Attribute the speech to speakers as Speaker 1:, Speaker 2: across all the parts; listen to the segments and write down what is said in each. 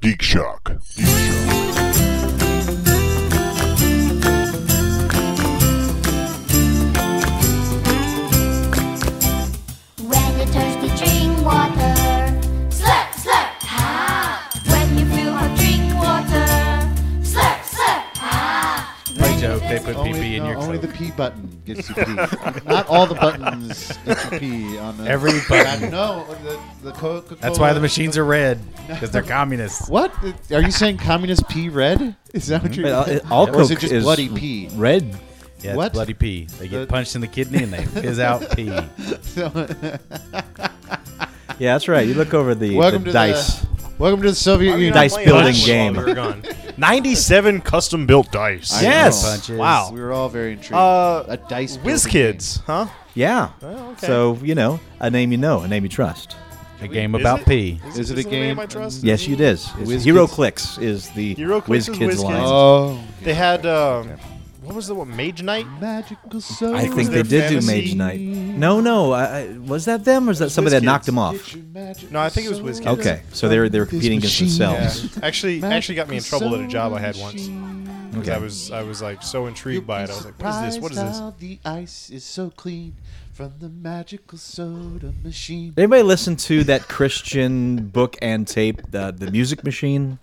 Speaker 1: Geek Shock. Geek Shock.
Speaker 2: When you're thirsty, drink water. Slurp, slurp, ah. When you feel hot, drink water. Slurp, slurp, ah. When
Speaker 3: Hey,
Speaker 2: you
Speaker 3: Joe,
Speaker 2: feel-
Speaker 3: they put pee
Speaker 4: Only,
Speaker 3: pee in
Speaker 4: no,
Speaker 3: your
Speaker 4: only
Speaker 3: coat.
Speaker 4: the P button gets you pee. Not all the buttons get you pee on the
Speaker 3: Every button.
Speaker 4: No, the, the Coca-Cola.
Speaker 3: That's why the machines are red because they're communists.
Speaker 4: What are you saying? Communist pee red? Is that what you're?
Speaker 5: But all- it- Mm-hmm. all
Speaker 4: or is it
Speaker 5: Coke
Speaker 4: just
Speaker 5: is
Speaker 4: bloody pee?
Speaker 5: Red.
Speaker 3: Yeah,
Speaker 4: What?
Speaker 3: It's bloody pee. They get
Speaker 4: The-
Speaker 3: punched in the kidney and they fizz out pee.
Speaker 5: Yeah, that's right. You look over the,
Speaker 4: Welcome
Speaker 5: the
Speaker 4: to
Speaker 5: dice.
Speaker 4: the Welcome to the Soviet Union.
Speaker 5: Dice building game.
Speaker 6: Ninety-seven custom-built dice.
Speaker 4: I know.
Speaker 5: Yes.
Speaker 3: Punches.
Speaker 6: Wow.
Speaker 4: We were all very intrigued.
Speaker 6: Uh,
Speaker 4: a dice.
Speaker 6: Whiz
Speaker 4: building
Speaker 6: Kids, huh?
Speaker 5: Yeah.
Speaker 4: Oh,
Speaker 6: okay.
Speaker 5: So you know, a name you know, a name you trust.
Speaker 3: A game
Speaker 6: Is
Speaker 3: about
Speaker 6: it?
Speaker 3: pee.
Speaker 4: Is it a
Speaker 6: the name
Speaker 4: game?
Speaker 6: I trust?
Speaker 5: Yes, you did.
Speaker 4: Whiz
Speaker 5: Hero
Speaker 4: Kids.
Speaker 5: Clicks is the
Speaker 6: Hero Clicks
Speaker 5: Whiz
Speaker 6: is
Speaker 5: Kids
Speaker 6: Whiz
Speaker 5: line.
Speaker 4: game.
Speaker 6: Kids.
Speaker 4: Oh,
Speaker 6: They had um, what was the one? Mage Knight.
Speaker 4: magical soul.
Speaker 5: I think
Speaker 6: there
Speaker 5: they did do
Speaker 6: fantasy?
Speaker 5: Mage Knight. No, no. I, I, was that them or is that somebody that
Speaker 6: Whiz
Speaker 5: knocked
Speaker 6: Kids.
Speaker 5: them off?
Speaker 4: Get your magical
Speaker 6: No, I think it was Whiz
Speaker 4: soul.
Speaker 6: Kids.
Speaker 5: Okay, so they were they were
Speaker 4: This
Speaker 5: competing against
Speaker 4: machine.
Speaker 6: Yeah.
Speaker 5: themselves.
Speaker 6: Actually, actually got me in trouble at a job I had once.
Speaker 4: once.
Speaker 6: 'Cause
Speaker 5: Okay.
Speaker 6: I was I was like so intrigued by it. I was like, what is this? What is this?
Speaker 4: The ice is so clean from the magical soda machine.
Speaker 5: Did anybody listen to that Christian book and tape, the the Music Machine?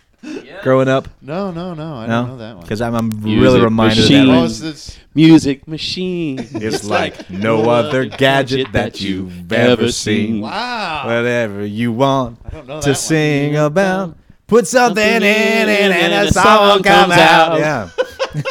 Speaker 5: Growing up,
Speaker 4: No, no, no. I
Speaker 5: no,
Speaker 4: don't know that one.
Speaker 5: because I'm, I'm
Speaker 7: Music
Speaker 5: really reminded of
Speaker 7: Machine.
Speaker 5: that.
Speaker 4: oh,
Speaker 5: line.
Speaker 4: it's this-
Speaker 7: Music machine.
Speaker 5: It's like no other gadget that you've ever seen.
Speaker 4: wow.
Speaker 5: Whatever you want
Speaker 4: don't know that
Speaker 5: to
Speaker 4: one.
Speaker 5: sing about, put something in it and a
Speaker 7: The
Speaker 5: song
Speaker 7: song
Speaker 5: comes
Speaker 7: comes
Speaker 5: out.
Speaker 7: out.
Speaker 5: Yeah.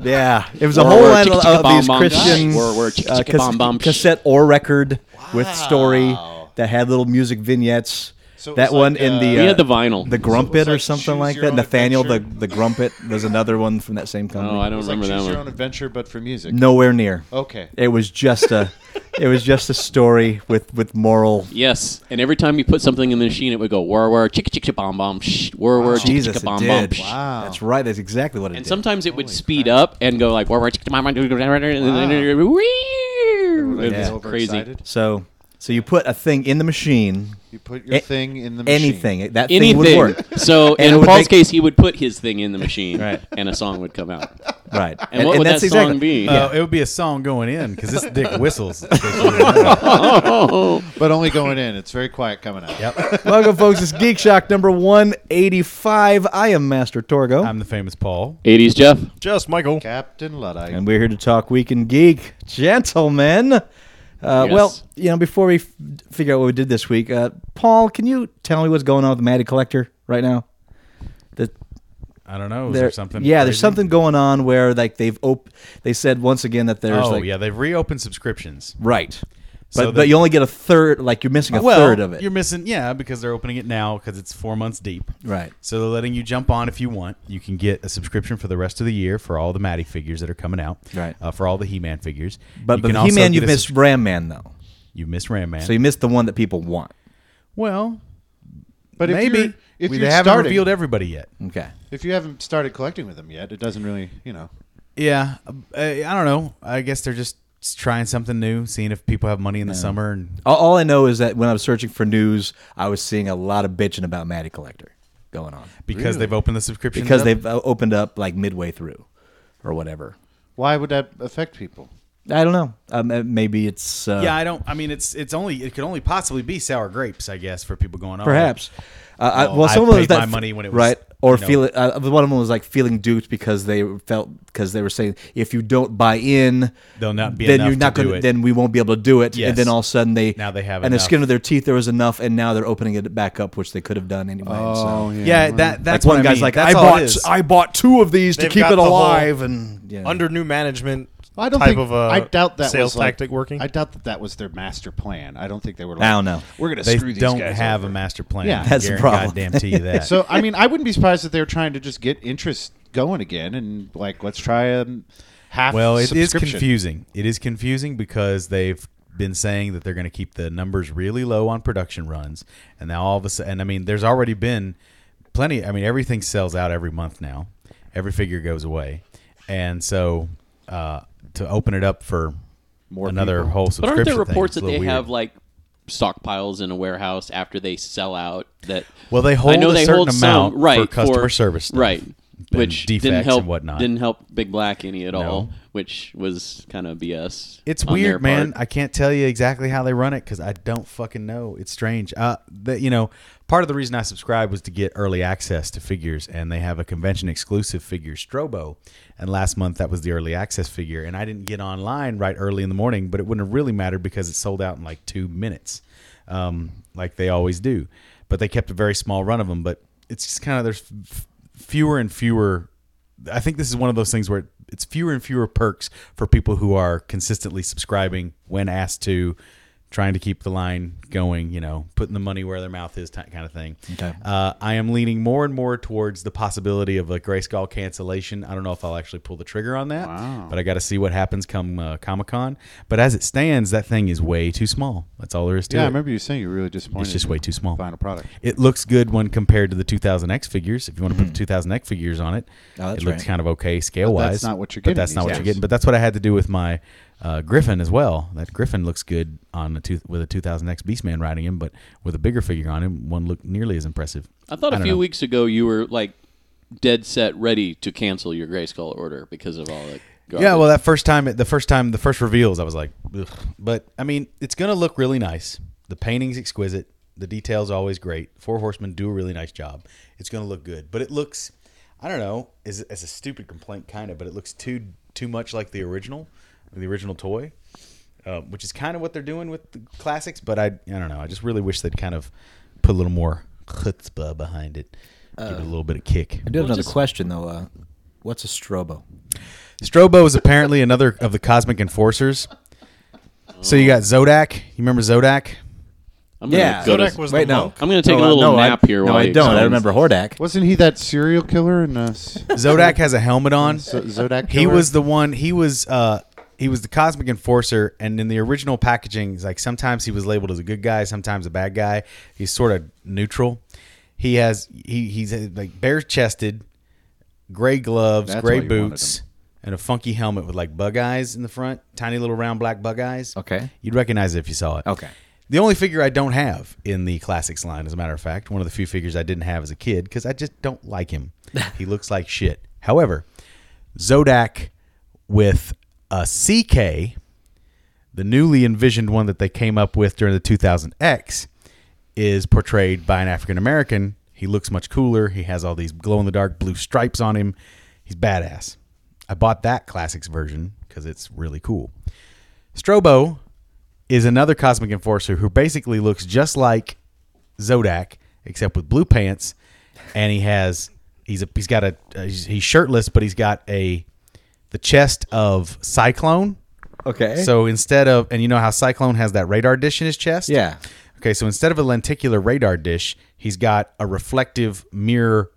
Speaker 5: Yeah, it was a whole line of, of these Christian uh, cas- cassette or record with story that had little music vignettes.
Speaker 4: So it
Speaker 5: that
Speaker 4: was
Speaker 5: one
Speaker 4: like,
Speaker 5: in the
Speaker 4: uh,
Speaker 7: We
Speaker 5: uh,
Speaker 7: had the vinyl.
Speaker 5: the Grumpet or
Speaker 4: like
Speaker 5: something
Speaker 4: Choose
Speaker 5: like
Speaker 4: Your
Speaker 5: that.
Speaker 4: Own
Speaker 5: Nathaniel the
Speaker 4: Adventure.
Speaker 5: the Grumpet. There's another one from that same company.
Speaker 7: oh, I don't
Speaker 4: It's like
Speaker 7: remember
Speaker 4: choose your
Speaker 7: that
Speaker 4: own
Speaker 7: one.
Speaker 4: adventure, but for music.
Speaker 5: Nowhere near.
Speaker 4: Okay.
Speaker 5: It was just a, it was just a story with with moral.
Speaker 7: Yes, and every time you put something in the machine, it would go whir whir chicka chicka bomb bomb shh whir whir chicka
Speaker 5: Jesus,
Speaker 7: chicka
Speaker 5: it
Speaker 7: bomb bomb
Speaker 5: did.
Speaker 7: shh.
Speaker 4: Wow.
Speaker 5: That's right. That's exactly what it
Speaker 7: And
Speaker 5: did.
Speaker 7: sometimes it would speed up and go like whir whir chicka bomb bomb and then
Speaker 5: Yeah.
Speaker 7: it was crazy.
Speaker 4: Overexcited.
Speaker 5: so so you put a thing in the machine,
Speaker 4: You put your
Speaker 5: A-
Speaker 4: thing in the machine.
Speaker 5: anything that thing would
Speaker 7: Anything.
Speaker 5: work.
Speaker 7: So
Speaker 5: And it
Speaker 7: in
Speaker 5: would
Speaker 7: Paul's
Speaker 5: make-
Speaker 7: case, he would put his thing in the machine,
Speaker 5: Right.
Speaker 7: and a song would come out.
Speaker 5: Right.
Speaker 7: And, what would that song be?
Speaker 3: Uh, it would be a song going in because this dick whistles.
Speaker 4: But only going in. It's very quiet coming out.
Speaker 3: yep.
Speaker 5: Welcome, folks. It's Geek Shock number 185. I am Master Torgo.
Speaker 3: I'm the famous Paul.
Speaker 7: 80s Jeff.
Speaker 6: Just Michael.
Speaker 4: Captain Luddite.
Speaker 5: and we're here to talk Weekend Geek. Gentlemen. Uh, Well, you know, before we f- figure out what we did this week, uh, Paul, can you tell me what's going on with the Maddie Collector right now? The,
Speaker 3: I don't know. Is
Speaker 5: there-
Speaker 3: there something?
Speaker 5: Yeah, there's
Speaker 3: crazy?
Speaker 5: something going on where like they've op- they said once again that there's
Speaker 3: Oh
Speaker 5: like
Speaker 3: yeah, they've reopened subscriptions.
Speaker 5: right, but
Speaker 3: So
Speaker 5: but
Speaker 3: the-
Speaker 5: you only get a third. Like you're missing a
Speaker 3: well,
Speaker 5: third of it.
Speaker 3: You're missing, yeah, because they're opening it now because it's four months deep.
Speaker 5: Right.
Speaker 3: So they're letting you jump on if you want. You can get a subscription for the rest of the year for all the Matty figures that are coming out.
Speaker 5: Right.
Speaker 3: Uh, for all the He-Man figures.
Speaker 5: but
Speaker 3: You
Speaker 5: but
Speaker 3: can
Speaker 5: He
Speaker 3: also
Speaker 5: Man,
Speaker 3: get
Speaker 5: you
Speaker 3: a
Speaker 5: missed
Speaker 3: subscri-
Speaker 5: Ram Man though,
Speaker 3: you missed Ram Man.
Speaker 5: so you missed the one that people want.
Speaker 3: well,
Speaker 4: but if
Speaker 3: maybe
Speaker 4: you're, if
Speaker 3: we
Speaker 4: you're
Speaker 3: haven't
Speaker 4: starting,
Speaker 3: revealed everybody yet.
Speaker 5: Okay,
Speaker 4: if you haven't started collecting with them yet, it doesn't really, you know.
Speaker 3: Yeah, uh, I, I don't know. I guess they're just trying something new, seeing if people have money in the summer. And
Speaker 5: all, all I know is that when I was searching for news, I was seeing a lot of bitching about Matty Collector going on
Speaker 3: because they've opened the subscription,
Speaker 5: because they've uh, opened up like midway through, or whatever.
Speaker 4: Why would that affect people?
Speaker 5: I don't know. Um, uh, maybe it's uh,
Speaker 3: Yeah, I don't. I mean, it's it's only it could only possibly be sour grapes, I guess, for people going "Oh, on.
Speaker 5: Perhaps. Uh, I,
Speaker 3: Well,
Speaker 5: well,
Speaker 3: I
Speaker 5: some of them was
Speaker 3: paid
Speaker 5: that
Speaker 3: my money when it was,
Speaker 5: right, or
Speaker 3: you know-
Speaker 5: feel Uh, one of them was like feeling duped because they felt because they were saying if you don't buy in,
Speaker 3: They'll not be
Speaker 5: Then
Speaker 3: enough
Speaker 5: you're not
Speaker 3: to do
Speaker 5: gonna-
Speaker 3: it.
Speaker 5: Then we won't be able to do it.
Speaker 3: Yes.
Speaker 5: And then all of a sudden they
Speaker 3: Now they have
Speaker 5: and the
Speaker 3: enough.
Speaker 5: skin of their teeth there was enough, and now they're opening it back up, which they could have done anyway.
Speaker 6: Oh,
Speaker 5: so.
Speaker 3: Yeah, that Oh, that's
Speaker 5: like one
Speaker 3: what I
Speaker 5: guy's
Speaker 3: mean.
Speaker 5: like,
Speaker 3: That's
Speaker 5: I
Speaker 3: all it
Speaker 5: bought
Speaker 3: is.
Speaker 5: I bought two of these
Speaker 6: They've
Speaker 5: to keep
Speaker 6: got
Speaker 5: it
Speaker 6: the whole
Speaker 5: alive, and yeah.
Speaker 6: Under new management.
Speaker 4: I don't
Speaker 6: type
Speaker 4: think
Speaker 6: of a
Speaker 4: I doubt that
Speaker 6: sales
Speaker 4: was like-
Speaker 6: tactic working.
Speaker 4: I doubt that that was their master plan. I don't think they were. Like,
Speaker 5: I don't know.
Speaker 4: We're gonna
Speaker 3: they
Speaker 4: screw these
Speaker 3: don't
Speaker 4: guys
Speaker 3: have
Speaker 4: over."
Speaker 3: a master plan.
Speaker 4: Yeah.
Speaker 3: I
Speaker 5: That's the
Speaker 3: guarantee-
Speaker 5: problem.
Speaker 3: Goddamn to you that.
Speaker 4: So I mean, I wouldn't be surprised if they were trying to just get interest going again and like let's try a half.
Speaker 3: well, it is
Speaker 4: subscription.
Speaker 3: confusing. It is confusing because they've been saying that they're going to keep the numbers really low on production runs, and now all of a sudden, I mean, there's already been plenty. I mean, everything sells out every month now. Every figure goes away, and so uh, to open it up for
Speaker 4: More
Speaker 3: another
Speaker 4: people.
Speaker 3: whole
Speaker 7: But
Speaker 3: subscription.
Speaker 7: aren't there
Speaker 3: thing, it's
Speaker 7: reports
Speaker 3: a
Speaker 7: that they
Speaker 3: little weird.
Speaker 7: have like stockpiles in a warehouse after they sell out. That
Speaker 3: Well, they hold
Speaker 7: I know
Speaker 3: a
Speaker 7: they
Speaker 3: certain
Speaker 7: hold some-
Speaker 3: amount for
Speaker 7: right,
Speaker 3: customer service stuff
Speaker 7: right? Which didn't
Speaker 3: defects
Speaker 7: help
Speaker 3: and whatnot.
Speaker 7: Didn't help Big Black any at all, which was kind of BS.
Speaker 3: It's
Speaker 7: on their
Speaker 3: weird, man.
Speaker 7: part.
Speaker 3: I can't tell you exactly how they run it because I don't fucking know. It's strange. Uh, that you know, part of the reason I subscribed was to get early access to figures, and they have a convention exclusive figure, Strobo. And last month that was the early access figure, and I didn't get online right early in the morning, but it wouldn't have really mattered because it sold out in like two minutes, um, like they always do. But they kept a very small run of them. But it's just kind of there's f- fewer and fewer I think this is one of those things where it's fewer and fewer perks for people who are consistently subscribing when asked to, trying to keep the line going, you know, putting the money where their mouth is, ti- kind of thing. Okay. Uh, I am leaning more and more towards the possibility of a Grayskull cancellation. I don't know if I'll actually pull the trigger on that, but I got to see what happens come uh, Comic Con. But as it stands, that thing is way too small. That's all there is to
Speaker 4: Yeah,
Speaker 3: it.
Speaker 4: I remember you saying you were really disappointed.
Speaker 3: It's just
Speaker 4: in
Speaker 3: way too small.
Speaker 4: the Final product.
Speaker 3: It looks good when compared to the 2000X figures. If you
Speaker 4: Mm-hmm.
Speaker 3: want to put the 2000X figures on it,
Speaker 5: Oh, that's
Speaker 3: it looks
Speaker 5: right.
Speaker 3: kind of okay scale
Speaker 4: But
Speaker 3: wise.
Speaker 4: that's not what you're
Speaker 3: But that's
Speaker 4: getting
Speaker 3: not
Speaker 4: these
Speaker 3: what you're
Speaker 4: days.
Speaker 3: getting. But that's what I had to do with my uh, Griffin as well. That Griffin looks good on a two, with a 2000X Beastman riding him, but with a bigger figure on him, one looked nearly as impressive.
Speaker 7: I thought a
Speaker 3: don't
Speaker 7: few
Speaker 3: know.
Speaker 7: weeks ago you were like dead set ready to cancel your Grayskull order because of all the garbage.
Speaker 3: Yeah, well, that first time, the first time, the first reveals, I was like, Ugh. but I mean, it's gonna look really nice. The painting's exquisite. The details always great. Four Horsemen do a really nice job. It's gonna look good, but it looks, I don't know, is it's a stupid complaint kind of, but it looks too too much like the original, the original toy, uh, which is kind of what they're doing with the classics. But I, I don't know. I just really wish they'd kind of put a little more chutzpah behind it, give it a little bit of kick.
Speaker 5: I do have another question though. Uh, what's a strobo?
Speaker 3: Strobo is apparently another of the cosmic enforcers. So you got Zodak. You remember Zodak?
Speaker 7: I'm gonna go to-
Speaker 6: Kodak was
Speaker 5: Wait,
Speaker 6: the
Speaker 5: no.
Speaker 6: monk.
Speaker 7: I'm gonna take a little
Speaker 5: no, I-
Speaker 7: nap here.
Speaker 5: No,
Speaker 7: while
Speaker 5: I
Speaker 7: you
Speaker 5: don't. I
Speaker 7: explain.
Speaker 5: remember Hordak.
Speaker 4: Wasn't he that serial killer in uh, S-
Speaker 3: Zodak has a helmet on.
Speaker 4: Z- Zodak?
Speaker 3: He
Speaker 4: killer?
Speaker 3: was the one. He was uh, he was the cosmic enforcer, and in the original packaging, it's like sometimes he was labeled as a good guy, sometimes a bad guy. He's sort of neutral. He has he he's uh, like bare chested, gray gloves,
Speaker 4: That's
Speaker 3: gray
Speaker 4: why you wanted
Speaker 3: boots, and a funky helmet with like bug eyes in the front, tiny little round black bug eyes.
Speaker 5: Okay.
Speaker 3: you'd recognize it if you saw it.
Speaker 5: Okay.
Speaker 3: The only figure I don't have in the classics line, as a matter of fact, one of the few figures I didn't have as a kid because I just don't like him. he looks like shit. However, Zodak with a CK, the newly envisioned one that they came up with during the 2000X, is portrayed by an African American. He looks much cooler. He has all these glow in the dark blue stripes on him. He's badass. I bought that classics version because it's really cool. Strobo is another cosmic enforcer who basically looks just like Zodak, except with blue pants, and he has he's a, he's got a uh, he's, he's shirtless, but he's got a the chest of Cyclone.
Speaker 5: Okay.
Speaker 3: So instead of and you know how Cyclone has that radar dish in his chest,
Speaker 5: Yeah.
Speaker 3: Okay, so instead of a lenticular radar dish, he's got a reflective mirror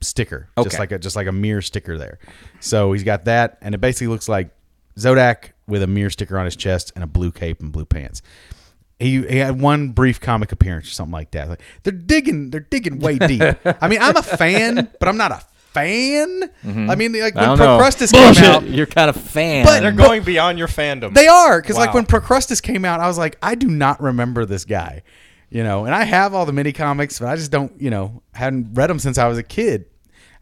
Speaker 3: sticker, just
Speaker 5: Okay.
Speaker 3: like a just like a mirror sticker there. So he's got that, and it basically looks like Zodak with a mirror sticker on his chest and a blue cape and blue pants. He, he had one brief comic appearance or something like that. Like, they're digging, they're digging way deep. I mean, I'm a fan, but I'm not a fan. I mean, like
Speaker 5: Mm-hmm. I
Speaker 3: when
Speaker 5: don't know.
Speaker 3: Procrustes
Speaker 5: Bullshit.
Speaker 3: came out,
Speaker 5: You're kind of fan.
Speaker 3: But-
Speaker 6: They're
Speaker 3: But-
Speaker 6: going beyond your fandom.
Speaker 3: they are because like
Speaker 6: Wow.
Speaker 3: when Procrustes came out, I was like, I do not remember this guy, you know. And I have all the mini comics, but I just don't, you know, hadn't read them since I was a kid.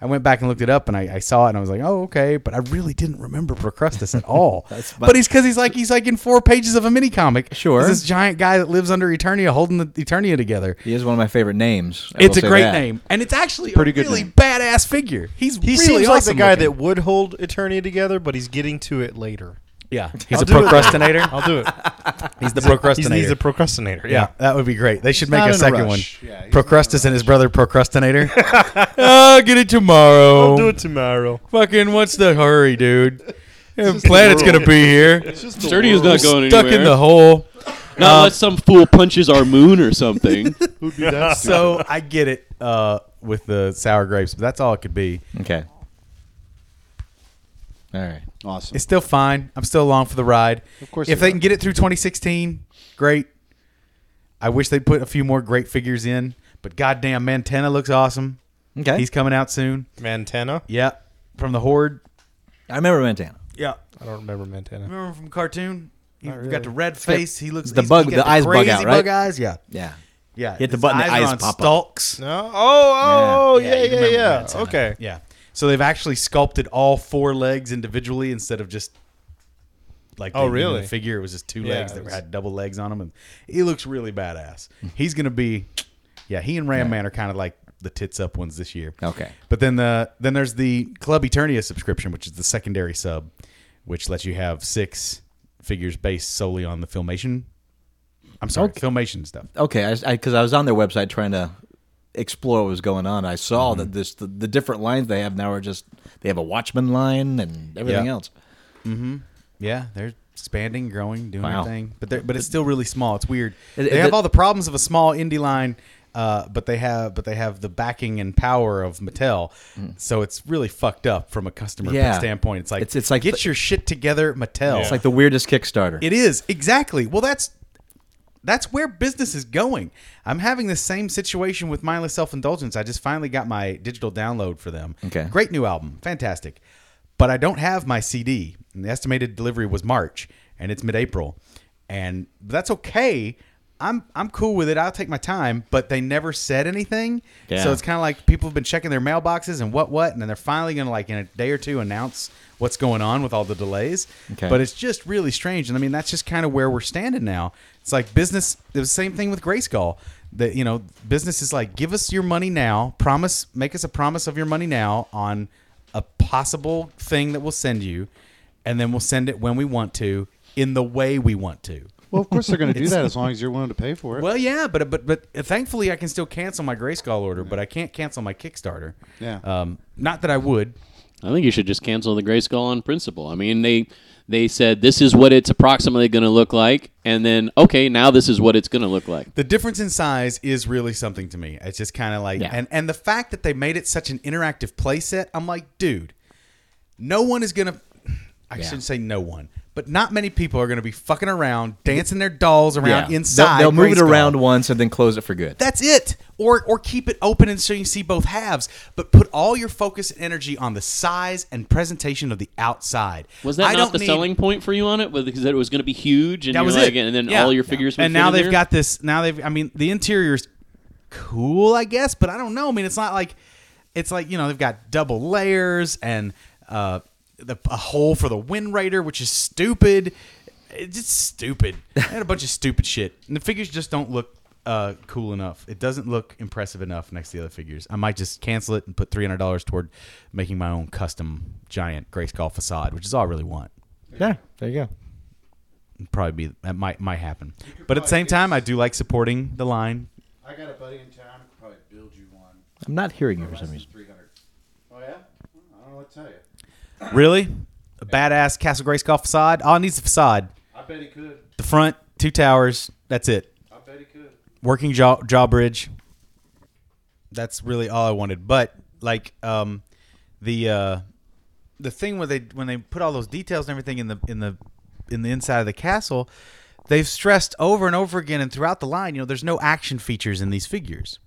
Speaker 3: I went back and looked it up, and I, I saw it, and I was like, oh okay, but I really didn't remember Procrustes at all. but he's because he's like he's like in four pages of a mini comic.
Speaker 5: Sure.
Speaker 3: He's this giant guy that lives under Eternia, holding the Eternia together.
Speaker 5: he is one of my favorite names. I
Speaker 3: It's a
Speaker 5: will say
Speaker 3: great
Speaker 5: that.
Speaker 3: name, and it's actually
Speaker 4: Pretty
Speaker 3: a
Speaker 4: good
Speaker 3: really
Speaker 4: name.
Speaker 3: badass figure. He's
Speaker 6: He
Speaker 3: really
Speaker 6: seems like the
Speaker 3: awesome
Speaker 6: guy
Speaker 3: looking.
Speaker 6: that would hold Eternia together, but he's getting to it later.
Speaker 3: yeah, he's
Speaker 6: I'll
Speaker 3: a
Speaker 6: do it.
Speaker 3: procrastinator.
Speaker 6: I'll do it.
Speaker 3: he's the procrastinator.
Speaker 6: He's, he's a procrastinator.
Speaker 3: Yeah,
Speaker 6: Yeah.
Speaker 3: that would be great. They should
Speaker 4: not
Speaker 3: make a
Speaker 4: in a
Speaker 3: second one.
Speaker 4: rush. Yeah, he's
Speaker 3: Procrustes and his brother Procrastinator. Ah, get it tomorrow.
Speaker 6: I'll do it tomorrow.
Speaker 3: Fucking what's the hurry, dude? The planet's gonna be here.
Speaker 7: Sturdy is not going
Speaker 3: Stuck
Speaker 7: anywhere.
Speaker 3: in the uh, hole.
Speaker 7: Not unless some fool punches our moon or something.
Speaker 3: So I get it uh, with the sour grapes, but that's all it could be.
Speaker 5: Okay. All right.
Speaker 4: awesome.
Speaker 3: It's still fine. I'm still along for the ride. Of
Speaker 4: course
Speaker 3: if
Speaker 4: you
Speaker 3: they
Speaker 4: are.
Speaker 3: can get it through 2016, great. I wish they put a few more great figures in, but goddamn, Mantena looks awesome.
Speaker 5: Okay.
Speaker 3: He's coming out soon.
Speaker 6: Mantana?
Speaker 3: Yeah, from the Horde.
Speaker 5: I remember Montana.
Speaker 3: Yeah,
Speaker 6: I don't remember Mantana.
Speaker 3: Remember him from cartoon? He's got the red face. He looks
Speaker 5: The
Speaker 3: he's-
Speaker 5: bug-
Speaker 3: he got
Speaker 5: the eyes bug
Speaker 3: crazy
Speaker 5: out, right?
Speaker 3: Bug eyes, yeah,
Speaker 5: Yeah.
Speaker 3: yeah.
Speaker 5: Hit the
Speaker 3: His
Speaker 5: button, the
Speaker 3: are
Speaker 5: eyes
Speaker 3: on
Speaker 5: pop up.
Speaker 3: stalks.
Speaker 6: No. Oh, oh, yeah,
Speaker 3: you
Speaker 6: yeah, yeah.
Speaker 3: remember that scene.
Speaker 6: Okay.
Speaker 3: Yeah. So they've actually sculpted all four legs individually instead of just like
Speaker 6: Oh,
Speaker 3: they did in
Speaker 6: really?
Speaker 3: the figure. It was just two
Speaker 6: Yeah,
Speaker 3: legs
Speaker 6: it
Speaker 3: that
Speaker 6: was- Hmm.
Speaker 3: had double legs on them, and he looks really badass. He's gonna be, yeah. He and Ram Man are kind of like the tits up ones this year.
Speaker 5: Okay.
Speaker 3: But then the then there's the Club Eternia subscription, which is the secondary sub, which lets you have six figures based solely on the filmation. I'm sorry, filmation stuff.
Speaker 5: Okay, because I, 'cause I was on their website trying to explore what was going on. I saw that this the, the different lines they have now are just they have a Watchman line and everything
Speaker 3: Yeah.
Speaker 5: else.
Speaker 3: Yeah, they're expanding, growing, doing
Speaker 5: Wow.
Speaker 3: their thing, but they're, but it's still really small. It's weird.
Speaker 5: It-
Speaker 3: they
Speaker 5: it-
Speaker 3: have all the problems of a small indie line, uh, but they have but they have the backing and power of Mattel. So it's really fucked up from a customer
Speaker 5: Mm. Yeah.
Speaker 3: standpoint. It's like
Speaker 5: It's- it's like
Speaker 3: get
Speaker 5: the-
Speaker 3: your shit together, Mattel.
Speaker 5: It's like the weirdest Kickstarter.
Speaker 3: It is exactly. Well, that's that's where business is going. I'm having the same situation with mindless self indulgence. I just finally got my digital download for them.
Speaker 5: Okay.
Speaker 3: great new album, fantastic. But I don't have my CD. And the estimated delivery was March, and it's mid-April, and that's okay. I'm I'm cool with it. I'll take my time. But they never said anything,
Speaker 5: Yeah.
Speaker 3: so it's kind of like people have been checking their mailboxes and what what, and then they're finally gonna like in a day or two announce what's going on with all the delays.
Speaker 5: Okay.
Speaker 3: But it's just really strange. And I mean, that's just kind of where we're standing now. It's like business, it was the same thing with Grayskull. That, you know, business is like, give us your money now, promise, make us a promise of your money now on a possible thing that we'll send you. And then we'll send it when we want to in the way we want to.
Speaker 4: Well, of course they're going to do that as long as you're willing to pay for it.
Speaker 3: Well, yeah, but but but uh, thankfully I can still cancel my Grayskull order, but I can't cancel my Kickstarter.
Speaker 4: Yeah.
Speaker 3: Um, not that I would.
Speaker 7: I think you should just cancel the Gray Skull on principle. I mean, they they said this is what it's approximately going to look like, and then okay, now this is what it's going to look like.
Speaker 3: The difference in size is really something to me. It's just kind of like,
Speaker 5: Yeah.
Speaker 3: and and the fact that they made it such an interactive playset, I'm like, dude, no one is gonna. I shouldn't say no one, but not many people are gonna be fucking around, dancing their dolls around
Speaker 5: They'll-
Speaker 3: inside.
Speaker 5: They'll, move it
Speaker 3: Grayskull.
Speaker 5: around once and then close it for good.
Speaker 3: That's it. Or or keep it open and so you see both halves, but put all your focus and energy on the size and presentation of the outside.
Speaker 7: Was that
Speaker 3: I
Speaker 7: not
Speaker 3: don't
Speaker 7: the
Speaker 3: need-
Speaker 7: selling point for you on it? Was because it was going to be huge, and
Speaker 3: That
Speaker 7: you're
Speaker 3: was
Speaker 7: like,
Speaker 3: it.
Speaker 7: and then
Speaker 3: Yeah.
Speaker 7: all your figures. would
Speaker 3: and
Speaker 7: fit
Speaker 3: now
Speaker 7: in
Speaker 3: they've
Speaker 7: there?
Speaker 3: got this. Now they've. I mean, the interior's cool, I guess, but I don't know. I mean, it's not like it's like you know they've got double layers and uh, the, a hole for the wind raider, which is stupid. It's just stupid. They had a bunch of stupid shit, and the figures just don't look uh, cool enough. It doesn't look impressive enough next to the other figures. I might just cancel it and put three hundred dollars toward making my own custom giant Grace Golf facade, which is all I really want
Speaker 5: Yeah, there you go.
Speaker 3: probably be that might might happen. But at the same time, I do like supporting the line.
Speaker 4: I got a buddy in town who could probably build you one.
Speaker 5: I'm not hearing you for some reason.
Speaker 4: 300. Oh, yeah? I don't know what to tell you.
Speaker 3: Really, a badass Castle Grayskull facade. All it needs is a facade,
Speaker 4: I bet he could.
Speaker 3: the front, two towers. That's it.
Speaker 4: I bet he could.
Speaker 3: Working jaw jawbridge. That's really all I wanted. But like um, the uh, the thing when they when they put all those details and everything in the in the in the inside of the castle, they've stressed over and over again and throughout the line. You know, there's no action features in these figures.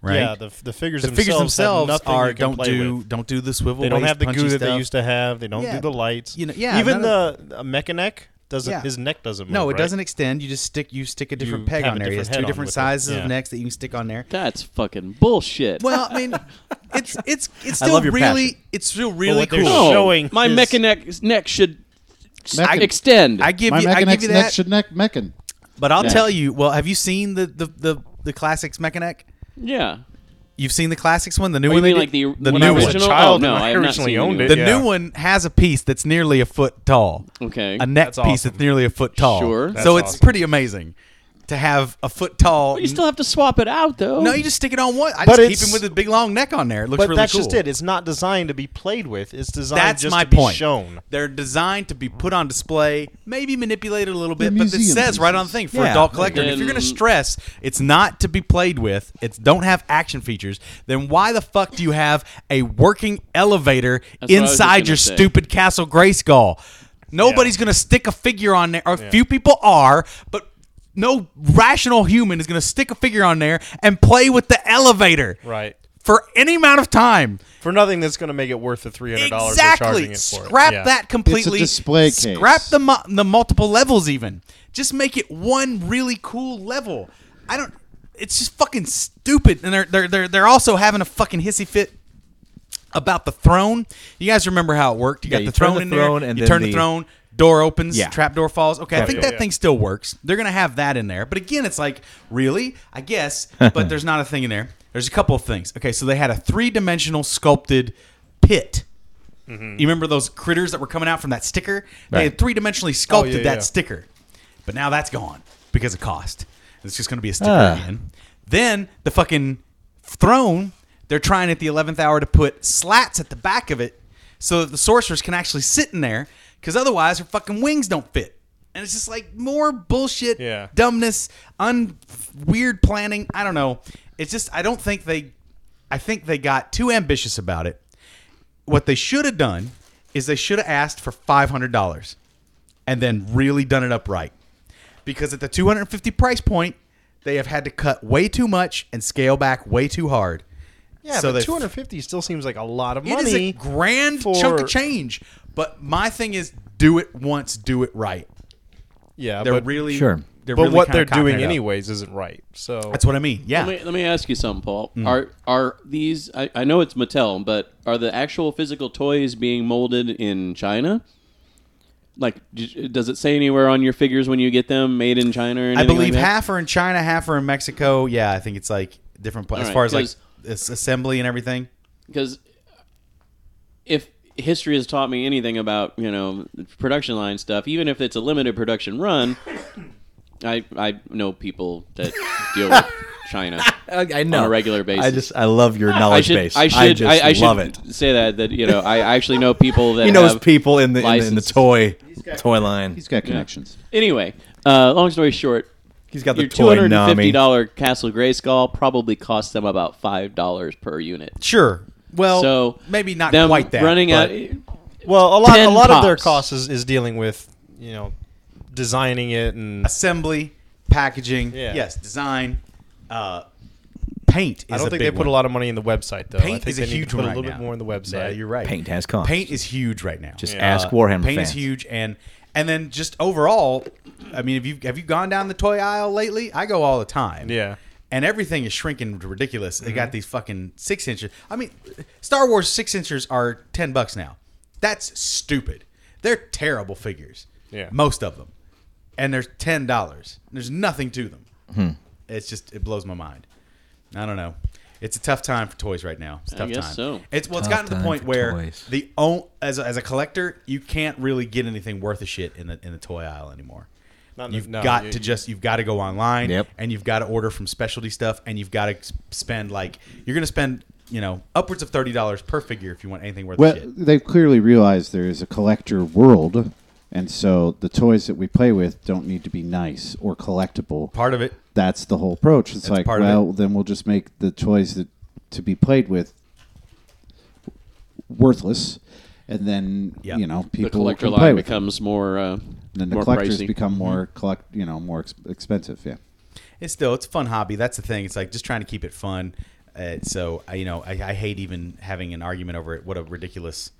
Speaker 3: Right?
Speaker 6: Yeah, the, the figures themselves,
Speaker 3: the figures
Speaker 6: have
Speaker 3: themselves
Speaker 6: nothing
Speaker 3: are
Speaker 6: you can
Speaker 3: don't
Speaker 6: play
Speaker 3: do
Speaker 6: with.
Speaker 3: don't do the swivel.
Speaker 6: They don't
Speaker 3: waist
Speaker 6: have the
Speaker 3: punchy
Speaker 6: goo that
Speaker 3: stuff.
Speaker 6: they used to have. They don't
Speaker 3: Yeah.
Speaker 6: do the lights.
Speaker 3: You know- yeah,
Speaker 6: Even
Speaker 3: none
Speaker 6: the uh, mechaneck doesn't.
Speaker 3: Yeah.
Speaker 6: His neck doesn't. Move,
Speaker 3: No, it
Speaker 6: right?
Speaker 3: doesn't extend. You just stick you stick a different
Speaker 6: You
Speaker 3: peg
Speaker 6: have
Speaker 3: on
Speaker 6: a
Speaker 3: there. It has
Speaker 6: different head
Speaker 3: two
Speaker 6: on
Speaker 3: different
Speaker 6: with it.
Speaker 3: sizes
Speaker 6: Yeah.
Speaker 3: of necks that you can stick on there.
Speaker 7: That's fucking bullshit.
Speaker 3: Well, I mean, it's it's it's
Speaker 5: I
Speaker 3: still
Speaker 5: love your
Speaker 3: really
Speaker 5: passion.
Speaker 3: it's still really
Speaker 6: what they're
Speaker 3: cool.
Speaker 7: no,
Speaker 6: showing
Speaker 7: my
Speaker 6: is-
Speaker 7: mechanic neck should s-
Speaker 4: Mechan-
Speaker 7: extend.
Speaker 3: I give
Speaker 4: My
Speaker 3: you I give
Speaker 4: Mechanec's
Speaker 3: you
Speaker 4: neck
Speaker 3: that,
Speaker 4: should neck Mechan.
Speaker 3: but I'll
Speaker 7: Yeah.
Speaker 3: tell you. Well, have you seen the the the, the classics Mechanic?
Speaker 7: yeah.
Speaker 3: You've seen the classics one, the new
Speaker 7: Oh, you
Speaker 3: one.
Speaker 7: mean
Speaker 3: they
Speaker 7: like the,
Speaker 3: did?
Speaker 7: when
Speaker 3: new
Speaker 7: I was
Speaker 3: one.
Speaker 7: a
Speaker 6: Child
Speaker 7: child? Oh, no,
Speaker 6: and I
Speaker 7: I have not
Speaker 6: originally
Speaker 7: seen
Speaker 6: owned
Speaker 7: the
Speaker 6: it.
Speaker 7: new
Speaker 3: The
Speaker 7: one.
Speaker 6: Yeah.
Speaker 3: new one has a piece that's nearly a foot tall.
Speaker 7: Okay.
Speaker 3: A neck
Speaker 6: That's
Speaker 3: piece
Speaker 6: awesome.
Speaker 3: that's nearly a foot tall.
Speaker 7: Sure.
Speaker 3: so
Speaker 6: That's
Speaker 3: it's
Speaker 6: awesome.
Speaker 3: pretty amazing to have a foot tall.
Speaker 7: But you still have to swap it out though.
Speaker 3: no, you just stick it on one. I
Speaker 6: But
Speaker 3: just keep
Speaker 6: it's-
Speaker 3: him with a big long neck on there. It looks
Speaker 6: But
Speaker 3: really
Speaker 6: that's
Speaker 3: cool.
Speaker 6: just it. It's not designed to be played with. It's designed
Speaker 3: That's
Speaker 6: just
Speaker 3: my
Speaker 6: to be
Speaker 3: point.
Speaker 6: shown.
Speaker 3: They're designed to be put on display, maybe manipulated a little bit,
Speaker 4: They're
Speaker 3: but it
Speaker 4: museum
Speaker 3: says right
Speaker 4: pieces.
Speaker 3: on the thing for
Speaker 5: Yeah.
Speaker 3: adult collector. And if you're
Speaker 7: Then-
Speaker 3: going to stress it's not to be played with, it's don't have action features, then why the fuck do you have a working elevator
Speaker 7: That's what I was just
Speaker 3: inside
Speaker 7: gonna
Speaker 3: your
Speaker 7: say.
Speaker 3: stupid Castle Grayskull? Nobody's going to stick a figure on there. or A few people are, but no rational human is going to stick a figure on there and play with the elevator.
Speaker 6: Right.
Speaker 3: for any amount of time.
Speaker 6: for nothing that's going to make it worth the three hundred dollars.
Speaker 3: Exactly.
Speaker 6: It for it.
Speaker 3: Scrap
Speaker 6: Yeah.
Speaker 3: that completely.
Speaker 4: display case.
Speaker 3: Scrap the mu- the multiple levels even. Just make it one really cool level. I don't. It's just fucking stupid. And they're they're they're, they're also having a fucking hissy fit about the throne. You guys remember how it worked? You got
Speaker 5: you
Speaker 3: the
Speaker 5: turn
Speaker 3: throne
Speaker 5: the
Speaker 3: in
Speaker 5: throne
Speaker 3: there.
Speaker 5: and
Speaker 3: you
Speaker 5: then
Speaker 3: turn the
Speaker 5: the-
Speaker 3: throne. Door opens,
Speaker 5: Yeah.
Speaker 3: trap door falls. Okay, I think
Speaker 6: yeah,
Speaker 3: that
Speaker 6: yeah.
Speaker 3: thing still works. They're gonna have that in there, but again, it's like really, I guess, but there's not a thing in there. There's a couple of things. Okay, so they had a three-dimensional sculpted pit. You remember those critters that were coming out from that sticker? They had three-dimensionally sculpted
Speaker 6: Oh, yeah,
Speaker 3: that
Speaker 6: yeah.
Speaker 3: sticker, but now that's gone because of cost. It's just gonna be a sticker
Speaker 5: Ah.
Speaker 3: again. Then the fucking throne, they're trying at the 11th hour to put slats at the back of it so that the sorcerers can actually sit in there because otherwise her fucking wings don't fit. And it's just like more bullshit,
Speaker 6: Yeah.
Speaker 3: dumbness, un weird planning. I don't know. It's just, I don't think they, I think they got too ambitious about it. What they should have done is they should have asked for $500 and then really done it up right. Because at the 250 price point, they have had to cut way too much and scale back way too hard.
Speaker 6: Yeah,
Speaker 3: so
Speaker 6: but
Speaker 3: they-
Speaker 6: two hundred fifty still seems like a lot of
Speaker 3: It
Speaker 6: money.
Speaker 3: is a grand chunk
Speaker 6: for-
Speaker 3: of change. But my thing is, do it once, do it right.
Speaker 7: Uh,
Speaker 6: Yeah,
Speaker 3: They're
Speaker 6: but
Speaker 3: really
Speaker 5: Sure.
Speaker 3: They're
Speaker 6: but
Speaker 3: really
Speaker 6: what
Speaker 3: kinda
Speaker 6: they're
Speaker 3: cocking
Speaker 6: doing
Speaker 3: it up.
Speaker 6: anyways isn't right. So
Speaker 3: That's what I mean. Yeah.
Speaker 7: Let me, let me ask you something, Paul. Are are these? I, I know it's Mattel, but are the actual physical toys being molded in China? Like, d- does it say anywhere on your figures when you get them made in China? Or
Speaker 3: I
Speaker 7: anything like
Speaker 3: believe
Speaker 7: that?
Speaker 3: half are in China, half are in Mexico. Yeah, I think it's like different places.
Speaker 7: All
Speaker 3: as
Speaker 7: right,
Speaker 3: far as like
Speaker 7: 'cause-
Speaker 3: this assembly and everything.
Speaker 7: because if history has taught me anything about you know production line stuff, even if it's a limited production run, I I know people that deal with China.
Speaker 5: I, I know
Speaker 7: On a regular basis.
Speaker 5: I just I love your
Speaker 7: I
Speaker 5: knowledge
Speaker 7: should
Speaker 5: base.
Speaker 7: I should
Speaker 5: I just
Speaker 7: I, I should
Speaker 5: love it.
Speaker 7: say that that you know I actually know people that
Speaker 5: He knows
Speaker 7: have-
Speaker 5: people in the, in the in the
Speaker 7: license.
Speaker 5: toy toy line.
Speaker 4: He's got connections.
Speaker 7: Anyway, uh, long story short.
Speaker 5: He's got the
Speaker 7: Your two
Speaker 5: toy
Speaker 7: hundred and fifty
Speaker 5: Nami.
Speaker 7: dollar Castle Grayskull probably cost them about five dollars per unit.
Speaker 3: Sure. Well,
Speaker 7: so
Speaker 3: maybe not
Speaker 7: them
Speaker 3: quite that.
Speaker 7: running
Speaker 3: but-
Speaker 7: out.
Speaker 6: well, a lot a
Speaker 7: 10
Speaker 6: lot of their
Speaker 7: tops.
Speaker 6: costs is, is dealing with you know designing it and
Speaker 3: assembly, packaging,
Speaker 6: Yeah.
Speaker 3: yes, design, uh, paint. Is
Speaker 6: I don't
Speaker 3: a
Speaker 6: think
Speaker 3: big
Speaker 6: they put
Speaker 3: one.
Speaker 6: a lot of money in the website though. I
Speaker 3: Paint
Speaker 6: think
Speaker 3: is
Speaker 6: they
Speaker 3: a
Speaker 6: need
Speaker 3: huge
Speaker 6: to put
Speaker 3: one
Speaker 6: a
Speaker 3: right
Speaker 6: little bit
Speaker 3: now.
Speaker 6: more in the website.
Speaker 3: Yeah, you're right.
Speaker 5: Paint has cost.
Speaker 3: Paint is huge right now.
Speaker 5: Just
Speaker 3: Uh,
Speaker 5: ask Warhammer
Speaker 3: Paint is
Speaker 5: fans.
Speaker 3: huge, and and then just overall, I mean, have you have you gone down the toy aisle lately? I go all the time.
Speaker 6: Yeah. Mm-hmm.
Speaker 3: And everything is shrinking to ridiculous. They got these fucking six inches. I mean, Star Wars six inches are ten bucks now. That's stupid. They're terrible figures.
Speaker 6: Yeah.
Speaker 3: Most of them, and they're ten dollars. There's nothing to them.
Speaker 5: Hmm.
Speaker 3: It's just it blows my mind. I don't know. It's a tough time for toys right now. It's a
Speaker 7: I
Speaker 3: tough
Speaker 7: guess
Speaker 3: time.
Speaker 7: so.
Speaker 3: It's well, it's
Speaker 5: Tough
Speaker 3: gotten to the
Speaker 5: time
Speaker 3: point
Speaker 5: for
Speaker 3: where
Speaker 5: toys.
Speaker 3: the own as a, as a collector, you can't really get anything worth a shit in the in the toy aisle anymore.
Speaker 6: Not in the-
Speaker 3: you've
Speaker 6: no,
Speaker 3: got
Speaker 6: you-
Speaker 3: to just you've got to go online
Speaker 5: Yep.
Speaker 3: and you've got to order from specialty stuff and you've got to s- spend like you're going to spend you know upwards of thirty dollars per figure if you want anything worth
Speaker 4: Well,
Speaker 3: a shit.
Speaker 4: they clearly realize there is a collector world, and so the toys that we play with don't need to be nice or collectible.
Speaker 3: Part of it,
Speaker 4: That's the whole approach. It's
Speaker 3: That's
Speaker 4: like,
Speaker 3: part of
Speaker 4: well, then we'll just make the toys that to be played with worthless, and then
Speaker 3: Yep.
Speaker 4: you know
Speaker 7: The
Speaker 4: people
Speaker 7: collector
Speaker 4: can play
Speaker 7: line
Speaker 4: with. them.
Speaker 7: becomes more uh,
Speaker 4: And then the
Speaker 7: more
Speaker 4: collectors
Speaker 7: pricey.
Speaker 4: become more
Speaker 3: Mm-hmm.
Speaker 4: collect, you know, more ex- expensive. Yeah.
Speaker 3: it's still it's a fun hobby. That's the thing. It's like just trying to keep it fun. Uh, so I, you know, I, I hate even having an argument over it. What a ridiculous,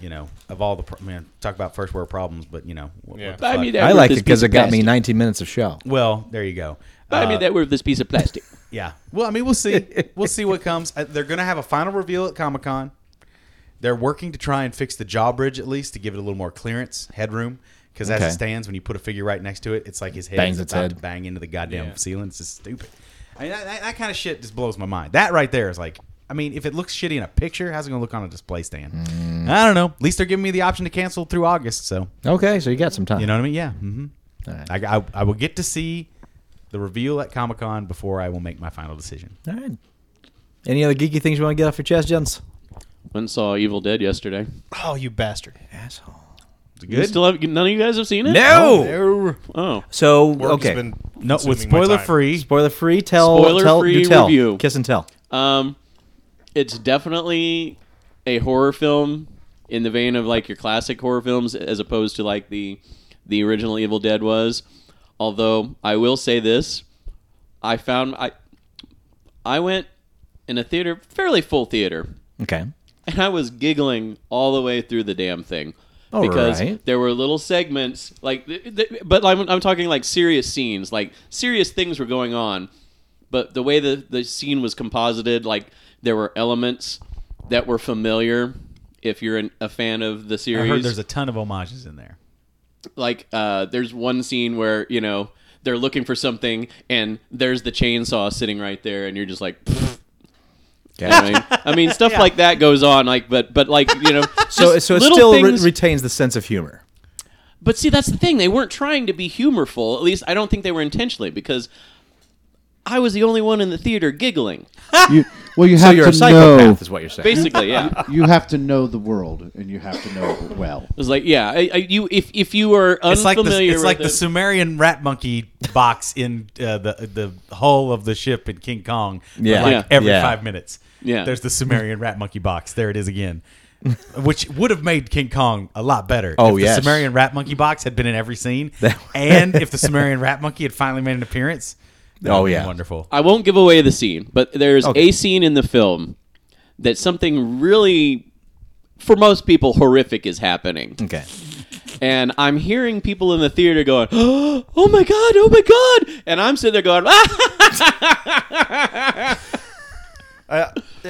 Speaker 3: you know, of all the pro- man talk about first world problems, but you know, what,
Speaker 6: Yeah.
Speaker 3: what the
Speaker 7: Buy
Speaker 3: fuck.
Speaker 7: me that
Speaker 5: I
Speaker 7: with
Speaker 5: like it
Speaker 7: this
Speaker 5: because
Speaker 7: piece
Speaker 5: it
Speaker 7: of
Speaker 5: got me
Speaker 7: plastic.
Speaker 5: 19 minutes of show.
Speaker 3: Well, there you go.
Speaker 7: Buy me
Speaker 3: Uh,
Speaker 7: that with this piece of plastic.
Speaker 3: Yeah. Well, I mean, we'll see. we'll see what comes. Uh, They're going to have a final reveal at Comic Con. They're working to try and fix the jawbridge at least to give it a little more clearance, headroom. Because as
Speaker 5: Okay.
Speaker 3: it stands, when you put a figure right next to it, it's like his head
Speaker 5: Bangs
Speaker 3: is
Speaker 5: its
Speaker 3: about
Speaker 5: head.
Speaker 3: to bang into the goddamn
Speaker 6: Yeah.
Speaker 3: ceiling. It's just stupid. I mean, that, that, that kind of shit just blows my mind. That right there is like, I mean, if it looks shitty in a picture, how's it going to look on a display stand?
Speaker 5: Mm.
Speaker 3: I don't know. At least they're giving me the option to cancel through August. So,
Speaker 5: Okay, so you got some time.
Speaker 3: you know what I mean? Yeah. hmm
Speaker 5: All right.
Speaker 3: I, I, I will get to see the reveal at Comic Con before I will make my final decision.
Speaker 5: All right. Any other geeky things you want to get off your chest, gents?
Speaker 7: Went and saw Evil Dead yesterday.
Speaker 6: Oh, you bastard!
Speaker 5: Asshole.
Speaker 3: Is it
Speaker 7: You
Speaker 3: good?
Speaker 7: still have, none of you guys have seen it?
Speaker 5: No.
Speaker 7: Oh.
Speaker 5: So
Speaker 6: Work has
Speaker 5: okay.
Speaker 6: been
Speaker 3: No, with
Speaker 6: consuming my
Speaker 3: spoiler
Speaker 6: time.
Speaker 3: free.
Speaker 5: Spoiler free. Tell.
Speaker 7: Spoiler
Speaker 5: tell,
Speaker 7: free
Speaker 5: do tell.
Speaker 7: review.
Speaker 5: Kiss and tell.
Speaker 7: Um, it's definitely a horror film in the vein of like your classic horror films, as opposed to like the the original Evil Dead was. Although I will say this, I found I I went in a theater, fairly full theater,
Speaker 5: Okay.
Speaker 7: and I was giggling all the way through the damn thing
Speaker 5: All
Speaker 7: because
Speaker 5: right.
Speaker 7: there were little segments like, th- th- but I'm, I'm talking like serious scenes, like serious things were going on, but the way the the scene was composited, like there were elements that were familiar. If you're an, a fan of the
Speaker 3: I
Speaker 7: series,
Speaker 3: heard there's a ton of homages in there.
Speaker 7: like uh, there's one scene where you know they're looking for something and there's the chainsaw sitting right there and you're just like "Pfft." You know what I, mean? I mean stuff like that goes on like but but like you know
Speaker 5: So
Speaker 7: just
Speaker 5: so it
Speaker 7: little
Speaker 5: still re-
Speaker 7: things,
Speaker 5: retains the sense of humor.
Speaker 7: but see that's the thing they weren't trying to be humorful at least I don't think they were intentionally because I was the only one in the theater giggling
Speaker 4: You, well, you
Speaker 5: So
Speaker 4: have
Speaker 5: you're a
Speaker 4: to know.
Speaker 5: psychopath, is what you're saying.
Speaker 7: basically yeah it
Speaker 4: You have to know the world, and you have to know it well.
Speaker 7: was like yeah I, I, you if if you were unfamiliar
Speaker 3: It's like the, it's
Speaker 7: with
Speaker 3: like the
Speaker 7: it-
Speaker 3: Sumerian rat monkey box in uh, the the hull of the ship in King Kong. but,
Speaker 5: Yeah.
Speaker 3: like
Speaker 7: Yeah.
Speaker 3: every
Speaker 5: Yeah.
Speaker 3: five minutes.
Speaker 7: Yeah.
Speaker 3: there's the Sumerian rat monkey box. There it is again, which would have made King Kong a lot better.
Speaker 5: Oh,
Speaker 3: if
Speaker 5: yes.
Speaker 3: the Sumerian rat monkey box had been in every scene,
Speaker 5: That-
Speaker 3: and if the Sumerian rat monkey had finally made an appearance. that
Speaker 5: Oh,
Speaker 3: would be
Speaker 5: yeah.
Speaker 3: wonderful.
Speaker 7: I won't give away the scene, but there's
Speaker 5: Okay.
Speaker 7: a scene in the film that something really, for most people, horrific is happening.
Speaker 5: Okay.
Speaker 7: And I'm hearing people in the theater going, oh my God, oh my God. And I'm sitting there going, ah!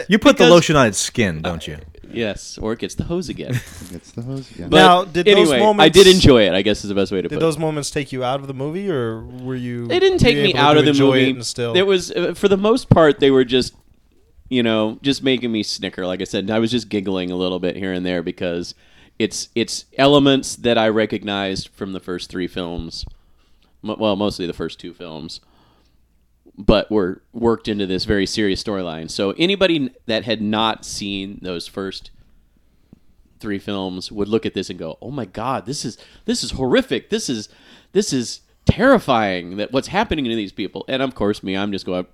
Speaker 5: You put the
Speaker 7: Because-
Speaker 5: lotion on its skin, don't you?
Speaker 7: Yes, or it gets the hose again.
Speaker 4: It's the hose again.
Speaker 7: But
Speaker 6: Now, did those
Speaker 7: anyway, I
Speaker 6: moments-
Speaker 7: did enjoy it, I guess is the best way to put
Speaker 6: Did
Speaker 7: it.
Speaker 6: those moments take you out of the movie, or were you?
Speaker 7: they didn't take
Speaker 6: were you
Speaker 7: me
Speaker 6: able
Speaker 7: out
Speaker 6: to
Speaker 7: of the
Speaker 6: enjoy
Speaker 7: movie.
Speaker 6: It and still,
Speaker 7: There was, uh, for the most part, they were just, you know, just making me snicker. Like I said, and I was just giggling a little bit here and there because it's it's elements that I recognized from the first three films. M- well, mostly the first two films, but were worked into this very serious storyline. So anybody that had not seen those first three films would look at this and go, "Oh my god, this is this is horrific. This is this is terrifying that what's happening to these people." And of course, me, I'm just going,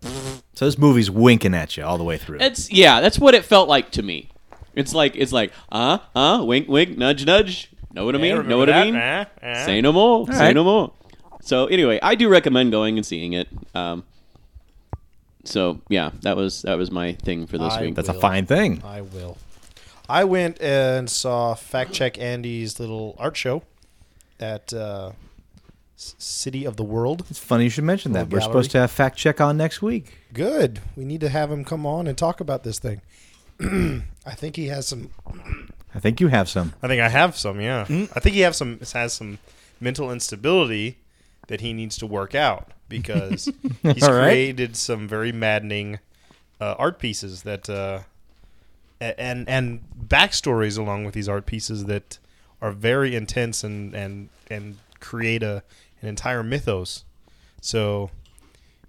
Speaker 5: So this movie's winking at you all the way through.
Speaker 7: "That's yeah, that's what it felt like to me." It's like it's like, "Uh, uh, wink wink, nudge nudge." Know what I mean? know what I mean?
Speaker 6: Eh,
Speaker 7: Say no more. Say
Speaker 5: right.
Speaker 7: no more. So anyway, I do recommend going and seeing it. Um so yeah, that was that was my thing for this
Speaker 6: I-
Speaker 7: week.
Speaker 5: That's a
Speaker 6: Will.
Speaker 5: fine thing.
Speaker 6: I will. I went and saw Fact Check Andy's little art show at uh, S- City of the World.
Speaker 5: It's funny you should mention that.
Speaker 6: Little
Speaker 5: We're
Speaker 6: gallery.
Speaker 5: supposed to have fact check on next week.
Speaker 6: Good. We need to have him come on and talk about this thing. I think he has some.
Speaker 5: I think you have some.
Speaker 8: I think I have some. Yeah,
Speaker 5: Hmm?
Speaker 8: I think he have some has some mental instability that he needs to work out because he's
Speaker 5: All right.
Speaker 8: created some very maddening uh, art pieces that uh, a- and and backstories along with these art pieces that are very intense and and and create a an entire mythos. So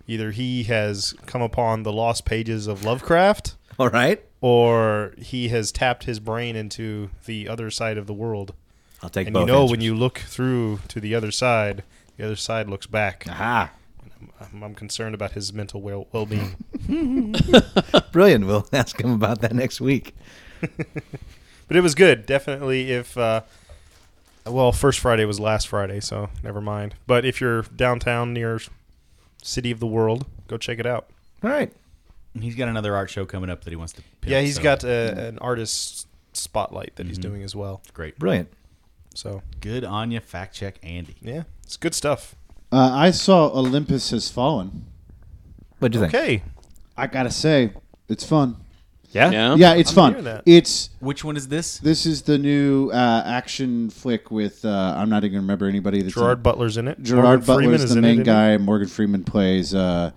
Speaker 8: either he has come upon the lost pages of Lovecraft
Speaker 5: All right.
Speaker 8: or he has tapped his brain into the other side of the world.
Speaker 5: I'll take
Speaker 8: And
Speaker 5: both.
Speaker 8: you know,
Speaker 5: answers.
Speaker 8: when you look through to the other side, the other side looks back.
Speaker 5: Aha.
Speaker 8: I'm, I'm concerned about his mental well being.
Speaker 5: Brilliant. We'll ask him about that next week.
Speaker 8: but it was good. Definitely, if, uh, well, First Friday was last Friday, so never mind. But if you're downtown near City of the World, go check it out.
Speaker 5: All right.
Speaker 3: He's got another art show coming up that he wants to. Pimp,
Speaker 8: Yeah, he's
Speaker 3: so
Speaker 8: got a, an artist spotlight that he's doing as well.
Speaker 3: great,
Speaker 5: Brilliant.
Speaker 8: So,
Speaker 3: good on you. Fact check, Andy.
Speaker 8: yeah, it's good stuff.
Speaker 4: Uh, I saw Olympus Has Fallen.
Speaker 5: What do you think?
Speaker 8: Okay.
Speaker 4: I gotta say, it's fun.
Speaker 7: yeah?
Speaker 4: Yeah, it's
Speaker 8: hearing
Speaker 4: fun.
Speaker 8: that.
Speaker 4: It's
Speaker 3: Which one is this?
Speaker 4: this is the new uh, action flick with uh, I'm not even gonna remember anybody. That's in
Speaker 8: Gerard Butler's in it. Morgan
Speaker 4: Gerard
Speaker 8: Freeman
Speaker 4: Butler's
Speaker 8: is
Speaker 4: the
Speaker 8: in it,
Speaker 4: main
Speaker 8: isn't he?
Speaker 4: guy. Morgan Freeman plays. Uh,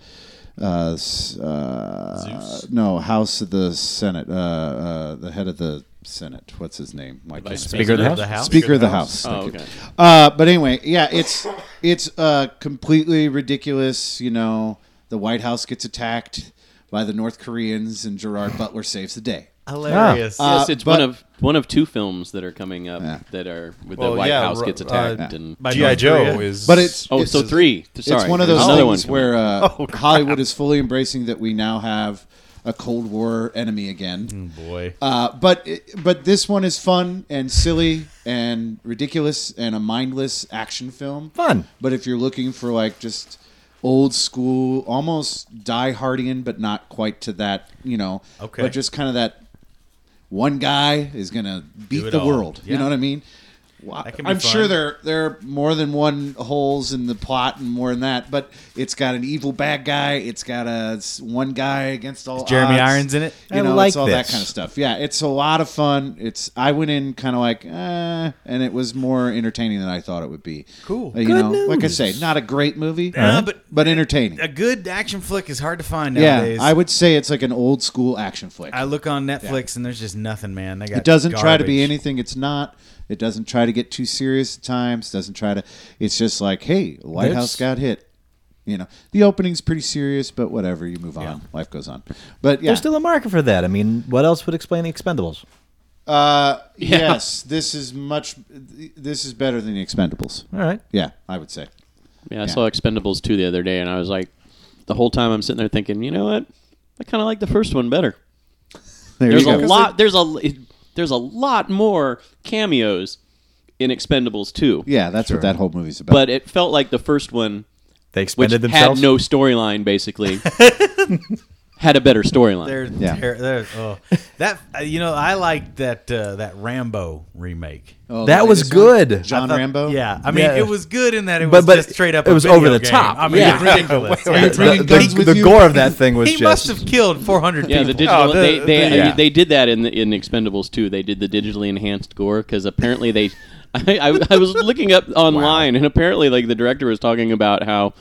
Speaker 4: uh, s- uh,
Speaker 3: Zeus?
Speaker 4: No, House of the Senate. Uh, uh, the head of the Senate. What's his name? Why can't I- Speaker,
Speaker 7: Speaker
Speaker 5: of the House?
Speaker 4: of the House.
Speaker 7: Oh,
Speaker 4: Thank you.
Speaker 7: okay.
Speaker 4: Uh, but anyway, yeah, it's it's uh, completely ridiculous. You know, the White House gets attacked by the North Koreans, and Gerard Butler saves the day.
Speaker 7: Oh,
Speaker 6: Ah,
Speaker 3: Hilarious.
Speaker 7: Yes, it's
Speaker 4: but-
Speaker 7: one of one of two films that are coming up that are with
Speaker 8: Well,
Speaker 7: the White
Speaker 8: yeah,
Speaker 7: House
Speaker 8: ru-
Speaker 7: gets
Speaker 8: uh,
Speaker 7: attacked and
Speaker 3: By
Speaker 8: GI
Speaker 3: North
Speaker 8: Joe
Speaker 3: Korea.
Speaker 8: is,
Speaker 4: But it's
Speaker 7: oh,
Speaker 4: it's,
Speaker 7: so three. Sorry,
Speaker 4: it's one of those
Speaker 7: another
Speaker 4: things
Speaker 7: one.
Speaker 4: where uh,
Speaker 8: Oh, crap.
Speaker 4: Hollywood is fully embracing that we now have a Cold War enemy again.
Speaker 7: Hmm.
Speaker 3: Boy.
Speaker 4: Uh, but it- but this one is fun and silly and ridiculous and a mindless action film.
Speaker 5: Fun.
Speaker 4: But if you're looking for like just old school, almost Die Hardian, but not quite to that, you know.
Speaker 3: Okay.
Speaker 4: But just kind of that one guy is gonna
Speaker 3: Do
Speaker 4: beat
Speaker 3: it
Speaker 4: the
Speaker 3: all.
Speaker 4: world.
Speaker 3: Yeah.
Speaker 4: You know what I mean? Well,
Speaker 3: That can be
Speaker 4: I'm sure
Speaker 3: fun.
Speaker 4: there there are more than one holes in the plot and more than that, but it's got an evil bad guy. It's got a s- one guy against all.
Speaker 3: Jeremy
Speaker 4: odds.
Speaker 3: Irons in it?
Speaker 4: You
Speaker 5: I
Speaker 4: know,
Speaker 5: like
Speaker 4: it's all that
Speaker 5: this.
Speaker 4: kind of stuff. Yeah, it's a lot of fun. It's I went in kind of like, eh, and it was more entertaining than I thought it would be.
Speaker 3: Cool.
Speaker 4: Uh, you
Speaker 5: Good
Speaker 4: know, like I
Speaker 5: news.
Speaker 4: say, not a great movie,
Speaker 3: Yeah, but-
Speaker 4: but entertaining.
Speaker 3: A good action flick is hard to find
Speaker 4: Yeah,
Speaker 3: nowadays.
Speaker 4: I would say it's like an old school action flick.
Speaker 3: I look on Netflix and there's just nothing, man. They got
Speaker 4: It doesn't try to be
Speaker 3: garbage.
Speaker 4: anything it's not. It doesn't try to get too serious at times. Doesn't try to. It's just like, hey, White House got hit. You know, the opening's pretty serious, but whatever. You move on. Life goes on. But yeah,
Speaker 5: There's still a market for that. I mean, what else would explain the Expendables?
Speaker 4: uh, yes, this is much. This is better than the Expendables.
Speaker 5: All right.
Speaker 4: Yeah, I would say.
Speaker 7: Yeah, I saw Expendables 2 the other day, and I was like, the whole time I'm sitting there thinking, you know what? I kind of like the first one better.
Speaker 4: There
Speaker 7: There's
Speaker 4: you
Speaker 7: a
Speaker 4: go.
Speaker 7: lot. There's a there's a lot more cameos in Expendables 2.
Speaker 4: Yeah, that's what that whole movie's about.
Speaker 7: But it felt like the first one,
Speaker 5: They
Speaker 7: which
Speaker 5: expended
Speaker 7: had
Speaker 5: themselves.
Speaker 7: no storyline, basically, had a better
Speaker 3: They're,
Speaker 7: storyline.
Speaker 4: Yeah.
Speaker 3: they're, they're- oh. that uh, you know, I liked that uh, that Rambo remake.
Speaker 4: Oh,
Speaker 5: that
Speaker 4: the
Speaker 5: was
Speaker 4: latest one?
Speaker 5: good.
Speaker 4: John
Speaker 3: Thought-
Speaker 4: Rambo.
Speaker 3: Yeah, I mean,
Speaker 5: Yeah.
Speaker 3: it was good in that it
Speaker 5: But-
Speaker 3: was
Speaker 5: but
Speaker 3: just straight up.
Speaker 5: it
Speaker 3: a
Speaker 5: was
Speaker 3: video
Speaker 5: over the
Speaker 3: game.
Speaker 5: top.
Speaker 3: I mean,
Speaker 7: Yeah.
Speaker 3: it's ridiculous.
Speaker 4: Are you
Speaker 5: the,
Speaker 4: bringing guns
Speaker 5: the,
Speaker 4: with
Speaker 5: the
Speaker 4: you?
Speaker 5: gore of that thing was
Speaker 3: he
Speaker 5: just
Speaker 3: must have killed 400
Speaker 7: Yeah,
Speaker 3: people.
Speaker 7: the digital.
Speaker 8: Oh, the-
Speaker 7: they they,
Speaker 8: the-
Speaker 5: yeah.
Speaker 7: they did that in the, in Expendables 2. They did the digitally enhanced gore because apparently they. I, I, I was looking up online and apparently like the director was talking about how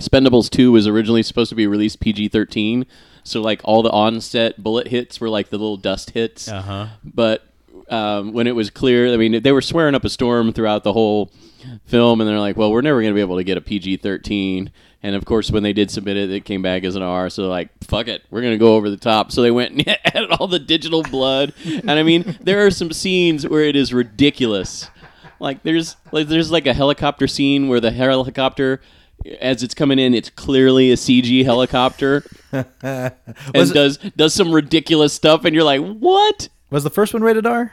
Speaker 7: Expendables 2 was originally supposed to be released PG-13 so like all the onset bullet hits were like the little dust hits
Speaker 3: Uh-huh.
Speaker 7: but um, when it was clear I mean they were swearing up a storm throughout the whole film and they're like well we're never going to be able to get a PG-13 and of course when they did submit it it came back as an R so they're like fuck it we're going to go over the top so they went and added all the digital blood and I mean there are some scenes where it is ridiculous like there's like there's like a helicopter scene where the helicopter as it's coming in, it's clearly a CG helicopter and does does some ridiculous stuff, and you're like, what?
Speaker 5: was the first one rated R?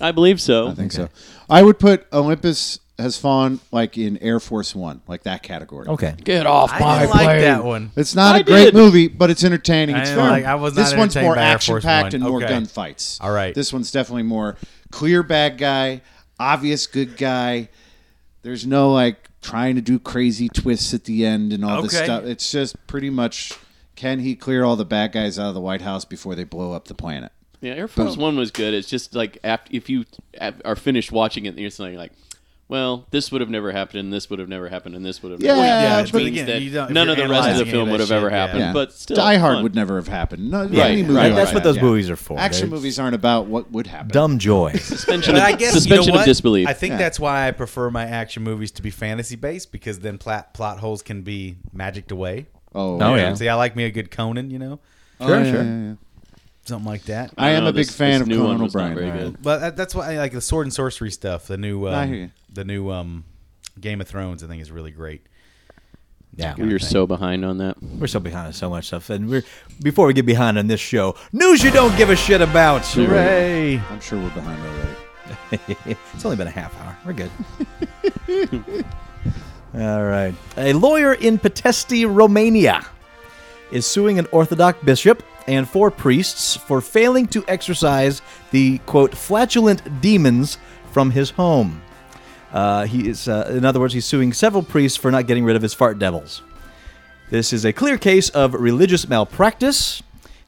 Speaker 7: I believe so.
Speaker 4: I think so. I would put Olympus has fallen like in Air Force One, like that category.
Speaker 5: Okay.
Speaker 7: Get off
Speaker 3: I didn't like that one.
Speaker 4: It's not
Speaker 7: I
Speaker 4: a great
Speaker 7: did.
Speaker 4: movie, but it's entertaining.
Speaker 3: I
Speaker 4: It's
Speaker 3: didn't
Speaker 4: fun.
Speaker 3: like- I was
Speaker 4: this
Speaker 3: not
Speaker 4: one's
Speaker 3: entertained
Speaker 4: more
Speaker 3: by Air
Speaker 4: action
Speaker 3: Force
Speaker 4: packed
Speaker 3: One.
Speaker 4: and more
Speaker 3: Okay.
Speaker 4: gunfights.
Speaker 3: All right.
Speaker 4: This one's definitely more clear bad guy, obvious good guy. There's no like trying to do crazy twists at the end and all this
Speaker 3: Okay.
Speaker 4: stuff. It's just pretty much can he clear all the bad guys out of the White House before they blow up the planet?
Speaker 7: Yeah, Air Force One was good. It's just like after if you af- are finished watching it, you're saying like, well, this would have never happened, and this would have never happened, and this would have never
Speaker 4: Yeah,
Speaker 7: happened, which
Speaker 3: but
Speaker 7: means
Speaker 3: again, you
Speaker 7: that
Speaker 3: don't- if
Speaker 7: none
Speaker 3: you're
Speaker 7: of the rest of the
Speaker 3: analyzing
Speaker 7: film
Speaker 3: any
Speaker 7: would
Speaker 3: of
Speaker 7: have
Speaker 3: that
Speaker 7: ever
Speaker 3: shit, yeah.
Speaker 7: happened.
Speaker 4: Yeah.
Speaker 7: But still,
Speaker 4: Die Hard
Speaker 7: fun.
Speaker 4: would never have happened. No,
Speaker 7: Right,
Speaker 4: any
Speaker 7: right,
Speaker 4: movie
Speaker 7: right.
Speaker 4: like
Speaker 5: That's what
Speaker 4: that.
Speaker 5: those
Speaker 4: Yeah.
Speaker 5: movies are for.
Speaker 4: Action
Speaker 5: They're
Speaker 4: movies aren't about what would happen.
Speaker 5: Dumb joy.
Speaker 7: suspension
Speaker 3: But
Speaker 7: of,
Speaker 3: I guess
Speaker 7: suspension
Speaker 3: you know
Speaker 7: of
Speaker 3: what?
Speaker 7: disbelief.
Speaker 3: I think
Speaker 4: Yeah.
Speaker 3: that's why I prefer my action movies to be fantasy based because then plot plot holes can be magicked away.
Speaker 4: Oh,
Speaker 5: Oh,
Speaker 3: You know,
Speaker 5: yeah.
Speaker 3: See, I like me a good Conan, you know,
Speaker 5: Sure,
Speaker 4: yeah,
Speaker 5: sure.
Speaker 4: yeah, yeah.
Speaker 3: something like that. Uh,
Speaker 4: I am
Speaker 7: don't know,
Speaker 4: a big
Speaker 7: this-
Speaker 4: fan
Speaker 7: this
Speaker 4: of
Speaker 7: new
Speaker 4: Conan
Speaker 7: one was not
Speaker 4: O'Brien.
Speaker 7: very
Speaker 4: All right.
Speaker 7: good.
Speaker 3: But that- that's why I like the sword and sorcery stuff. The new,
Speaker 4: I hear you.
Speaker 3: um, the new um, Game of Thrones, I think is really great.
Speaker 5: Yeah.
Speaker 7: We are so behind on that.
Speaker 5: We're so behind on so much stuff, and we're before we get behind on this show, news you don't give a shit about.
Speaker 3: Hooray!
Speaker 4: I'm sure we're behind already.
Speaker 5: It's only been a half hour. We're good. All right. A lawyer in Petesti, Romania, is suing an Orthodox bishop and four priests for failing to exorcise the quote flatulent demons from his home. Uh, he is, uh, in other words, he's suing several priests for not getting rid of his fart devils. This is a clear case of religious malpractice,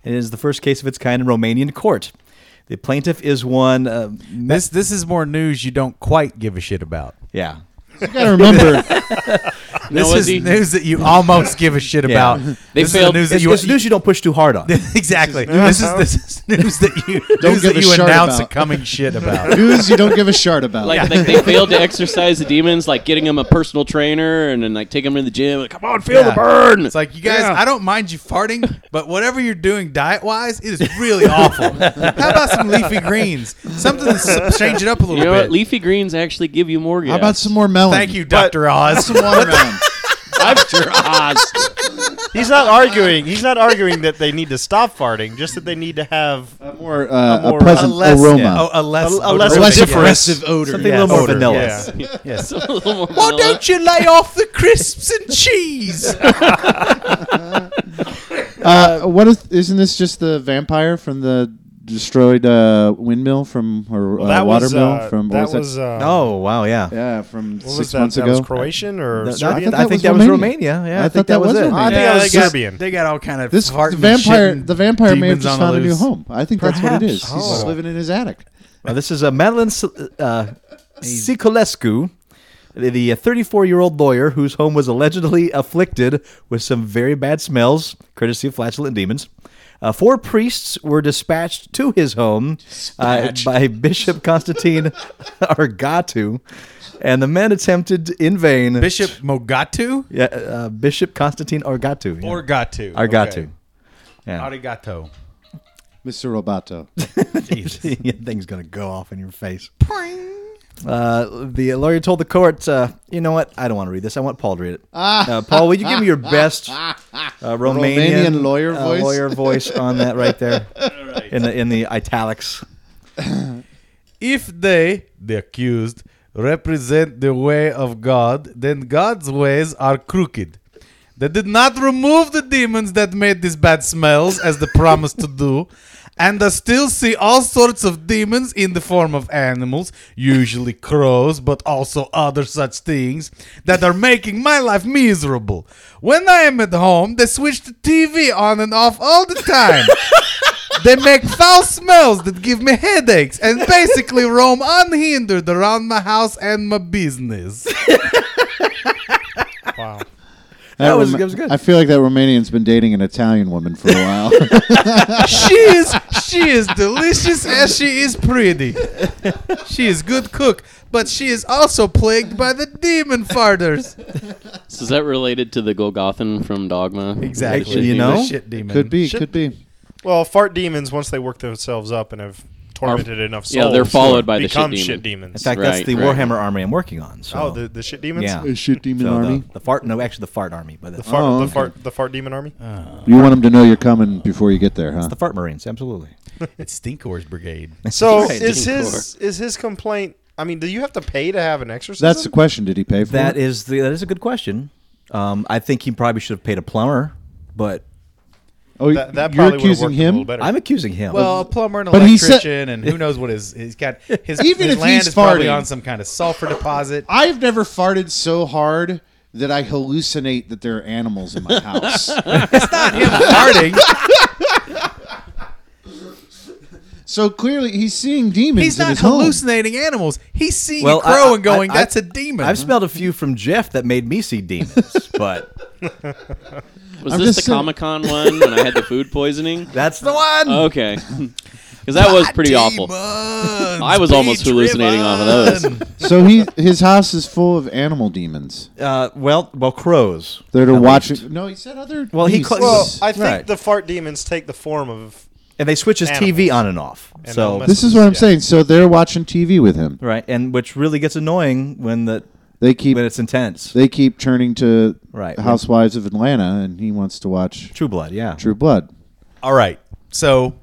Speaker 5: and it is the first case of its kind in Romanian court. The plaintiff is one. Uh, Ma-
Speaker 3: This this is more news you don't quite give a shit about.
Speaker 5: yeah.
Speaker 4: You gotta remember,
Speaker 3: This
Speaker 7: no,
Speaker 3: is
Speaker 7: Izzy.
Speaker 3: news that you almost give a shit
Speaker 5: Yeah.
Speaker 3: about.
Speaker 7: They
Speaker 3: this
Speaker 7: failed-
Speaker 3: Is the
Speaker 5: It's,
Speaker 3: news
Speaker 5: it's
Speaker 3: that you,
Speaker 5: news you don't push too hard on.
Speaker 3: exactly. This is this is news that you news
Speaker 4: give
Speaker 3: that
Speaker 4: a
Speaker 3: you
Speaker 4: shit
Speaker 3: announce
Speaker 4: about.
Speaker 3: a coming shit about.
Speaker 4: news you don't give a shart about.
Speaker 7: Like, like they failed to exercise the demons, like getting him a personal trainer and then like take him to the gym. Like, come on, feel the
Speaker 3: Yeah.
Speaker 7: burn.
Speaker 3: It's like you guys. I don't mind you farting, but whatever you're doing diet wise, it is really awful. How about some leafy greens? Something to s- change it up a little
Speaker 7: you know
Speaker 3: bit.
Speaker 7: what? Leafy greens actually give you more gas.
Speaker 4: How about some more melon?
Speaker 3: Thank you, Doctor Oz.
Speaker 4: Some watermelon.
Speaker 7: Dr. Oz?
Speaker 6: He's not arguing. He's not arguing that they need to stop farting. Just that they need to have
Speaker 4: A more, uh, a
Speaker 6: more-
Speaker 4: pleasant
Speaker 6: a
Speaker 3: less,
Speaker 4: aroma.
Speaker 3: yeah. Oh, a less,
Speaker 6: A- a less
Speaker 3: odor.
Speaker 6: Less
Speaker 3: Yes.
Speaker 6: aggressive
Speaker 3: odor.
Speaker 5: Something a little more
Speaker 6: Odor,
Speaker 5: vanilla.
Speaker 6: yeah.
Speaker 3: Yes.
Speaker 7: A little more
Speaker 3: Why
Speaker 7: vanilla.
Speaker 3: don't you lay off the crisps and cheese?
Speaker 4: Uh, what is? Isn't this just the vampire from the destroyed uh, windmill from or
Speaker 6: Well,
Speaker 4: uh,
Speaker 6: that
Speaker 4: water
Speaker 6: was,
Speaker 4: mill
Speaker 6: uh,
Speaker 4: from? what
Speaker 6: that was uh,
Speaker 5: Oh wow, yeah.
Speaker 4: yeah, from
Speaker 6: What was
Speaker 4: six
Speaker 6: that?
Speaker 4: months
Speaker 6: that
Speaker 4: ago.
Speaker 6: was Croatian or
Speaker 5: No, I,
Speaker 6: Serbian?
Speaker 5: think, I think that was Romania. Yeah, I, think that, was, it.
Speaker 4: Romania.
Speaker 6: I think
Speaker 3: Yeah,
Speaker 6: I
Speaker 3: they
Speaker 6: was
Speaker 3: got-
Speaker 6: Serbian.
Speaker 3: They got all kind of
Speaker 4: This
Speaker 3: fart and
Speaker 4: vampire,
Speaker 3: shit and
Speaker 4: the vampire may have
Speaker 3: demons
Speaker 4: just
Speaker 3: on the
Speaker 4: found a new
Speaker 3: loose.
Speaker 4: home. I think that's what it is.
Speaker 5: Perhaps.
Speaker 4: He's just
Speaker 6: Oh.
Speaker 4: living in his attic.
Speaker 5: Uh, this is uh, Madeline S- uh, Sicolescu, the- the 34 year old lawyer whose home was allegedly afflicted with some very bad smells, courtesy of flatulent demons. Uh, four priests were dispatched to his home uh, by Bishop Constantine Argatu, and the men attempted in vain.
Speaker 3: Bishop Mogatu
Speaker 5: yeah, uh, Bishop Constantine Argatu. Yeah.
Speaker 3: or Gatu?
Speaker 5: Argatu. Yeah.
Speaker 3: Arigato.
Speaker 4: Mr. Roboto.
Speaker 3: Jesus.
Speaker 5: yeah, thing's gonna go off in your face. Uh, the lawyer told the court, uh, "You know what? I don't want to read this. I want Paul to read it. Uh, Paul, will you give me your best uh, Romanian,
Speaker 4: Romanian lawyer
Speaker 5: uh,
Speaker 4: voice?
Speaker 5: lawyer voice on that right there in the in the italics?
Speaker 3: If they, the accused, represent the way of God, then God's ways are crooked. They did not remove the demons that made these bad smells, as they promised to do, and I still see all sorts of demons in the form of animals, usually crows, but also other such things, that are making my life miserable. When I am at home, they switch the TV on and off all the time. They make foul smells that give me headaches and basically roam unhindered around my house and my business.
Speaker 6: Wow.
Speaker 5: That was- that was good.
Speaker 4: I feel like that Romanian's been dating an Italian woman for a while.
Speaker 3: She is she is delicious as she is pretty. She is good cook, but she is also plagued by the demon farters.
Speaker 7: So is that related to the Golgothan from Dogma?
Speaker 5: Exactly.
Speaker 7: The shit
Speaker 5: You
Speaker 7: demon?
Speaker 5: know?
Speaker 3: shit demon.
Speaker 4: could be, could be.
Speaker 6: Well, fart demons once they work themselves up and have tormented enough
Speaker 7: yeah,
Speaker 6: souls,
Speaker 7: they're followed by the shit
Speaker 6: become
Speaker 7: demon.
Speaker 5: In
Speaker 6: demons.
Speaker 5: fact,
Speaker 7: Right,
Speaker 5: that's the
Speaker 7: right.
Speaker 5: Warhammer army I'm working on. So.
Speaker 6: oh, the, the shit demons.
Speaker 5: yeah,
Speaker 4: A shit demon
Speaker 5: So
Speaker 4: army.
Speaker 5: The, the fart. No, actually, the fart army, but the,
Speaker 6: The fart,
Speaker 4: Oh,
Speaker 6: the,
Speaker 4: okay. Uh,
Speaker 6: fart, the fart demon army.
Speaker 4: you want them to know you're coming before you get there, huh?
Speaker 5: the fart marines. Absolutely.
Speaker 3: It's Stinkor's brigade.
Speaker 6: So
Speaker 5: Right.
Speaker 6: is
Speaker 7: Demon
Speaker 6: his is his complaint? I mean, do you have to pay to have an exorcism?
Speaker 4: That's the question. Did he pay for
Speaker 5: That
Speaker 4: it?
Speaker 5: is the that is a good question. Um, I think he probably should have paid a plumber, but
Speaker 4: oh,
Speaker 6: that, that
Speaker 4: you're
Speaker 6: probably would have
Speaker 4: accusing
Speaker 6: worked a little
Speaker 4: him.
Speaker 6: better.
Speaker 5: I'm accusing him.
Speaker 3: Well, a plumber and
Speaker 4: But he
Speaker 3: electrician,
Speaker 4: said-
Speaker 3: and who knows what his he's got. His,
Speaker 4: Even
Speaker 3: his
Speaker 4: if
Speaker 3: land
Speaker 4: he's
Speaker 3: is probably
Speaker 4: farting.
Speaker 3: on some kind of sulfur deposit.
Speaker 4: I've never farted so hard that I hallucinate that there are animals in my house.
Speaker 3: farting.
Speaker 4: so clearly, he's seeing demons.
Speaker 3: He's
Speaker 4: in
Speaker 3: not
Speaker 4: his home.
Speaker 3: hallucinating animals. He's seeing
Speaker 5: Well,
Speaker 3: a crow
Speaker 5: I-
Speaker 3: and going,
Speaker 5: I- I-
Speaker 3: "That's a demon."
Speaker 5: I've smelled a few from Jeff that made me see demons, but
Speaker 7: Was
Speaker 4: I'm just
Speaker 7: this the
Speaker 4: saying-
Speaker 7: Comic Con one when I had the food poisoning?
Speaker 5: that's the one.
Speaker 7: Okay, because that was pretty awful. I was almost hallucinating off of those.
Speaker 4: So he his house is full of animal demons.
Speaker 5: Uh, well, well, crows.
Speaker 4: They're
Speaker 5: At
Speaker 4: watching. No, he said other.
Speaker 5: Well, he
Speaker 4: beasts.
Speaker 5: cla-
Speaker 6: well, I think
Speaker 5: Right.
Speaker 6: the fart demons take the form of
Speaker 5: and they switch his TV on and off.
Speaker 6: And
Speaker 5: so
Speaker 6: they'll mess-
Speaker 4: this is what I'm
Speaker 6: yeah.
Speaker 4: saying. So they're watching TV with him.
Speaker 5: right, and which really gets annoying when the
Speaker 4: They keep
Speaker 5: when it's intense.
Speaker 4: they keep turning to
Speaker 5: Right.
Speaker 4: Housewives of Atlanta, and he wants to watch
Speaker 5: True Blood, yeah.
Speaker 4: True Blood.
Speaker 3: All right, so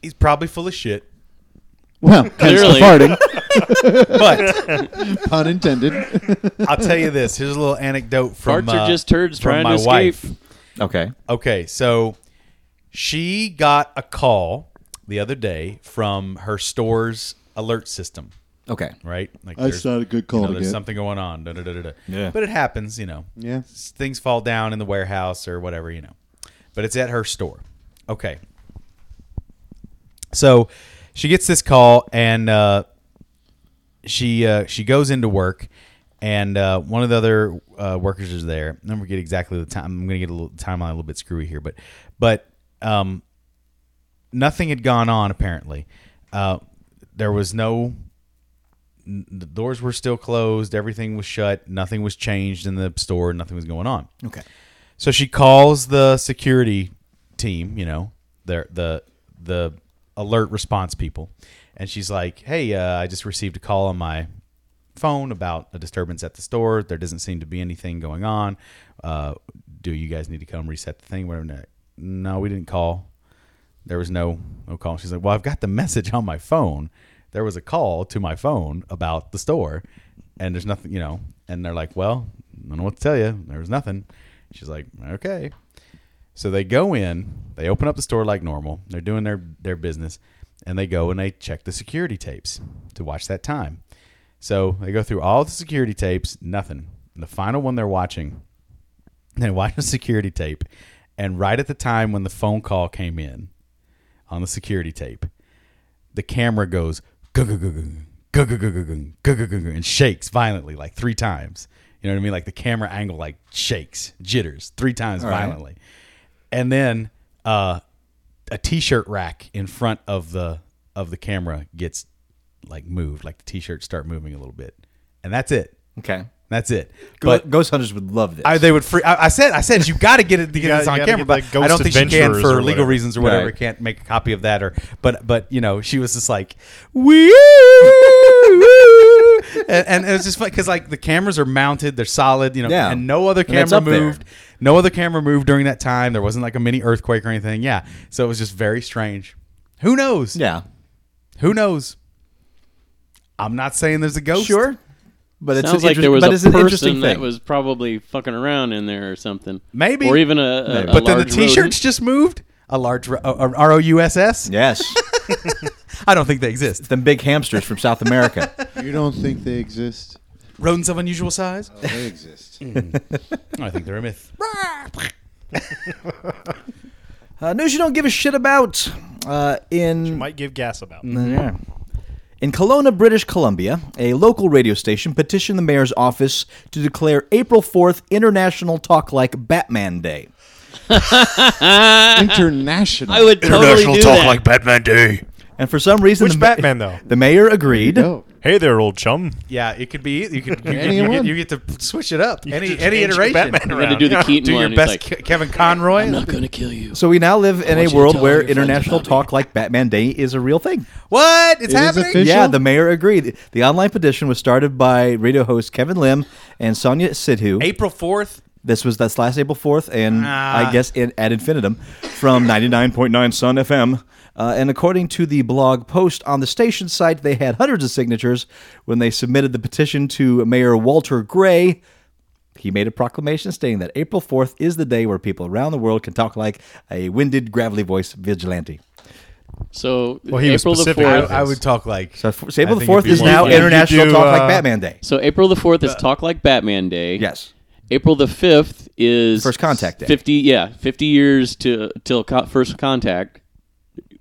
Speaker 3: he's probably full of shit,
Speaker 4: Well, hence the
Speaker 7: Clearly.
Speaker 4: farting,
Speaker 3: but
Speaker 4: pun intended.
Speaker 3: I'll tell you this. Here's a little anecdote from
Speaker 7: Farts are
Speaker 3: uh,
Speaker 7: just turds
Speaker 3: from
Speaker 7: trying
Speaker 3: my
Speaker 7: to escape.
Speaker 3: wife.
Speaker 5: Okay.
Speaker 3: Okay, so she got a call the other day from her store's alert system.
Speaker 5: Okay.
Speaker 3: Right, like
Speaker 4: That's
Speaker 3: there's-
Speaker 4: not a good call
Speaker 3: you know,
Speaker 4: to
Speaker 3: there's
Speaker 4: get.
Speaker 3: something going on. Da, da, da, da, da.
Speaker 5: Yeah.
Speaker 3: but it happens, you know.
Speaker 4: Yeah.
Speaker 3: S- things fall down in the warehouse or whatever, you know. But it's at her store. Okay. So she gets this call and uh, she uh, she goes into work and uh, one of the other uh, workers is there. I don't forget exactly the time. I'm going to get a little timeline a little bit screwy here, but but um, nothing had gone on apparently. Uh, there was no the doors were still closed. Everything was shut. Nothing was changed in the store. Nothing was going on.
Speaker 5: Okay.
Speaker 3: So she calls the security team, you know, the the the alert response people, and she's like, "Hey, uh, I just received a call on my phone about a disturbance at the store. There doesn't seem to be anything going on. Uh, do you guys need to come reset the thing? Whatever. And I'm like, No, we didn't call. There was no no call. She's like, well, I've got the message on my phone. There was a call to my phone about the store, and there's nothing, you know. And they're like, well, I don't know what to tell you. There was nothing. She's like, okay. So they go in, they open up the store like normal. They're doing their their business, and they go and they check the security tapes to watch that time. So they go through all the security tapes, nothing. The final one they're watching, they watch the security tape, and right at the time when the phone call came in on the security tape, the camera goes "Gung-gung-gung-gung, gung-gung-gung-gung, gung-gung-gung-gung," and shakes violently like three times. You know what I mean? Like the camera angle like shakes, jitters three times violently. And then uh, a t-shirt rack in front of the of the camera gets like moved, like the t-shirts start moving a little bit. And that's it.
Speaker 5: Okay.
Speaker 3: That's it.
Speaker 5: Go-
Speaker 3: But
Speaker 5: Ghost Hunters would love this.
Speaker 3: I, they would free. I, I said, I said, you got to get it to get
Speaker 8: gotta-
Speaker 3: this on
Speaker 8: you gotta
Speaker 3: camera.
Speaker 8: get,
Speaker 3: But
Speaker 8: like, Ghost
Speaker 3: I don't think she can
Speaker 8: Adventurers
Speaker 3: for
Speaker 8: or
Speaker 3: legal
Speaker 8: whatever.
Speaker 3: reasons or whatever.
Speaker 5: Right.
Speaker 3: Can't make a copy of that or. But but you know, she was just like, wee, woo," and, and it was just because like the cameras are mounted, they're solid, you know,
Speaker 5: Yeah.
Speaker 3: and no other
Speaker 5: And it's
Speaker 3: camera
Speaker 5: up there.
Speaker 3: moved. No other camera moved during that time. There wasn't like a mini earthquake or anything. Yeah, so it was just very strange. Who knows?
Speaker 5: yeah.
Speaker 3: Who knows? I'm not saying there's a ghost.
Speaker 5: Sure. But it's
Speaker 7: Sounds
Speaker 5: an
Speaker 7: like there was
Speaker 5: but
Speaker 7: a
Speaker 5: it's an
Speaker 7: person
Speaker 5: interesting
Speaker 7: that
Speaker 5: thing.
Speaker 7: was probably fucking around in there or something.
Speaker 3: Maybe.
Speaker 7: or even a. a, a
Speaker 3: but then the
Speaker 7: large
Speaker 3: T-shirts
Speaker 7: rodent.
Speaker 3: just moved. A large R O U S S.
Speaker 5: yes.
Speaker 3: I don't think they exist.
Speaker 5: Them big hamsters from South America.
Speaker 4: You don't think they exist?
Speaker 3: Rodents of unusual size.
Speaker 4: They exist.
Speaker 3: I think they're a myth.
Speaker 5: Uh, news you don't give a shit about. Uh, in
Speaker 8: Might give gas about.
Speaker 4: Mm-hmm.
Speaker 5: Yeah. In Kelowna, British Columbia, a local radio station petitioned the mayor's office to declare April 4th International Talk Like Batman Day.
Speaker 4: International.
Speaker 7: I would totally do that.
Speaker 8: Batman Day.
Speaker 5: And for some reason,
Speaker 8: Which
Speaker 5: the ma-
Speaker 8: Batman, though?
Speaker 5: The mayor agreed.
Speaker 4: No.
Speaker 8: Hey there, old chum.
Speaker 3: Yeah, it could be. e-, You could. You, get,
Speaker 4: Any
Speaker 3: you,
Speaker 4: one.
Speaker 3: get, you get to switch it up. any
Speaker 8: just
Speaker 3: any
Speaker 8: change
Speaker 3: iteration.
Speaker 8: Batman
Speaker 7: We're gonna
Speaker 8: around.
Speaker 7: do the Keaton
Speaker 3: Do
Speaker 7: one.
Speaker 3: your
Speaker 7: It's
Speaker 3: best,
Speaker 7: like,
Speaker 3: Ke- Kevin Conroy.
Speaker 7: I'm gonna kill you.
Speaker 5: So we now live in
Speaker 7: want
Speaker 5: a
Speaker 7: you to
Speaker 5: world
Speaker 7: tell
Speaker 5: where
Speaker 7: all your friends
Speaker 5: International
Speaker 7: about me.
Speaker 5: Talk Like Batman Day is a real thing.
Speaker 3: what? It's
Speaker 4: It is
Speaker 3: happening.
Speaker 4: official.
Speaker 5: Yeah, the mayor agreed. The online petition was started by radio host Kevin Lim and Sonia Sidhu.
Speaker 3: April fourth.
Speaker 5: This was that's last April fourth, and
Speaker 3: Ah.
Speaker 5: I guess in, at infinitum from ninety nine point nine Sun FM. Uh, and according to the blog post on the station site, they had hundreds of signatures when they submitted the petition to Mayor Walter Gray. He made a proclamation stating that April fourth is the day where people around the world can talk like a winded, gravelly voice vigilante.
Speaker 7: So
Speaker 8: Well, he was
Speaker 7: April the
Speaker 8: specific.
Speaker 3: I,
Speaker 7: fourth.
Speaker 3: I would talk like.
Speaker 5: So, f- so April
Speaker 3: I
Speaker 5: the
Speaker 3: think
Speaker 5: fourth
Speaker 3: it'd
Speaker 5: is
Speaker 3: be
Speaker 5: now
Speaker 3: more-
Speaker 8: You
Speaker 5: International
Speaker 8: do,
Speaker 5: Talk
Speaker 8: uh,
Speaker 5: Like Batman Day.
Speaker 7: So April the fourth is Talk Like Batman Day.
Speaker 5: Yes,
Speaker 7: April the fifth is
Speaker 5: First Contact Day.
Speaker 7: Fifty, yeah, fifty years to till co- first contact.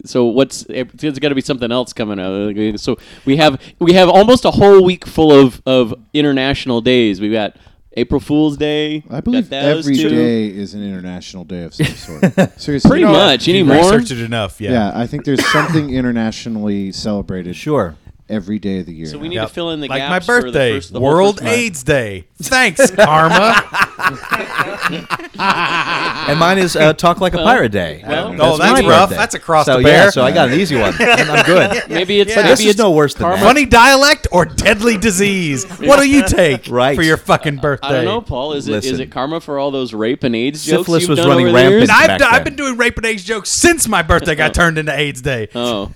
Speaker 7: So what's there's got to be something else coming up. So we have we have almost a whole week full of of international days. We've got April Fool's Day.
Speaker 4: I believe
Speaker 7: got those
Speaker 4: every
Speaker 7: two.
Speaker 4: day is an international day of some sort. Seriously,
Speaker 7: Pretty
Speaker 4: you know,
Speaker 7: much
Speaker 3: You
Speaker 7: anymore.
Speaker 3: researched it enough. Yeah.
Speaker 4: Yeah, I think there's something internationally celebrated
Speaker 5: sure.
Speaker 4: every day of the year.
Speaker 7: So we
Speaker 4: now.
Speaker 7: need
Speaker 3: Yep.
Speaker 7: to fill in the
Speaker 3: like my
Speaker 7: gaps. for the
Speaker 3: birthday,
Speaker 7: first- the whole
Speaker 3: World
Speaker 7: first month.
Speaker 3: AIDS Day. Thanks, karma.
Speaker 5: And mine is uh, Talk Like a Pirate Day.
Speaker 7: well,
Speaker 3: Ah. oh,
Speaker 5: my
Speaker 3: that's rough.
Speaker 5: birthday.
Speaker 3: That's across
Speaker 5: so,
Speaker 3: the
Speaker 5: Yeah,
Speaker 3: bear.
Speaker 5: so I got an easy one. I'm I'm good.
Speaker 7: Maybe it's
Speaker 3: But
Speaker 7: maybe
Speaker 5: this is
Speaker 7: it's
Speaker 5: no worse than
Speaker 7: karma.
Speaker 5: that.
Speaker 3: Funny dialect or deadly disease? What do you take
Speaker 5: Right.
Speaker 3: for your fucking birthday?
Speaker 7: I don't know, Paul. Is it is
Speaker 5: Listen.
Speaker 7: it karma for all those rape and AIDS jokes?
Speaker 5: Syphilis
Speaker 7: you've
Speaker 5: was
Speaker 7: done
Speaker 5: running
Speaker 7: over the years?
Speaker 5: rampant.
Speaker 3: And I've,
Speaker 5: back
Speaker 3: d- I've
Speaker 5: then.
Speaker 3: been doing rape and AIDS jokes since my birthday got turned into AIDS Day.
Speaker 7: Oh,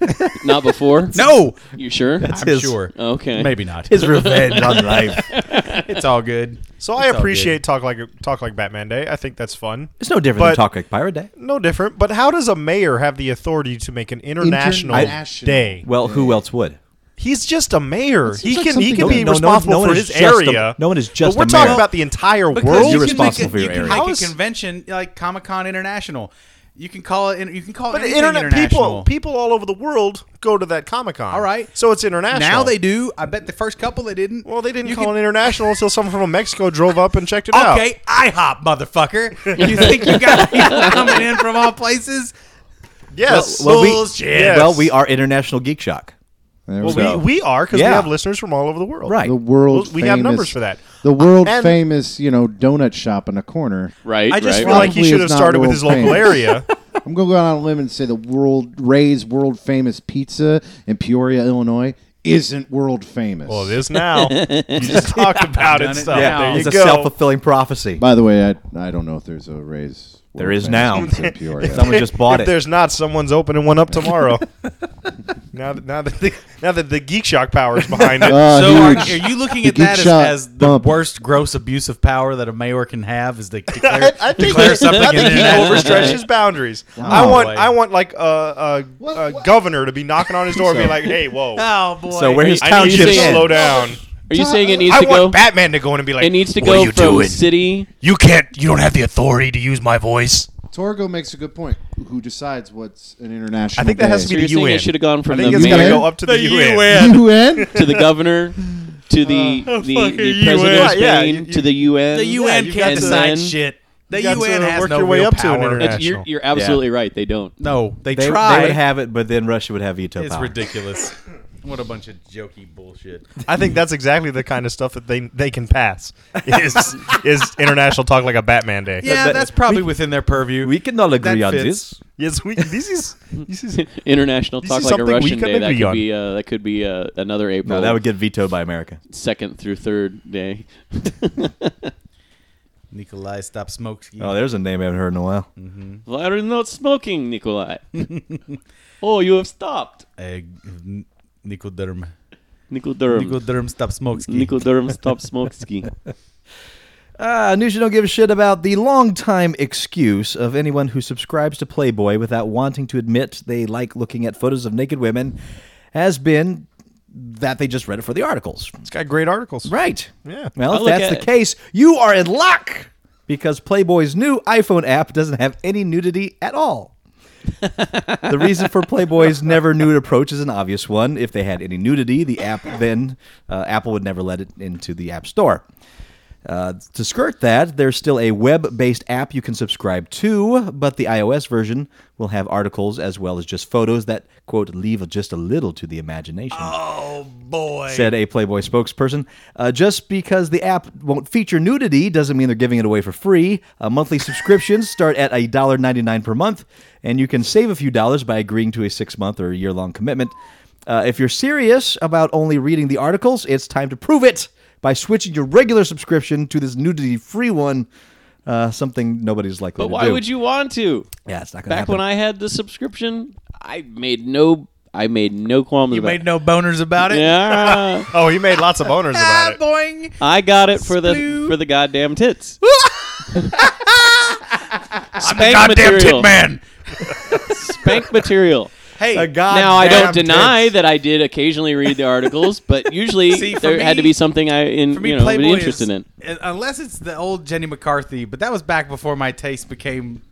Speaker 7: not before.
Speaker 3: No,
Speaker 7: you sure?
Speaker 3: I'm
Speaker 5: his-
Speaker 3: sure.
Speaker 7: Okay.
Speaker 3: Maybe not.
Speaker 5: His revenge on life.
Speaker 3: It's all good.
Speaker 8: So I
Speaker 3: It's all
Speaker 8: appreciate talk like talk like Batman Day. I think that's fun.
Speaker 5: It's no different
Speaker 8: But-
Speaker 5: than Talk Like Pirate Day.
Speaker 8: No different. But how does a mayor have the authority to make an international,
Speaker 4: International.
Speaker 8: day?
Speaker 5: Well, who else would?
Speaker 8: He's just a mayor. He
Speaker 4: seems like
Speaker 8: can he
Speaker 4: something-
Speaker 8: can
Speaker 4: No,
Speaker 8: be
Speaker 5: no, no one-
Speaker 8: responsible
Speaker 5: no one
Speaker 8: for
Speaker 5: is
Speaker 8: his
Speaker 5: just a-
Speaker 8: area.
Speaker 5: no one is just
Speaker 8: But we're
Speaker 5: a
Speaker 8: talking
Speaker 5: mayor.
Speaker 8: about the entire
Speaker 3: Because
Speaker 8: world.
Speaker 5: you're
Speaker 3: you can
Speaker 5: responsible
Speaker 3: make a,
Speaker 5: for your
Speaker 3: you
Speaker 5: area.
Speaker 3: Can
Speaker 8: How
Speaker 3: make
Speaker 8: is-
Speaker 3: a convention like Comic Con International. You can call it. You can call
Speaker 8: But
Speaker 3: it anything
Speaker 8: internet
Speaker 3: international.
Speaker 8: people people all over the world go to that Comic Con.
Speaker 3: All right.
Speaker 8: so it's international.
Speaker 3: now they do. I bet the first couple they didn't.
Speaker 8: Well, they didn't
Speaker 3: You
Speaker 8: call
Speaker 3: can-
Speaker 8: it international until someone from Mexico drove up and checked it out.
Speaker 3: Okay, IHOP, motherfucker. You think you got people coming in from all places?
Speaker 8: Yes.
Speaker 5: Well, we-
Speaker 3: Bullshit.
Speaker 8: Yes.
Speaker 5: Well, we are International Geek Shock.
Speaker 4: There
Speaker 8: Well,
Speaker 4: we go.
Speaker 8: we, we are because
Speaker 5: Yeah.
Speaker 8: we have listeners from all over the world.
Speaker 5: Right.
Speaker 4: the world.
Speaker 8: we have
Speaker 4: famous-
Speaker 8: numbers for that.
Speaker 4: The world
Speaker 8: And-
Speaker 4: famous, you know, donut shop in the corner.
Speaker 7: Right.
Speaker 8: I just feel
Speaker 7: right, right.
Speaker 8: like he
Speaker 4: Probably
Speaker 8: should
Speaker 4: is
Speaker 8: have
Speaker 4: not
Speaker 8: started with his
Speaker 4: world
Speaker 8: local
Speaker 4: famous.
Speaker 8: area.
Speaker 4: I'm gonna go out on a limb and say the world Ray's world famous pizza in Peoria, Illinois isn't world famous.
Speaker 8: Well, it is now. you just talked about it,
Speaker 3: Done it
Speaker 8: so
Speaker 3: now.
Speaker 8: there you
Speaker 5: it's a
Speaker 8: go.
Speaker 5: self fulfilling prophecy.
Speaker 4: By the way, I, I don't know if there's a Rays. world
Speaker 5: There is
Speaker 4: famous
Speaker 5: now.
Speaker 4: pizza in Peoria.
Speaker 5: Someone just bought
Speaker 8: if
Speaker 5: it.
Speaker 8: there's not, someone's opening one up tomorrow. now, that, now that the, now that the Geek Shock power is behind it,
Speaker 4: Uh,
Speaker 3: So are, are
Speaker 4: huge.
Speaker 3: you looking
Speaker 4: The
Speaker 3: at that as,
Speaker 4: geek shot
Speaker 3: as the
Speaker 4: bump.
Speaker 3: worst gross abuse of power that a mayor can have? Is to declare,
Speaker 8: I think,
Speaker 3: declare something
Speaker 8: I think he
Speaker 3: international?
Speaker 8: overstretched his boundaries. I want
Speaker 3: boy.
Speaker 8: I want like a, a, a governor to be knocking on his door and be
Speaker 4: So-
Speaker 8: like, "Hey, whoa,
Speaker 3: Oh boy!
Speaker 5: so where his
Speaker 8: I need
Speaker 5: township
Speaker 8: you to
Speaker 7: townships
Speaker 5: end.
Speaker 8: slow down."
Speaker 7: Are you saying it needs
Speaker 8: I
Speaker 7: to go?
Speaker 8: want Batman to go in and be like,
Speaker 7: It needs to
Speaker 8: "What are
Speaker 7: go
Speaker 8: you
Speaker 7: from
Speaker 8: doing?
Speaker 7: city.
Speaker 8: You can't. You don't have the authority to use my voice."
Speaker 4: Torgo makes a good point. Who decides what's an international?
Speaker 8: I think that has
Speaker 4: day?
Speaker 8: to be
Speaker 7: So you're
Speaker 8: the
Speaker 7: saying
Speaker 8: UN.
Speaker 7: it should have gone
Speaker 8: I
Speaker 7: from the
Speaker 8: think it's got to
Speaker 7: mayor
Speaker 8: go up to the, UN.
Speaker 4: UN.
Speaker 7: to the governor to the the, the
Speaker 8: UN.
Speaker 7: president of Spain
Speaker 8: Yeah, you-
Speaker 7: to the UN.
Speaker 3: The UN
Speaker 8: Uh, you've got
Speaker 3: can't
Speaker 8: to-
Speaker 3: decide
Speaker 7: and then-
Speaker 3: shit. The
Speaker 8: got to
Speaker 3: UN has
Speaker 8: work
Speaker 3: no
Speaker 8: your way
Speaker 3: real
Speaker 8: up to an
Speaker 3: power.
Speaker 8: internet-
Speaker 7: That's- you're,
Speaker 8: National.
Speaker 7: you're absolutely right. They don't.
Speaker 3: no, they,
Speaker 5: They, they would
Speaker 3: try.
Speaker 5: have it, but then Russia would have veto
Speaker 3: it's
Speaker 5: power.
Speaker 3: ridiculous. What a bunch of jokey bullshit.
Speaker 8: I think that's exactly the kind of stuff that they they can pass. Is is international talk like a Batman day?
Speaker 3: Yeah, that's probably within their purview.
Speaker 5: We can all agree on
Speaker 3: fits.
Speaker 5: this.
Speaker 8: Yes, we, this is this is
Speaker 7: International
Speaker 8: This
Speaker 7: talk
Speaker 8: is
Speaker 7: like a
Speaker 8: something we
Speaker 7: Russian
Speaker 8: can
Speaker 7: day. That
Speaker 8: agree
Speaker 7: could
Speaker 8: on.
Speaker 7: be uh, that could be uh, another April
Speaker 5: No, that would get vetoed by America.
Speaker 7: second through third day.
Speaker 3: Nikolai, stop smoking.
Speaker 5: Oh, there's a name I haven't heard in a while.
Speaker 7: Why are you not smoking, Nikolai? oh, you have stopped,
Speaker 3: Uh, n- Nicoderm.
Speaker 7: Nicoderm.
Speaker 3: Nicoderm, stop smoking.
Speaker 7: Nicoderm, stop smoking.
Speaker 5: Uh, news you don't give a shit about the longtime excuse of anyone who subscribes to Playboy without wanting to admit they like looking at photos of naked women has been that they just read it for the articles.
Speaker 8: it's got great articles.
Speaker 5: Right.
Speaker 8: Yeah.
Speaker 5: Well,
Speaker 7: I
Speaker 5: if
Speaker 7: look
Speaker 5: that's the
Speaker 7: at-
Speaker 5: case, you are in luck because Playboy's new iPhone app doesn't have any nudity at all. the reason for Playboy's never nude approach is an obvious one. If they had any nudity, the app then uh, Apple would never let it into the App Store. Uh, to skirt that, there's still a web-based app you can subscribe to, but the iOS version will have articles as well as just photos that quote leave just a little to the imagination said a Playboy spokesperson. Uh, just because the app won't feature nudity doesn't mean they're giving it away for free. Uh, monthly subscriptions start at $1.99 per month, and you can save a few dollars by agreeing to a six month or year long commitment. Uh, if you're serious about only reading the articles, it's time to prove it by switching your regular subscription to this nudity free one. Uh, something nobody's likely
Speaker 7: But
Speaker 5: to
Speaker 7: why
Speaker 5: do.
Speaker 7: would you want to?
Speaker 5: Yeah, it's not gonna
Speaker 7: Back
Speaker 5: happen.
Speaker 7: when I had the subscription, I made no, I made no qualms
Speaker 3: You
Speaker 7: about.
Speaker 3: made no boners about it.
Speaker 7: yeah,
Speaker 8: Oh, he made lots of owners about it.
Speaker 3: Ah, boing.
Speaker 7: I got it for the for the goddamn tits. Spank material.
Speaker 8: man.
Speaker 7: Spank material.
Speaker 3: Hey,
Speaker 7: now I don't deny that I did occasionally read the articles, but usually
Speaker 3: See, for
Speaker 7: there had to
Speaker 3: me-
Speaker 7: be something I in
Speaker 3: for me,
Speaker 7: you know would
Speaker 3: Playboy
Speaker 7: be
Speaker 3: is,
Speaker 7: interested
Speaker 3: uh,
Speaker 7: in.
Speaker 3: Unless it's the old Jenny McCarthy, but that was back before my taste became.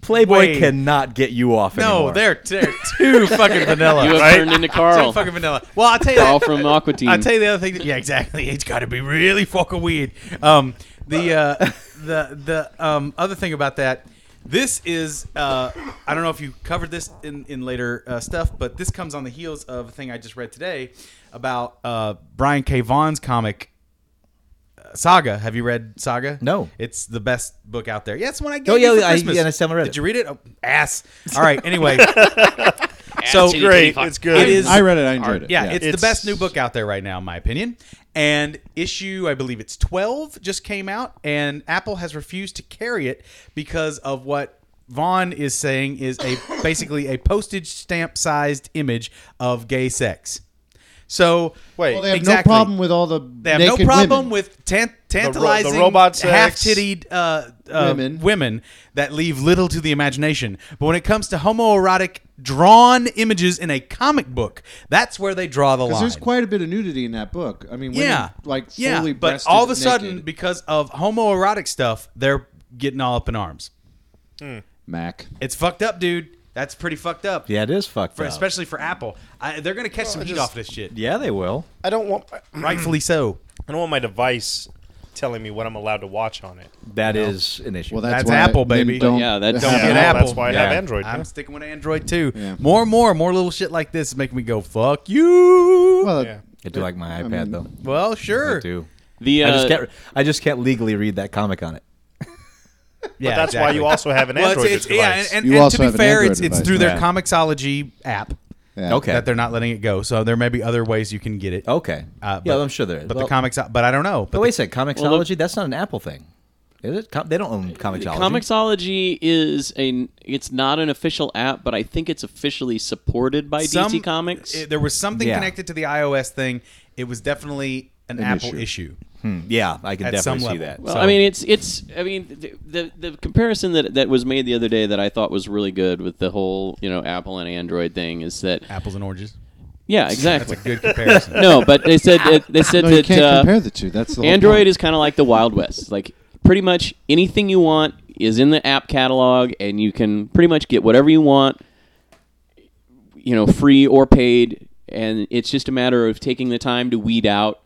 Speaker 5: Playboy
Speaker 3: Wait.
Speaker 5: cannot get you off
Speaker 3: No,
Speaker 5: anymore.
Speaker 3: they're, they're too fucking vanilla.
Speaker 7: You have
Speaker 8: Right?
Speaker 7: turned into
Speaker 3: So
Speaker 7: Carl.
Speaker 3: fucking vanilla. Well, I'll tell you.
Speaker 7: Carl from Aqua
Speaker 3: I'll
Speaker 7: Teen.
Speaker 3: tell you the other thing. That, yeah, exactly. It's got to be really fucking weird. Um, the uh, the the um, other thing about that. This is uh, I don't know if you covered this in in later uh, stuff, but this comes on the heels of a thing I just read today about uh, Brian K. Vaughan's comic. uh, Saga, have you read Saga?
Speaker 5: No.
Speaker 3: it's the best book out there. Yeah, it's the one I gave
Speaker 5: Oh,
Speaker 3: you
Speaker 5: yeah,
Speaker 3: for
Speaker 5: I-
Speaker 3: Christmas.
Speaker 5: yeah, and I still haven't read
Speaker 3: Did
Speaker 5: it.
Speaker 3: you read it? Oh, ass. All right. Anyway, so
Speaker 8: Great. It's good.
Speaker 3: It is-
Speaker 4: I read it. I enjoyed it.
Speaker 3: yeah, it's,
Speaker 8: It's-
Speaker 3: the best new book out there right now, in my opinion. And issue, I believe it's 12, just came out, and Apple has refused to carry it because of what Vaughn is saying is a basically a postage stamp sized image of gay sex. So
Speaker 8: Wait.
Speaker 4: Well, they have
Speaker 3: Exactly.
Speaker 4: no problem with all the.
Speaker 3: they have
Speaker 4: naked
Speaker 3: no problem
Speaker 4: women.
Speaker 3: with tan- tantalizing,
Speaker 8: robot sex.
Speaker 3: half-titted uh, uh, women.
Speaker 4: Women.
Speaker 3: that leave little to the imagination. But when it comes to homoerotic drawn images in a comic book, that's where they draw the line.
Speaker 4: Because there's quite a bit of nudity in that book. I mean, women,
Speaker 3: yeah,
Speaker 4: like fully
Speaker 3: yeah, but
Speaker 4: breasted
Speaker 3: all of a
Speaker 4: naked.
Speaker 3: sudden, because of homoerotic stuff, they're getting all up in arms.
Speaker 4: Mac.
Speaker 3: It's fucked up, dude. That's pretty fucked up.
Speaker 5: yeah, it is fucked
Speaker 3: For,
Speaker 5: up.
Speaker 3: especially for Apple, I, they're gonna catch some heat off this shit.
Speaker 5: yeah, they will.
Speaker 8: I don't want.
Speaker 3: Rightfully so.
Speaker 8: I don't want my device telling me what I'm allowed to watch on it.
Speaker 5: That is an issue.
Speaker 4: Well, that's,
Speaker 3: That's
Speaker 4: why
Speaker 3: Apple,
Speaker 4: then
Speaker 3: baby.
Speaker 4: Don't
Speaker 7: Yeah, that's-
Speaker 4: have
Speaker 3: Don't be an
Speaker 8: well,
Speaker 3: Apple.
Speaker 8: That's why I have
Speaker 5: Yeah.
Speaker 8: Android.
Speaker 3: I'm
Speaker 8: yeah.
Speaker 3: sticking with Android too.
Speaker 4: Yeah.
Speaker 3: More and more, more little shit like this is making me go fuck you. Well,
Speaker 4: Well,
Speaker 8: Yeah.
Speaker 5: I do like my iPad though.
Speaker 3: sure.
Speaker 5: I do.
Speaker 7: the uh,
Speaker 5: I just can't. I just can't legally read that comic on it.
Speaker 3: Yeah,
Speaker 8: That's why you also have an
Speaker 3: Well,
Speaker 8: Android
Speaker 3: it's, it's,
Speaker 8: device.
Speaker 3: yeah, and, and,
Speaker 4: You
Speaker 3: and
Speaker 4: also
Speaker 3: to be
Speaker 4: have an
Speaker 3: fair,
Speaker 4: Android
Speaker 3: it's, it's
Speaker 4: device.
Speaker 3: through their
Speaker 5: Yeah.
Speaker 3: Comixology app.
Speaker 4: Yeah.
Speaker 5: Okay.
Speaker 3: that they're not letting it go. So there may be other ways you can get it.
Speaker 5: Okay.
Speaker 3: Uh,
Speaker 5: yeah,
Speaker 3: but-
Speaker 5: I'm sure there is.
Speaker 3: But
Speaker 5: Well,
Speaker 3: the comics, but I don't know. But
Speaker 7: Oh,
Speaker 5: But
Speaker 3: the-
Speaker 5: wait a second, Comixology? that's not an Apple thing, is it? Com- they don't own Comixology.
Speaker 7: Comixology is a it's not an official app, but I think it's officially supported by
Speaker 3: some-
Speaker 7: DC Comics.
Speaker 3: it- there was something
Speaker 5: Yeah.
Speaker 3: connected to the iOS thing. It was definitely an, Apple
Speaker 4: issue.
Speaker 3: issue.
Speaker 5: Yeah, I can
Speaker 3: At some
Speaker 5: definitely see
Speaker 3: level.
Speaker 5: that.
Speaker 7: well,
Speaker 3: so-
Speaker 7: I mean, it's it's I mean the, the the comparison that that was made the other day that I thought was really good with the whole you know Apple and Android thing is that
Speaker 3: Apples and oranges.
Speaker 7: yeah exactly
Speaker 3: Good comparison.
Speaker 7: no, but they said that, they said
Speaker 4: No, you
Speaker 7: that
Speaker 4: can't
Speaker 7: uh,
Speaker 4: compare the two. That's the whole
Speaker 7: Android
Speaker 4: point.
Speaker 7: is kind of like the Wild West. Like pretty much anything you want is in the app catalog, and you can pretty much get whatever you want, you know, free or paid. And it's just a matter of taking the time to weed out,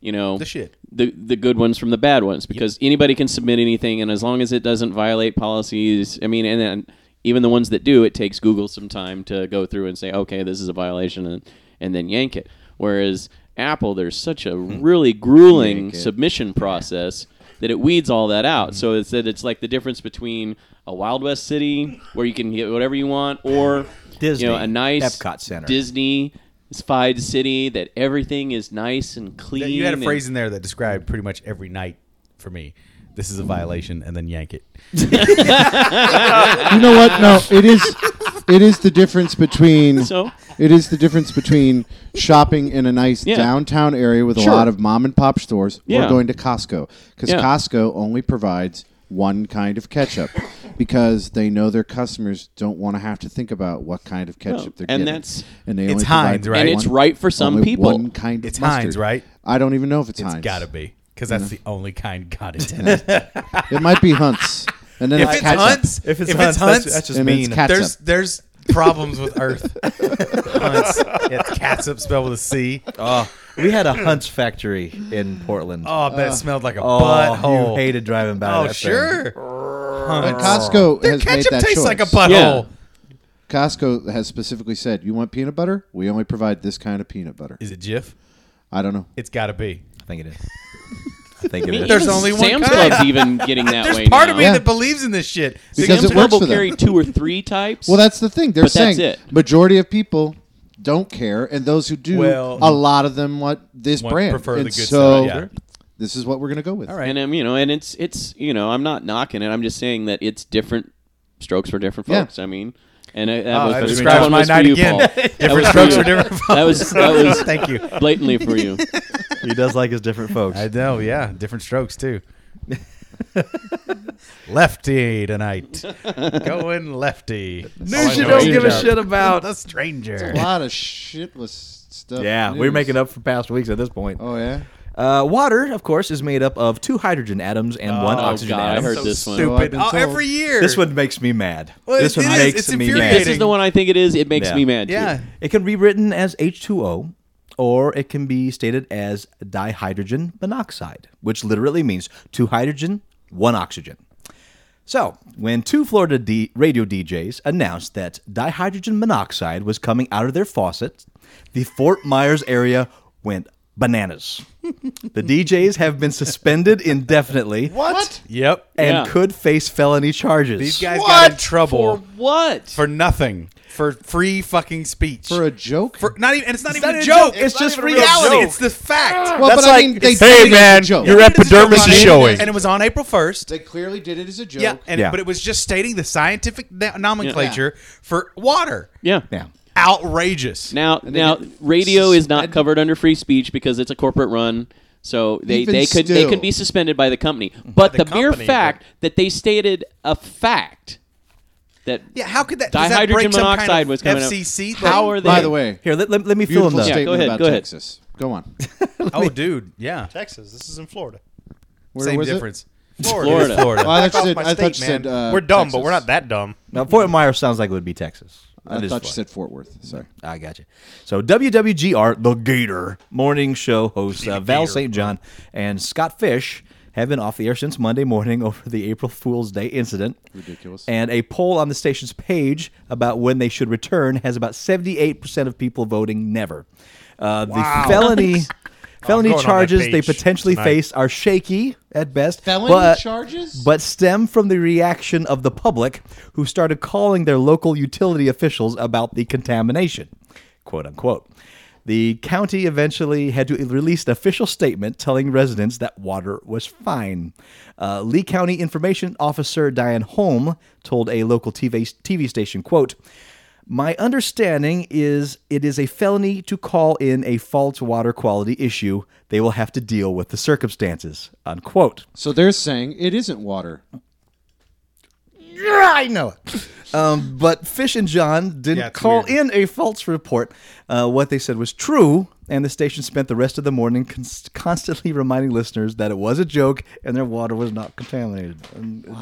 Speaker 7: you know,
Speaker 3: The shit.
Speaker 7: the the good ones from the bad ones, because anybody can submit anything, and as long as it doesn't violate policies, I mean, and then even the ones that do, it takes Google some time to go through and say, okay, this is a violation, and, and then yank it. Whereas Apple, there's such a
Speaker 3: Hmm.
Speaker 7: really grueling submission process that it weeds all that
Speaker 3: Hmm.
Speaker 7: out. So it's that it's like the difference between a Wild West city where you can get whatever you want, or
Speaker 5: Disney,
Speaker 7: you know, a nice
Speaker 5: Epcot Center.
Speaker 7: Disney. Fied city that everything is nice and clean.
Speaker 3: you had a
Speaker 7: and-
Speaker 3: phrase in there that described pretty much every night for me. This is a violation, and then yank it.
Speaker 4: You know what? No, it is. It is the difference between.
Speaker 7: So?
Speaker 4: It is the difference between shopping in a nice
Speaker 7: Yeah.
Speaker 4: downtown area with a
Speaker 7: Sure.
Speaker 4: lot of mom and pop stores,
Speaker 7: Yeah.
Speaker 4: or going to Costco because
Speaker 7: Yeah.
Speaker 4: Costco only provides one kind of ketchup because they know their customers don't want to have to think about what kind of ketchup
Speaker 7: Well,
Speaker 4: they're
Speaker 7: and
Speaker 4: getting.
Speaker 7: that's-
Speaker 4: and they
Speaker 3: It's
Speaker 4: only provide
Speaker 3: Heinz, right? And
Speaker 7: it's right for some
Speaker 4: only
Speaker 7: people.
Speaker 4: One kind of
Speaker 3: It's
Speaker 4: mustard.
Speaker 3: Heinz, right?
Speaker 4: I don't even know if it's
Speaker 3: It's
Speaker 4: Heinz.
Speaker 3: got to be because that's the only kind God intended.
Speaker 4: It might be Hunt's. And then
Speaker 3: if
Speaker 4: it's
Speaker 3: it's
Speaker 4: ketchup.
Speaker 3: Hunts, if it's Hunts,
Speaker 5: that's just
Speaker 4: And it's
Speaker 5: mean.
Speaker 4: cat- Catsup.
Speaker 3: there's there's problems with Earth. Hunts, it's catsup spelled with a C.
Speaker 5: Oh, we had a Hunt's factory in Portland.
Speaker 3: Oh, that smelled like a
Speaker 5: Oh,
Speaker 3: butthole.
Speaker 5: you hated driving by.
Speaker 3: Oh,
Speaker 5: that thing.
Speaker 3: sure.
Speaker 4: But Costco
Speaker 3: Their
Speaker 4: has made
Speaker 3: ketchup
Speaker 4: that
Speaker 3: tastes
Speaker 4: choice.
Speaker 3: like a
Speaker 7: Yeah.
Speaker 3: butthole.
Speaker 4: Costco has specifically said, "You want peanut butter? We only provide this kind of peanut butter."
Speaker 3: Is it Jif?
Speaker 4: I don't know.
Speaker 3: It's got to be.
Speaker 5: I think it is. I think it is.
Speaker 3: There's
Speaker 7: Even
Speaker 3: only one
Speaker 7: Sam's
Speaker 3: kind.
Speaker 7: Club's even getting that
Speaker 3: There's
Speaker 7: way.
Speaker 3: part
Speaker 7: now.
Speaker 3: of me
Speaker 4: Yeah.
Speaker 3: that believes in this shit.
Speaker 4: Because
Speaker 7: Sam's
Speaker 4: it works
Speaker 7: Club will
Speaker 4: for them.
Speaker 7: carry two or three types.
Speaker 4: Well, that's the thing. They're
Speaker 7: But
Speaker 4: saying
Speaker 7: that's it.
Speaker 4: majority of people don't care, and those who do,
Speaker 3: Well-
Speaker 4: a lot of them want this
Speaker 3: Want-
Speaker 4: brand.
Speaker 3: prefer the
Speaker 4: and
Speaker 3: good
Speaker 4: so
Speaker 3: side, yeah.
Speaker 4: this is what we're gonna go with. All
Speaker 7: and um, you know, and it's it's you know, I'm not knocking it. I'm just saying that it's different strokes for different
Speaker 4: Yeah.
Speaker 7: folks. I mean, and I,
Speaker 3: Oh,
Speaker 7: that was,
Speaker 3: that
Speaker 7: that
Speaker 3: describes
Speaker 7: one
Speaker 3: my
Speaker 7: was for
Speaker 3: night
Speaker 7: you,
Speaker 3: again.
Speaker 7: Paul. That was
Speaker 3: Different
Speaker 7: for
Speaker 3: strokes
Speaker 7: you.
Speaker 3: for different.
Speaker 7: That was that was
Speaker 3: Thank you.
Speaker 7: blatantly for you.
Speaker 5: he does like his different folks.
Speaker 3: I know, yeah. Different strokes too. lefty tonight. Going lefty.
Speaker 4: Oh,
Speaker 5: News you
Speaker 7: know
Speaker 5: don't
Speaker 7: is
Speaker 5: give a
Speaker 7: that-
Speaker 5: shit about.
Speaker 3: The stranger.
Speaker 4: A lot of shitless stuff.
Speaker 5: Yeah,
Speaker 4: in
Speaker 5: we're
Speaker 4: news.
Speaker 5: making up for past weeks at this point.
Speaker 4: Oh yeah.
Speaker 5: Uh, water, of course, is made up of two hydrogen atoms and one
Speaker 7: Oh,
Speaker 5: oxygen
Speaker 7: God, I
Speaker 5: atom.
Speaker 7: heard
Speaker 3: So
Speaker 7: this one.
Speaker 4: Oh, I've
Speaker 3: stupid.
Speaker 4: been
Speaker 3: Oh,
Speaker 4: told.
Speaker 3: every year.
Speaker 5: This one makes me mad.
Speaker 3: Well,
Speaker 5: this
Speaker 3: it
Speaker 5: one
Speaker 3: is.
Speaker 5: makes
Speaker 3: It's
Speaker 5: me
Speaker 7: This
Speaker 3: infuriating.
Speaker 5: mad.
Speaker 7: is the one I think it is. It makes
Speaker 5: Yeah.
Speaker 7: me mad. too.
Speaker 3: Yeah.
Speaker 5: It can be written as H2O, or it can be stated as dihydrogen monoxide, which literally means two hydrogen, one oxygen. So, when two Florida D- radio DJs announced that dihydrogen monoxide was coming out of their faucet, the Fort Myers area went bananas. the DJs have been suspended indefinitely
Speaker 4: What?
Speaker 3: Yep.
Speaker 5: and
Speaker 7: Yeah.
Speaker 5: could face felony charges.
Speaker 3: These guys got in
Speaker 7: For
Speaker 3: trouble for,
Speaker 7: what?
Speaker 3: nothing. For free fucking speech.
Speaker 4: For a joke?
Speaker 3: For- not even and it's not even
Speaker 5: not
Speaker 3: a
Speaker 5: a
Speaker 3: joke.
Speaker 5: joke. It's just
Speaker 3: not even a real
Speaker 5: reality.
Speaker 3: joke. It's the fact.
Speaker 4: well, but I mean, they did it
Speaker 8: hey
Speaker 4: as a
Speaker 8: man,
Speaker 4: joke.
Speaker 8: your
Speaker 3: They did it as a
Speaker 8: epidermis
Speaker 3: joke
Speaker 8: is
Speaker 3: on-
Speaker 8: showing.
Speaker 3: And it was on April 1st.
Speaker 4: They clearly did it as a joke.
Speaker 3: Yeah, and,
Speaker 5: Yeah.
Speaker 3: but it was just stating the scientific na- nomenclature for water.
Speaker 7: yeah.
Speaker 5: yeah.
Speaker 3: Outrageous.
Speaker 7: Now,
Speaker 4: they
Speaker 7: now,
Speaker 4: get
Speaker 7: radio is not
Speaker 4: suspended.
Speaker 7: covered under free speech because it's a corporate run. So they,
Speaker 4: Even
Speaker 7: they could they
Speaker 4: still.
Speaker 7: could be suspended by the company. But the,
Speaker 8: the
Speaker 7: mere
Speaker 8: company,
Speaker 7: fact that they stated a fact that
Speaker 3: yeah, how could that? Does that
Speaker 7: dihydrogen
Speaker 3: break some kind
Speaker 7: monoxide
Speaker 3: of
Speaker 7: was coming
Speaker 3: FCC
Speaker 7: out. How are they?
Speaker 4: By the way,
Speaker 5: Here, let, let, let me fill in
Speaker 4: beautiful
Speaker 5: the.
Speaker 7: Yeah,
Speaker 4: statement
Speaker 7: go ahead,
Speaker 4: about
Speaker 7: go ahead.
Speaker 4: Texas. Go on.
Speaker 3: Oh, dude, yeah.
Speaker 8: Texas. This is in Florida.
Speaker 4: Where
Speaker 3: Same
Speaker 4: was it?
Speaker 3: difference.
Speaker 7: Florida.
Speaker 4: Oh, I
Speaker 8: Back
Speaker 4: thought you said.
Speaker 8: off my
Speaker 4: I thought
Speaker 8: state,
Speaker 4: you said.
Speaker 8: man.
Speaker 4: uh,
Speaker 8: we're dumb,
Speaker 4: Texas.
Speaker 8: but we're not that dumb.
Speaker 5: Now, Fort Myers sounds like it would be Texas.
Speaker 4: I
Speaker 5: That is
Speaker 4: thought you
Speaker 5: Florida.
Speaker 4: said Fort Worth. Sorry.
Speaker 5: I got you. So WWGR, the Gator morning show hosts uh, Val St. John and Scott Fish have been off the air since Monday morning over the April Fool's Day incident.
Speaker 4: Ridiculous.
Speaker 5: And a poll on the station's page about when they should return has about 78% of people voting never. Uh, The felony felony
Speaker 8: going on that
Speaker 5: charges they
Speaker 8: page
Speaker 5: potentially
Speaker 8: tonight.
Speaker 5: face are shaky at best.
Speaker 4: Felony
Speaker 5: but-
Speaker 4: charges?
Speaker 5: But stem from the reaction of the public who started calling their local utility officials about the contamination. quote unquote. The county eventually had to release an official statement telling residents that water was fine. Uh, Lee County Information Officer Diane Holm told a local TV, TV station, quote, my understanding is it is a felony to call in a false water quality issue. They will have to deal with the circumstances. Unquote.
Speaker 4: So they're saying it isn't water.
Speaker 5: Yeah, I know it. Um, but Fish and John didn't
Speaker 3: Yeah, it's
Speaker 5: call
Speaker 3: weird.
Speaker 5: in a false report. Uh, what they said was true, and the station spent the rest of the morning cons- constantly reminding listeners that it was a joke and their water was not contaminated. And that is-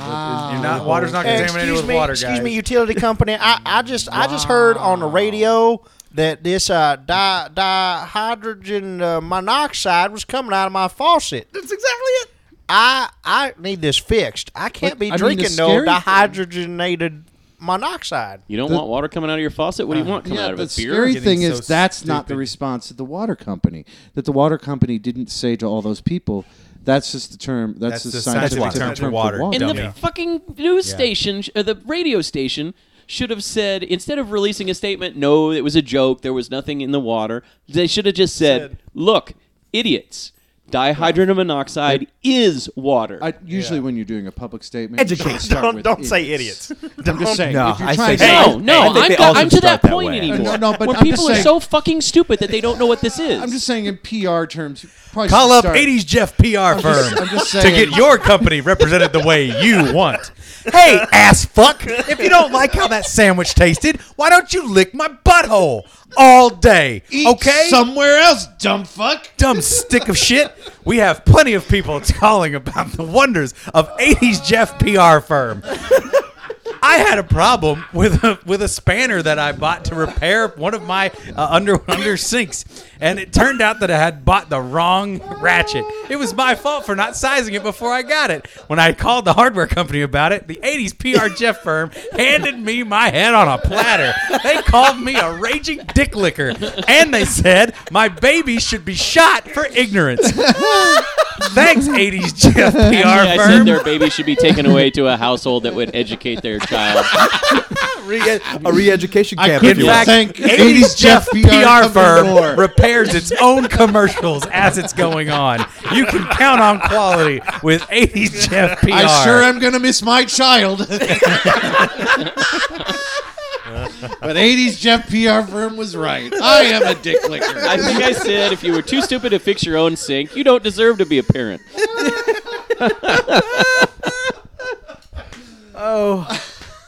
Speaker 3: You're not, water's not
Speaker 6: Hey,
Speaker 3: contaminated
Speaker 6: excuse
Speaker 3: with
Speaker 6: me,
Speaker 3: water,
Speaker 6: excuse
Speaker 3: guys.
Speaker 6: me, utility company. I, I just I just heard on the radio that this uh, di- dihydrogen uh, monoxide was coming out of my faucet.
Speaker 5: That's exactly it.
Speaker 6: I I need this fixed. I can't be
Speaker 4: I mean, the
Speaker 6: drinking no
Speaker 4: scary thing-
Speaker 6: dihydrogenated monoxide.
Speaker 7: You don't want water coming out of your faucet? What do you want coming out of
Speaker 4: the
Speaker 7: it? Beer?
Speaker 4: scary
Speaker 3: Getting
Speaker 4: thing is
Speaker 3: so
Speaker 4: that's not the
Speaker 3: stupid.
Speaker 4: response of the water company. That the water company didn't say to all those people. That's just the term.
Speaker 3: That's
Speaker 4: That's, the,
Speaker 3: the
Speaker 4: scientific,
Speaker 3: scientific
Speaker 4: term,
Speaker 3: term for
Speaker 4: for water.
Speaker 3: water.
Speaker 7: And
Speaker 3: Dummy.
Speaker 7: the fucking news station, sh- or the radio station, should have said instead of releasing a statement, "No, it was a joke. There was nothing in the water." They should have just said, "Look, idiots, dihydrogen monoxide is water."
Speaker 4: I, usually, when you're doing a public statement,
Speaker 5: Educate.
Speaker 4: don't start
Speaker 8: Don't
Speaker 4: with
Speaker 8: don't say idiots.
Speaker 4: I'm just saying.
Speaker 5: No,
Speaker 4: if you're
Speaker 5: I
Speaker 4: trying
Speaker 5: say
Speaker 4: to-
Speaker 7: no, no,
Speaker 5: I think
Speaker 7: I'm,
Speaker 5: they
Speaker 7: go-
Speaker 5: all should
Speaker 7: I'm to that
Speaker 5: start that
Speaker 7: point
Speaker 5: way.
Speaker 7: anymore.
Speaker 4: No, no, but
Speaker 7: where
Speaker 4: I'm
Speaker 7: people
Speaker 4: just
Speaker 7: are
Speaker 4: saying-
Speaker 7: so fucking stupid that they don't know what this is.
Speaker 4: I'm just saying in PR terms. you probably
Speaker 3: Call
Speaker 4: should
Speaker 3: up
Speaker 4: start-
Speaker 3: 80s Jeff PR firm
Speaker 4: I'm just
Speaker 3: to
Speaker 4: saying.
Speaker 3: get your company represented the way you want. Hey, ass fuck! If you don't like how that sandwich tasted, why don't you lick my butthole all day?
Speaker 4: Eat
Speaker 3: okay?
Speaker 4: somewhere else, dumb fuck.
Speaker 3: dumb stick of shit. We have plenty of people calling about the wonders of 80s Jeff PR firm. I had a problem with a with a spanner that I bought to repair one of my uh, under under sinks, and it turned out that I had bought the wrong ratchet. It was my fault for not sizing it before I got it. When I called the hardware company about it, the '80s PR Jeff firm handed me my head on a platter. They called me a raging dick licker, and they said my baby should be shot for ignorance. Thanks, '80s Jeff PR
Speaker 7: Actually, I
Speaker 3: firm.
Speaker 7: said their baby should be taken away to a household that would educate their child.
Speaker 5: A re-education camp.
Speaker 4: couldn't
Speaker 5: if you
Speaker 4: fact-
Speaker 5: will.
Speaker 4: Thank
Speaker 3: 80s Jeff PR
Speaker 4: more.
Speaker 3: firm repairs its own commercials as it's going on. You can count on quality with 80s Jeff PR.
Speaker 4: I sure am gonna miss my child. but 80s Jeff PR firm was right. I am a dick licker.
Speaker 7: I think I said if you were too stupid to fix your own sink, you don't deserve to be a parent.
Speaker 5: Oh,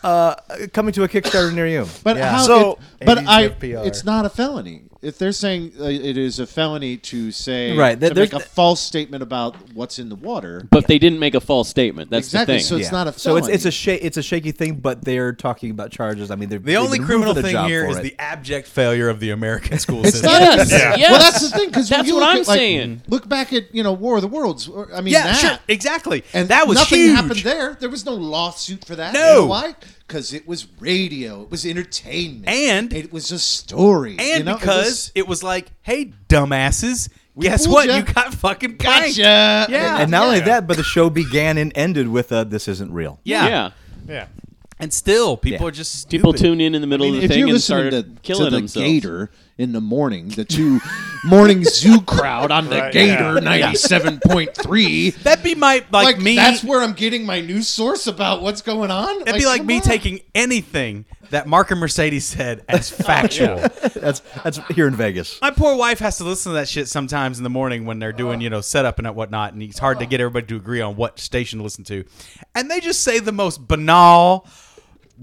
Speaker 5: uh, coming to a Kickstarter near you.
Speaker 4: But how?
Speaker 6: So,
Speaker 4: it- but
Speaker 6: 80s
Speaker 4: I.
Speaker 6: Jeff PR.
Speaker 4: It's not a felony. If they're saying uh, it is a felony to say
Speaker 5: Right, that
Speaker 4: to make a
Speaker 5: there's-
Speaker 4: false statement about what's in the water.
Speaker 7: But they didn't make a false statement. That's
Speaker 4: Exactly.
Speaker 7: the thing.
Speaker 4: So it's
Speaker 5: Yeah.
Speaker 4: not a
Speaker 5: so
Speaker 4: felony.
Speaker 5: it's it's a sha- it's a shaky thing, but they're talking about charges. I mean, they're
Speaker 3: the only criminal thing here is the abject failure of the American school
Speaker 4: It's
Speaker 3: system.
Speaker 4: not
Speaker 7: Yes,
Speaker 4: even-
Speaker 7: yes.
Speaker 4: Well, that's the thing because
Speaker 7: That's
Speaker 4: you
Speaker 7: what
Speaker 4: look
Speaker 7: I'm
Speaker 4: at, like,
Speaker 7: saying.
Speaker 4: Look back at you know War of the Worlds. or- I mean,
Speaker 3: yeah,
Speaker 4: that.
Speaker 3: sure, exactly.
Speaker 4: And
Speaker 3: And that was
Speaker 4: nothing
Speaker 3: huge.
Speaker 4: happened there. There was no lawsuit for that.
Speaker 3: No.
Speaker 4: You know why? Because it was radio. It was entertainment.
Speaker 3: And-
Speaker 4: it was a story.
Speaker 3: And
Speaker 4: you know? It
Speaker 3: because
Speaker 4: was-
Speaker 3: it was, like, hey, dumbasses, guess
Speaker 4: fooled
Speaker 3: what?
Speaker 4: ya.
Speaker 3: You got fucking pranked.
Speaker 4: gotcha.
Speaker 3: Yeah.
Speaker 5: and not only that, but the show began and ended with a "This isn't real."
Speaker 3: Yeah.
Speaker 7: yeah.
Speaker 8: Yeah.
Speaker 3: and still people
Speaker 5: Yeah.
Speaker 3: are just stupid.
Speaker 7: People tuned in in the middle
Speaker 4: I mean,
Speaker 7: of the
Speaker 4: if you're
Speaker 7: thing and
Speaker 4: listening
Speaker 7: started
Speaker 4: to,
Speaker 7: killing
Speaker 4: to the
Speaker 7: themselves.
Speaker 4: Gator in the morning, the two morning zoo crowd on the
Speaker 8: Right,
Speaker 4: Gator
Speaker 8: yeah.
Speaker 4: ninety-seven point three.
Speaker 3: That'd be my like,
Speaker 4: Like
Speaker 3: me.
Speaker 4: that's where I'm getting my news source about what's going on.
Speaker 3: That'd be like
Speaker 4: come
Speaker 3: me
Speaker 4: on.
Speaker 3: taking anything that Mark and Mercedes said as factual.
Speaker 5: That's that's here in Vegas.
Speaker 3: My poor wife has to listen to that shit sometimes in the morning when they're doing, you know, setup and whatnot, and it's hard
Speaker 4: Uh-huh.
Speaker 3: to get everybody to agree on what station to listen to. And they just say the most banal,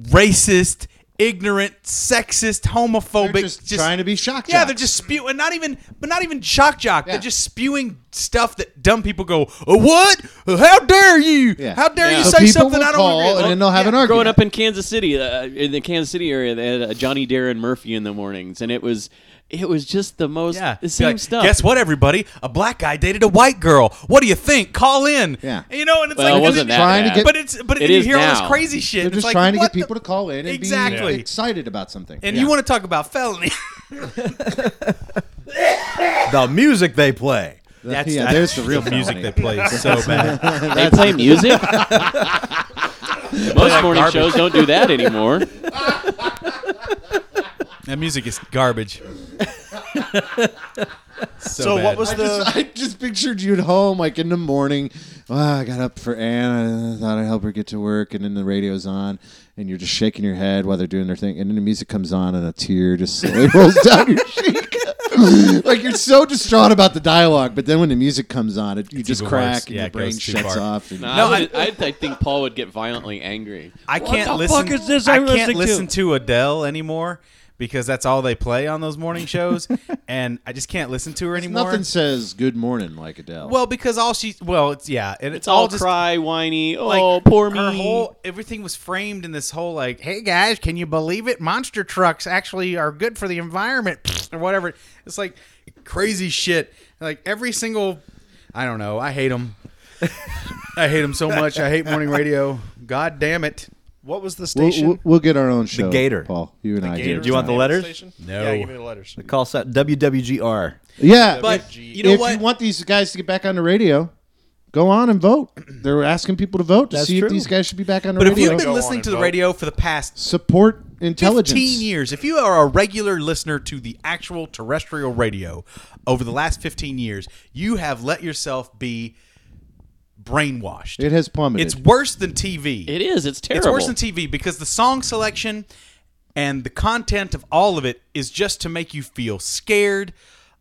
Speaker 3: racist, ignorant, sexist, homophobic.
Speaker 4: They're just trying to be shock
Speaker 3: Yeah,
Speaker 4: jocks.
Speaker 3: they're just spewing, not even, but not even shock jock.
Speaker 4: Yeah.
Speaker 3: They're just spewing stuff that dumb people go, oh, "What? How dare you?
Speaker 4: Yeah.
Speaker 3: How dare
Speaker 7: Yeah.
Speaker 3: you
Speaker 7: So
Speaker 3: say
Speaker 4: people
Speaker 3: something
Speaker 4: will
Speaker 3: I don't
Speaker 4: call
Speaker 3: agree with?"
Speaker 4: and then they'll have
Speaker 3: Yeah.
Speaker 4: an argument.
Speaker 7: Growing up in Kansas City, uh, in the Kansas City area, they had uh, Johnny Darren Murphy in the mornings, and it was it was just the most
Speaker 3: Yeah.
Speaker 7: the
Speaker 3: Be
Speaker 7: same
Speaker 3: like,
Speaker 7: stuff.
Speaker 3: Guess what, everybody? A black guy dated a white girl. What do you think? Call in.
Speaker 4: Yeah.
Speaker 3: You know, and it's
Speaker 7: Well,
Speaker 3: like,
Speaker 7: it wasn't
Speaker 3: and
Speaker 7: that
Speaker 4: trying to
Speaker 7: bad.
Speaker 4: get-
Speaker 3: But it's but
Speaker 7: It
Speaker 3: you
Speaker 7: is
Speaker 3: hear all
Speaker 7: now.
Speaker 3: this crazy shit.
Speaker 4: They're
Speaker 3: it's
Speaker 4: just
Speaker 3: like,
Speaker 4: trying to
Speaker 3: what
Speaker 4: get
Speaker 3: the-
Speaker 4: people to call in and
Speaker 3: Exactly.
Speaker 4: be excited about something.
Speaker 3: And you want to talk about felony?
Speaker 5: The music they play.
Speaker 3: That's
Speaker 4: yeah, there's the real
Speaker 3: music
Speaker 4: felony.
Speaker 3: that plays so bad.
Speaker 7: they play music. Uh, Most morning shows don't do that anymore.
Speaker 3: That music is garbage. so
Speaker 8: So what
Speaker 3: bad.
Speaker 8: was
Speaker 4: I
Speaker 8: the-
Speaker 4: just, I just pictured you at home, like in the morning. Ah, I got up for Anna. I uh, thought I'd help her get to work, and then the radio's on, and you're just shaking your head while they're doing their thing, and then the music comes on, and a tear just slowly rolls down your cheek. like you're so distraught about the dialogue, but then when the music comes on, it, you just
Speaker 3: even
Speaker 4: crack,
Speaker 3: worse.
Speaker 4: and
Speaker 3: Yeah,
Speaker 4: your
Speaker 3: it
Speaker 4: brain
Speaker 3: goes too
Speaker 4: shuts
Speaker 3: far.
Speaker 4: off. and-
Speaker 7: No,
Speaker 3: No,
Speaker 7: I, would- I'd- I think Paul would get violently angry.
Speaker 3: I can't
Speaker 7: what the
Speaker 3: listen.
Speaker 7: Fuck is this
Speaker 3: I
Speaker 7: I'm
Speaker 3: can't
Speaker 7: listening
Speaker 3: listen
Speaker 7: to?
Speaker 3: to Adele anymore because that's all they play on those morning shows, and I just can't listen to her anymore.
Speaker 4: Nothing says "Good morning" like Adele.
Speaker 3: well, because all she well, it's yeah, and
Speaker 7: It's all
Speaker 3: just
Speaker 7: cry, whiny. Oh,
Speaker 3: like
Speaker 7: poor me.
Speaker 3: Her whole everything was framed in this whole like, hey guys, can you believe it? Monster trucks actually are good for the environment or whatever. It's like crazy shit. Like every single, I don't know. I hate them. I hate them so much. I hate morning radio. God damn it.
Speaker 8: What was the
Speaker 4: we'll,
Speaker 8: station?
Speaker 4: we'll- we'll get our own show.
Speaker 5: Gator.
Speaker 4: Paul, you and I.
Speaker 8: Gator
Speaker 4: Gator.
Speaker 5: Do you want the
Speaker 8: was name
Speaker 5: letters?
Speaker 8: of station?
Speaker 3: No.
Speaker 8: Yeah, give me the letters.
Speaker 5: Call set WWGR.
Speaker 4: Yeah,
Speaker 7: But
Speaker 8: G-
Speaker 7: you know
Speaker 4: if
Speaker 7: what?
Speaker 4: you want these guys to get back on the radio, go on and vote. They're asking people to vote to
Speaker 5: That's
Speaker 4: see
Speaker 5: true.
Speaker 4: if these guys should be back on the
Speaker 3: But if
Speaker 4: radio.
Speaker 3: you've been
Speaker 8: on
Speaker 3: listening
Speaker 8: and
Speaker 3: to the
Speaker 8: vote.
Speaker 3: radio for the past
Speaker 4: Support intelligence.
Speaker 3: 15 years, if you are a regular listener to the actual terrestrial radio over the last 15 years, you have let yourself be brainwashed.
Speaker 4: It has plummeted.
Speaker 3: It's worse than TV.
Speaker 7: it is. It's
Speaker 3: It's
Speaker 7: terrible.
Speaker 3: worse than TV because the song selection and the content of all of it is just to make you feel scared,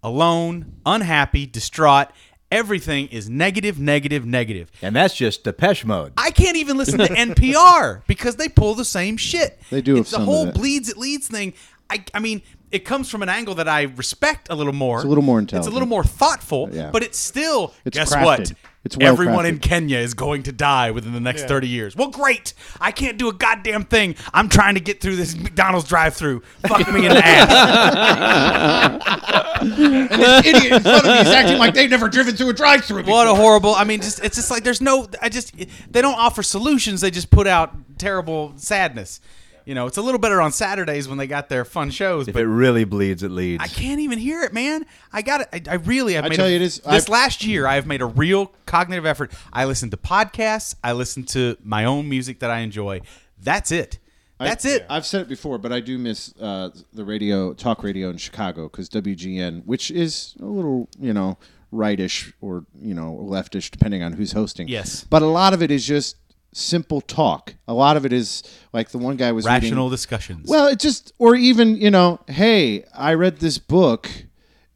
Speaker 3: alone, unhappy, distraught. Everything is negative, negative, negative.
Speaker 5: And that's just Depeche Mode.
Speaker 3: I can't even listen to NPR because they pull the same shit.
Speaker 4: They do have
Speaker 3: It's the
Speaker 4: some of
Speaker 3: whole
Speaker 4: it.
Speaker 3: bleeds it leads thing. I, I mean, it comes from an angle that I respect a little more. It's
Speaker 4: a little more
Speaker 3: It's a
Speaker 4: intelligent.
Speaker 3: little more thoughtful.
Speaker 4: Yeah.
Speaker 3: But it's still
Speaker 4: It's
Speaker 3: guess
Speaker 4: crafted.
Speaker 3: what?
Speaker 4: It's well
Speaker 3: Everyone in
Speaker 4: crafted.
Speaker 3: Kenya is going to die within the next thirty years. Well, great! I can't do a goddamn thing. I'm trying to get through this McDonald's drive-through. Fuck me in the ass.
Speaker 4: and this idiot in front of me is acting like they've never driven through a drive-through.
Speaker 3: What a horrible! I mean, just it's just like there's no. I just they don't offer solutions. They just put out terrible sadness. You know, it's a little better on Saturdays when they got their fun shows.
Speaker 5: If
Speaker 3: but
Speaker 5: it really bleeds, it leads.
Speaker 3: I can't even hear it, man. I got it. I, I really. I've
Speaker 4: I
Speaker 3: made
Speaker 4: tell
Speaker 3: a-
Speaker 4: you, it is-
Speaker 3: This
Speaker 4: I've-
Speaker 3: last year, I have made a real cognitive effort. I listen to podcasts. I listen to my own music that I enjoy. That's it. That's it.
Speaker 4: I've said it before, but I do miss uh, the radio, talk radio in Chicago, because WGN, which is a little, you know, rightish or you know leftish, depending on who's hosting.
Speaker 3: Yes.
Speaker 4: but a lot of it is just simple talk. A lot of it is like the one guy was reading-
Speaker 3: Rational discussions.
Speaker 4: Well, it just, or even, you know, hey, I read this book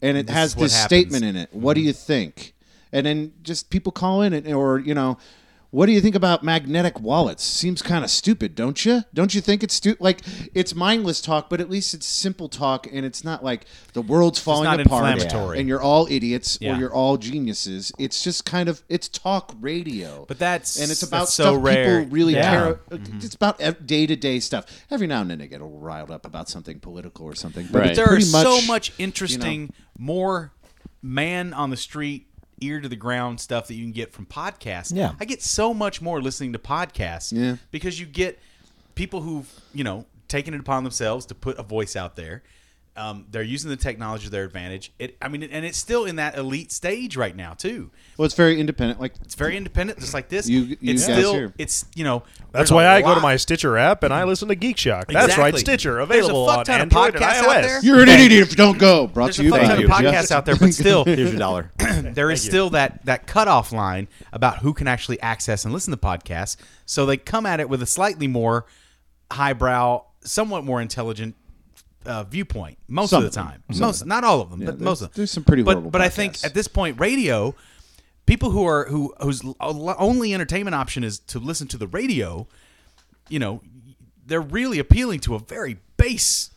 Speaker 4: and it has
Speaker 3: is what
Speaker 4: this
Speaker 3: happens. Mm-hmm.
Speaker 4: statement in it. What do you think? And then just people call in and, or, you know, what do you think about magnetic wallets? Seems kind of stupid, don't you? Don't you think it's stupid? Like, it's mindless talk, but at least it's simple talk and it's not like the world's falling
Speaker 3: not
Speaker 4: apart
Speaker 3: inflammatory.
Speaker 4: and you're all idiots
Speaker 3: Yeah.
Speaker 4: or you're all geniuses. It's just kind of, it's talk radio.
Speaker 3: But that's-
Speaker 4: and it's about
Speaker 3: that's so
Speaker 4: stuff
Speaker 3: rare.
Speaker 4: people really
Speaker 3: Yeah.
Speaker 4: care uh,
Speaker 3: Mm-hmm.
Speaker 4: it's about day to day stuff. Every now and then they get a little riled up about something political or something. But
Speaker 7: Right.
Speaker 4: it's
Speaker 3: there
Speaker 4: pretty
Speaker 3: is so
Speaker 4: much-
Speaker 3: much interesting, more man on the street, ear to the ground stuff that you can get from podcasts.
Speaker 5: Yeah.
Speaker 3: I get so much more listening to podcasts.
Speaker 4: Yeah.
Speaker 3: because you get people who've you know taken it upon themselves to put a voice out there. Um, they're using the technology to their advantage. It, I mean, and it's still in that elite stage right now too.
Speaker 4: Well, it's very independent. Like
Speaker 3: It's very independent, just like this.
Speaker 4: You- you
Speaker 3: it's
Speaker 4: guys
Speaker 3: still,
Speaker 4: here.
Speaker 3: it's you know. there's
Speaker 8: That's
Speaker 3: a
Speaker 8: why I go to
Speaker 3: lot-
Speaker 8: my Stitcher app and I listen to Geek Shock. That's right,
Speaker 3: Exactly.
Speaker 8: Stitcher
Speaker 3: There's a
Speaker 8: available
Speaker 3: fuck
Speaker 8: on
Speaker 3: ton of
Speaker 8: Android and
Speaker 3: podcasts out there.
Speaker 8: iOS.
Speaker 4: you're an idiot if you don't go. Brought
Speaker 3: There's
Speaker 4: to
Speaker 3: a
Speaker 4: you
Speaker 3: fuck
Speaker 4: by
Speaker 3: ton of
Speaker 4: Jeff.
Speaker 3: podcasts out there, but still,
Speaker 5: Here's your dollar.
Speaker 3: there is still that that cutoff line about who can actually access and listen to podcasts. So they come at it with a slightly more highbrow, somewhat more intelligent uh, viewpoint most
Speaker 4: Some
Speaker 3: of
Speaker 4: of
Speaker 3: the
Speaker 4: them.
Speaker 3: time. Most, not all of them, but
Speaker 4: there's-
Speaker 3: most of them.
Speaker 4: there's some pretty
Speaker 3: but,
Speaker 4: horrible
Speaker 3: But I think
Speaker 4: podcasts.
Speaker 3: at this point, radio people who are who whose l- only entertainment option is to listen to the radio. You know, they're really appealing to a very base.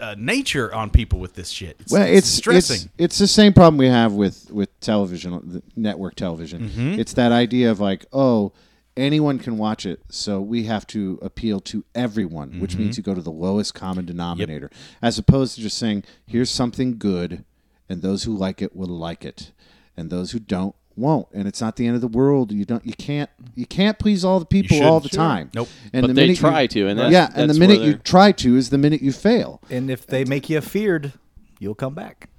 Speaker 3: Uh, nature on people with this shit. It's,
Speaker 4: Well, it's
Speaker 3: stressing.
Speaker 4: It's, it's the same problem we have with with television, uh, the network television.
Speaker 3: Mm-hmm.
Speaker 4: It's that idea of like, oh, anyone can watch it, so we have to appeal to everyone, which
Speaker 3: Mm-hmm.
Speaker 4: means you go to the lowest common denominator, as opposed to just saying, here's something good, and those who like it will like it, and those who don't won't and it's not the end of the world you don't you can't you can't please all the people all
Speaker 3: shouldn't.
Speaker 4: the
Speaker 3: Sure.
Speaker 4: time
Speaker 3: Nope.
Speaker 4: and
Speaker 7: But
Speaker 4: the
Speaker 7: they
Speaker 4: minute you-
Speaker 7: try to, and that's-
Speaker 4: yeah and the
Speaker 7: that's
Speaker 4: minute
Speaker 7: where
Speaker 4: you
Speaker 7: they're-
Speaker 4: try to is the minute you fail
Speaker 5: And if they make you feared, you'll come back.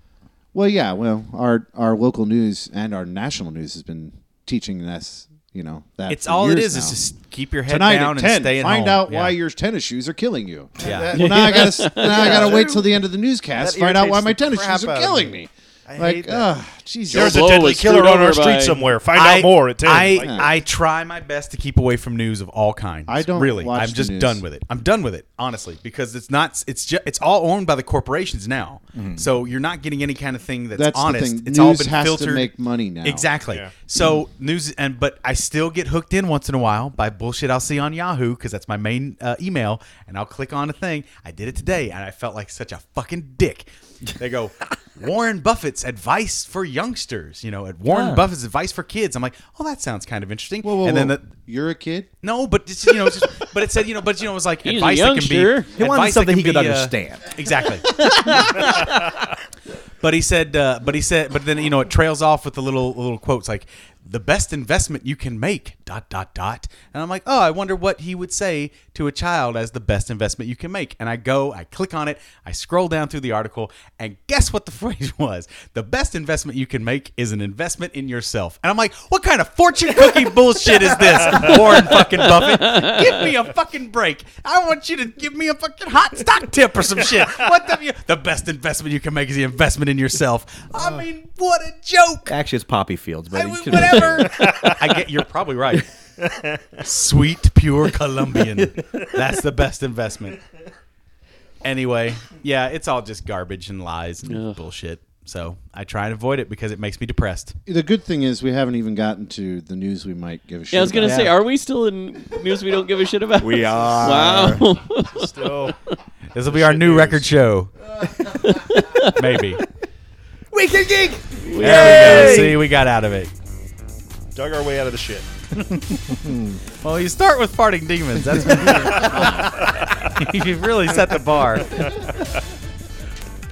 Speaker 4: Well, yeah. Well, our our local news and our national news has been teaching us, you know that.
Speaker 3: It's
Speaker 4: for
Speaker 3: all it is
Speaker 4: years now.
Speaker 3: is just keep your head
Speaker 4: tonight
Speaker 3: down
Speaker 4: at ten.
Speaker 3: and stay at
Speaker 4: find
Speaker 3: home.
Speaker 4: out why
Speaker 3: Yeah.
Speaker 4: your tennis shoes are killing you.
Speaker 3: Yeah.
Speaker 4: Well, now I gotta s- now I gotta wait till the end of the newscast to
Speaker 8: That
Speaker 4: find out why
Speaker 8: irritates
Speaker 4: my
Speaker 8: the
Speaker 4: tennis
Speaker 8: crap
Speaker 4: shoes are
Speaker 8: out of
Speaker 4: killing
Speaker 8: me.
Speaker 4: me. like,
Speaker 8: hate that.
Speaker 4: ah, Jesus.
Speaker 8: There's
Speaker 7: Blow
Speaker 8: a deadly
Speaker 7: was screwed
Speaker 8: killer on
Speaker 7: over
Speaker 8: our
Speaker 7: by-
Speaker 8: street somewhere. Find out more at ten.
Speaker 3: I,
Speaker 8: Like,
Speaker 3: I try my best to keep away from news of all kinds.
Speaker 4: I don't
Speaker 3: really.
Speaker 4: watch
Speaker 3: I'm
Speaker 4: the
Speaker 3: just
Speaker 4: news.
Speaker 3: done with it. I'm done with it honestly because it's not. It's just. It's all owned by the corporations now.
Speaker 8: Mm-hmm.
Speaker 3: So you're not getting any kind of thing that's,
Speaker 4: That's the
Speaker 3: honest.
Speaker 4: thing.
Speaker 3: It's all
Speaker 4: News
Speaker 3: been
Speaker 4: has to
Speaker 3: filtered.
Speaker 4: make money now.
Speaker 3: Exactly.
Speaker 8: Yeah.
Speaker 3: So news and but I still get hooked in once in a while by bullshit I'll see on Yahoo because that's my main uh, email, and I'll click on a thing. I did it today, and I felt like such a fucking dick. They go. Warren Buffett's advice for youngsters, you know, at Warren Buffett's advice for kids. I'm like, oh, that sounds kind of interesting.
Speaker 4: Whoa, whoa,
Speaker 3: and then
Speaker 4: whoa.
Speaker 3: the,
Speaker 4: you're a kid.
Speaker 3: no, but it's, you know, it's just, but it said you know, but you know, it was like
Speaker 7: He's a
Speaker 3: advice that can
Speaker 7: youngster.
Speaker 3: be.
Speaker 5: He wanted
Speaker 3: advice that
Speaker 5: something
Speaker 3: can
Speaker 5: he could
Speaker 3: be, uh,
Speaker 5: understand.
Speaker 3: exactly. but he said, uh, but he said, but then you know, it trails off with the little little quotes like the best investment you can make dot dot dot and i'm like oh i wonder what he would say to a child as the best investment you can make and i go i click on it i scroll down through the article and guess what the phrase was the best investment you can make is an investment in yourself and i'm like what kind of fortune cookie bullshit is this warren fucking buffett give me a fucking break i want you to give me a fucking hot stock tip or some shit what the the best investment you can make is the investment in yourself i mean what a joke
Speaker 5: Actually, it's poppy fields, but
Speaker 3: I mean, whatever. I get you're probably right. Sweet pure Colombian. That's the best investment. Anyway, yeah, it's all just garbage and lies and bullshit. So I try and avoid it because it makes me depressed.
Speaker 4: The good thing is we haven't even gotten to the news we might give a shit.
Speaker 7: Yeah, I was gonna
Speaker 4: about.
Speaker 7: say, are we still in news we don't give a shit about? We
Speaker 5: are.
Speaker 7: Wow.
Speaker 8: still,
Speaker 3: This will be our new record show. Maybe.
Speaker 5: Weekend Geek!
Speaker 3: There we go. See, we got out of it.
Speaker 8: dug our way out of the shit.
Speaker 3: Well, you start with farting demons. That's you really set the bar.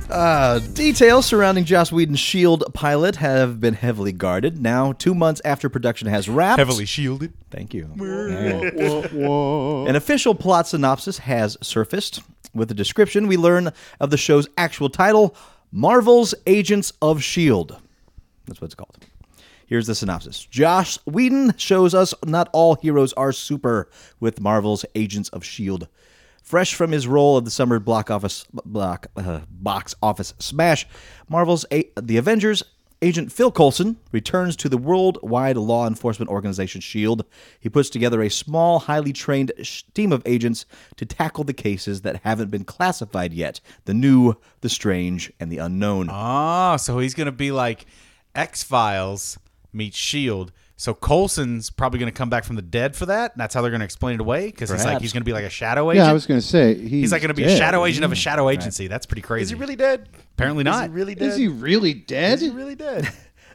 Speaker 5: Uh, details surrounding Joss Whedon's S.H.I.E.L.D. E pilot have been heavily guarded. Now, two months after production has wrapped.
Speaker 3: Heavily shielded.
Speaker 5: Thank you. An official plot synopsis has surfaced. With a description, we learn of the show's actual title Marvel's Agents of S.H.I.E.L.D. E That's what it's called. Here's the synopsis Josh Whedon shows us not all heroes are super with Marvel's Agents of S.H.I.E.L.D. Fresh from his role of the summer block office block, uh, box office smash, Marvel's A- The Avengers agent Phil Coulson returns to the worldwide law enforcement organization SHIELD. E He puts together a small, highly trained sh- team of agents to tackle the cases that haven't been classified yet the new, the strange, and the unknown.
Speaker 4: Uh,
Speaker 3: Oh, so he's gonna be like X Files meets Shield. E So Colson's probably gonna come back from the dead for that. and That's how they're gonna explain it away because it's like
Speaker 5: Perhaps.
Speaker 3: he's gonna be like a shadow agent.
Speaker 4: Yeah, I was gonna say he's,
Speaker 3: he's like gonna be a
Speaker 4: dead.
Speaker 3: shadow agent of a shadow agency. That's pretty crazy.
Speaker 8: Is he really dead?
Speaker 3: Apparently
Speaker 8: Is
Speaker 3: not.
Speaker 8: he really dead?
Speaker 4: Is he really dead?
Speaker 8: Is he really dead?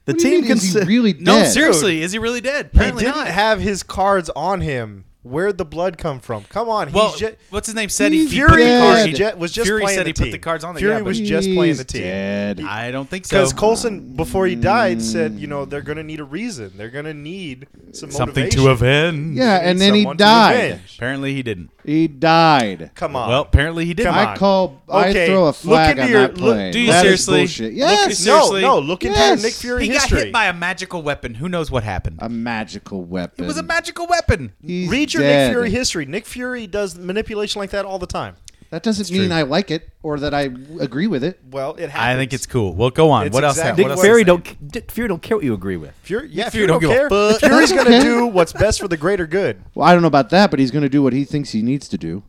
Speaker 5: the
Speaker 4: What do you
Speaker 5: team
Speaker 4: mean, is he
Speaker 5: consi-
Speaker 4: really
Speaker 3: no,
Speaker 4: dead?
Speaker 3: seriously, is he really dead?
Speaker 8: he
Speaker 3: Apparently
Speaker 8: didn't
Speaker 3: not.
Speaker 8: have his cards on him. Where'd the blood come from? Come on,
Speaker 3: well,
Speaker 8: he's just.
Speaker 3: what's his name? Said he,
Speaker 4: He's
Speaker 3: he put
Speaker 8: Fury
Speaker 3: the
Speaker 4: dead.
Speaker 3: cards.
Speaker 8: was, ju- was just
Speaker 3: Fury
Speaker 8: playing
Speaker 3: said
Speaker 8: the
Speaker 3: he put
Speaker 8: team.
Speaker 3: the cards on there.
Speaker 8: Fury
Speaker 3: yeah,
Speaker 8: was
Speaker 3: but
Speaker 8: just playing the
Speaker 4: He's
Speaker 8: team.
Speaker 4: dead.
Speaker 3: I don't think so.
Speaker 8: Because Colson, before he died, said, you know, they're going to need a reason. They're going to need some
Speaker 3: Something
Speaker 8: motivation.
Speaker 3: to avenge.
Speaker 4: Yeah, and then he
Speaker 8: Someone to
Speaker 4: died.
Speaker 8: avenge.
Speaker 3: Apparently he didn't.
Speaker 4: He died.
Speaker 8: Come on.
Speaker 3: Well, apparently he didn't.
Speaker 8: Come
Speaker 4: I
Speaker 8: on.
Speaker 4: call.
Speaker 8: Okay,
Speaker 4: I throw a
Speaker 8: look
Speaker 4: flag
Speaker 8: into
Speaker 4: on
Speaker 8: your-
Speaker 4: that
Speaker 8: look-
Speaker 4: play.
Speaker 3: do you
Speaker 4: That is
Speaker 3: seriously-
Speaker 4: bullshit.
Speaker 3: look-
Speaker 4: Yes.
Speaker 3: ser-
Speaker 8: no,
Speaker 3: seriously.
Speaker 8: no. Look into your
Speaker 4: Yes.
Speaker 8: Nick Fury
Speaker 3: He got
Speaker 8: history.
Speaker 3: hit by a magical weapon. Who knows what happened?
Speaker 4: a magical weapon.
Speaker 3: It was a magical weapon.
Speaker 4: He's
Speaker 8: Read your
Speaker 4: dead.
Speaker 8: Nick Fury history. Nick Fury does manipulation like that all the time.
Speaker 4: That doesn't mean I like it or that I w- agree with it.
Speaker 8: Well, it happens.
Speaker 3: I think it's cool. Well, go on.
Speaker 8: It's
Speaker 3: what else?
Speaker 8: exactly
Speaker 3: what else is
Speaker 8: what it
Speaker 5: Fury
Speaker 8: is.
Speaker 3: there?
Speaker 5: don't, Dick Fury don't care what you agree with.
Speaker 8: Fury, yeah,
Speaker 3: Fury
Speaker 8: Fury,
Speaker 3: don't
Speaker 8: don't,
Speaker 3: give a
Speaker 8: care.
Speaker 3: fuck.
Speaker 8: Fury's going
Speaker 4: Okay.
Speaker 8: to do what's best for the greater good.
Speaker 4: Well, I don't know about that, but he's going to do what he thinks he needs to do.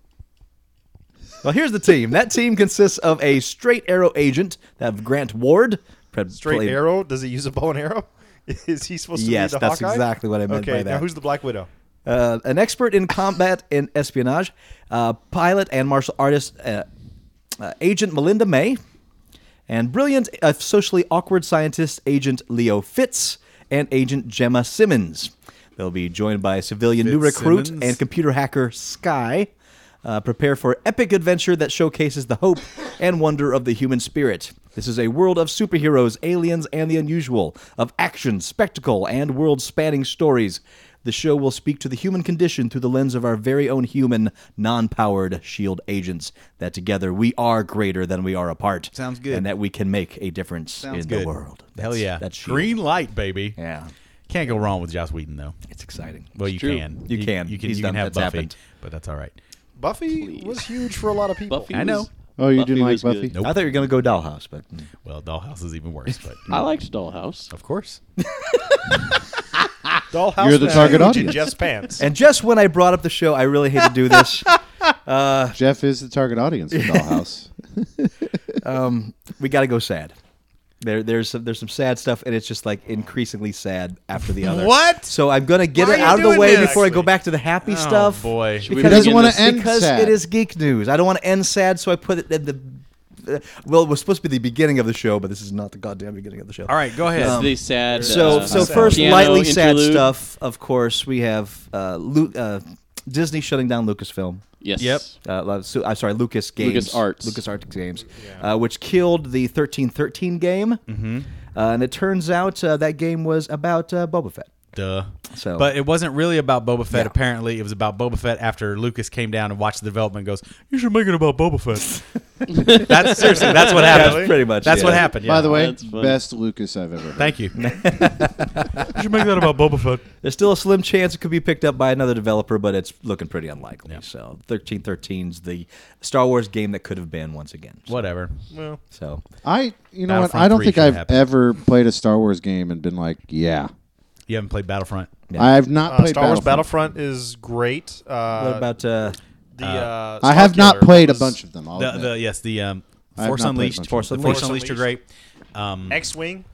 Speaker 5: Well, here's the team. That team consists of a straight arrow agent, that of Grant Ward. pre-
Speaker 8: Straight
Speaker 5: played-
Speaker 8: arrow. Does he use a bow and arrow? Is he supposed to
Speaker 5: Yes,
Speaker 8: be the
Speaker 5: that's
Speaker 8: Hawkeye?
Speaker 5: exactly what I meant
Speaker 8: okay,
Speaker 5: by
Speaker 8: now
Speaker 5: that.
Speaker 8: who's the Black Widow?
Speaker 5: uh, an expert in combat and espionage, uh, pilot and martial artist, uh, uh, Agent Melinda May, and brilliant, uh, socially awkward scientist, Agent Leo Fitz, and Agent Gemma Simmons. They'll be joined by civilian new recruit
Speaker 3: Fitzsimmons?
Speaker 5: and computer hacker Sky. Uh, prepare for epic adventure that showcases the hope and wonder of the human spirit. This is a world of superheroes, aliens, and the unusual, of action, spectacle, and world spanning stories. The show will speak to the human condition through the lens of our very own human, non powered shield E agents, that together we are greater than we are apart.
Speaker 3: Sounds good.
Speaker 5: And that we can make a difference in
Speaker 3: Good.
Speaker 5: the world.
Speaker 3: Hell
Speaker 5: That's-
Speaker 3: yeah.
Speaker 5: That's SHIELD.
Speaker 3: green light, baby.
Speaker 5: Yeah.
Speaker 3: Can't go wrong with Joss Whedon though.
Speaker 5: It's exciting.
Speaker 3: Well, you
Speaker 7: true.
Speaker 3: can.
Speaker 5: You can.
Speaker 3: You can.
Speaker 5: He's
Speaker 3: you can
Speaker 5: done.
Speaker 3: have
Speaker 5: That's
Speaker 3: Buffy,
Speaker 5: happened.
Speaker 3: but that's all right.
Speaker 6: Buffy was huge for a lot of people.
Speaker 7: Buffy.
Speaker 3: I know.
Speaker 7: was-
Speaker 4: Oh, you didn't like
Speaker 7: was good.
Speaker 4: Buffy?
Speaker 3: Nope.
Speaker 5: I thought you were going to go Dollhouse, but
Speaker 3: Well, Dollhouse is even worse, but
Speaker 7: I liked Dollhouse.
Speaker 3: of course.
Speaker 8: Dollhouse
Speaker 4: You're the
Speaker 8: was
Speaker 4: target
Speaker 8: huge in
Speaker 4: audience.
Speaker 8: Jeff's pants.
Speaker 5: and just when I brought up the show, I really hate to do this.
Speaker 4: Jeff is the target audience of Dollhouse.
Speaker 5: we got to go sad. There, there's some, there's some sad stuff, and it's just like increasingly sad after the other.
Speaker 8: What?
Speaker 5: So I'm gonna get
Speaker 8: Why
Speaker 5: it
Speaker 8: are you
Speaker 5: out of the
Speaker 8: doing
Speaker 5: way
Speaker 8: this?
Speaker 5: before I go back to the happy stuff.
Speaker 3: boy.
Speaker 7: Should we
Speaker 4: He doesn't
Speaker 7: begin
Speaker 4: want
Speaker 7: this?
Speaker 4: to end
Speaker 5: because
Speaker 4: sad.
Speaker 5: it is geek news. I don't want to end sad, so I put it at the. Uh, well, it was supposed to be the beginning of the show, but this is not the goddamn beginning of the show.
Speaker 3: All right, go ahead.
Speaker 5: Um,
Speaker 7: the sad.
Speaker 5: So,
Speaker 7: uh,
Speaker 5: so first,
Speaker 7: piano
Speaker 5: lightly sad
Speaker 7: interlude.
Speaker 5: stuff. Of course, we have uh, Lu- uh, Disney shutting down Lucasfilm.
Speaker 7: Yes.
Speaker 3: Yep.
Speaker 5: Uh, lo- so, I'm sorry, Lucas Games.
Speaker 7: LucasArts.
Speaker 5: Lucas Arts Games, uh, which killed the 1313 game. Mm-hmm. Uh, and it turns out uh, that game was about uh, Boba Fett.
Speaker 3: Duh.
Speaker 5: So-
Speaker 3: but it wasn't really about Boba Fett.
Speaker 5: oh. Yeah.
Speaker 3: Apparently, it was about Boba Fett after Lucas came down and watched the development. and Goes, you should make it about Boba Fett. that's seriously. That's what happened.
Speaker 5: That's pretty much
Speaker 3: That's
Speaker 5: it.
Speaker 3: what happened. Yeah.
Speaker 4: By the way,
Speaker 7: That's funny.
Speaker 4: best Lucas I've ever heard.
Speaker 3: thank you. you should make that about Boba Fett.
Speaker 5: There's still a slim chance it could be picked up by another developer, but it's looking pretty unlikely. So 1313's the Star Wars game that could have been once again.
Speaker 3: Whatever.
Speaker 8: Well,
Speaker 5: So
Speaker 4: I, you know what?
Speaker 3: Battlefront
Speaker 4: I don't
Speaker 3: 3
Speaker 4: think
Speaker 3: should
Speaker 4: I've
Speaker 3: happen.
Speaker 4: ever played a Star Wars game and been like, yeah.
Speaker 3: You haven't played Battlefront.
Speaker 5: Yeah.
Speaker 4: I have not
Speaker 8: uh,
Speaker 4: played
Speaker 8: Star Wars
Speaker 4: Battlefront.
Speaker 8: Battlefront is great. Uh,
Speaker 5: what about uh,
Speaker 8: the? Uh,
Speaker 4: I have not
Speaker 8: Starkiller
Speaker 4: played a
Speaker 8: was-
Speaker 4: bunch of them. I'll
Speaker 3: The,
Speaker 4: admit.
Speaker 3: the yes the um,
Speaker 4: I have
Speaker 3: Force
Speaker 4: not played
Speaker 3: Unleashed.
Speaker 4: much.
Speaker 5: Force
Speaker 3: the
Speaker 5: Unleashed.
Speaker 3: Force Unleashed are great. Um,
Speaker 8: X-wing.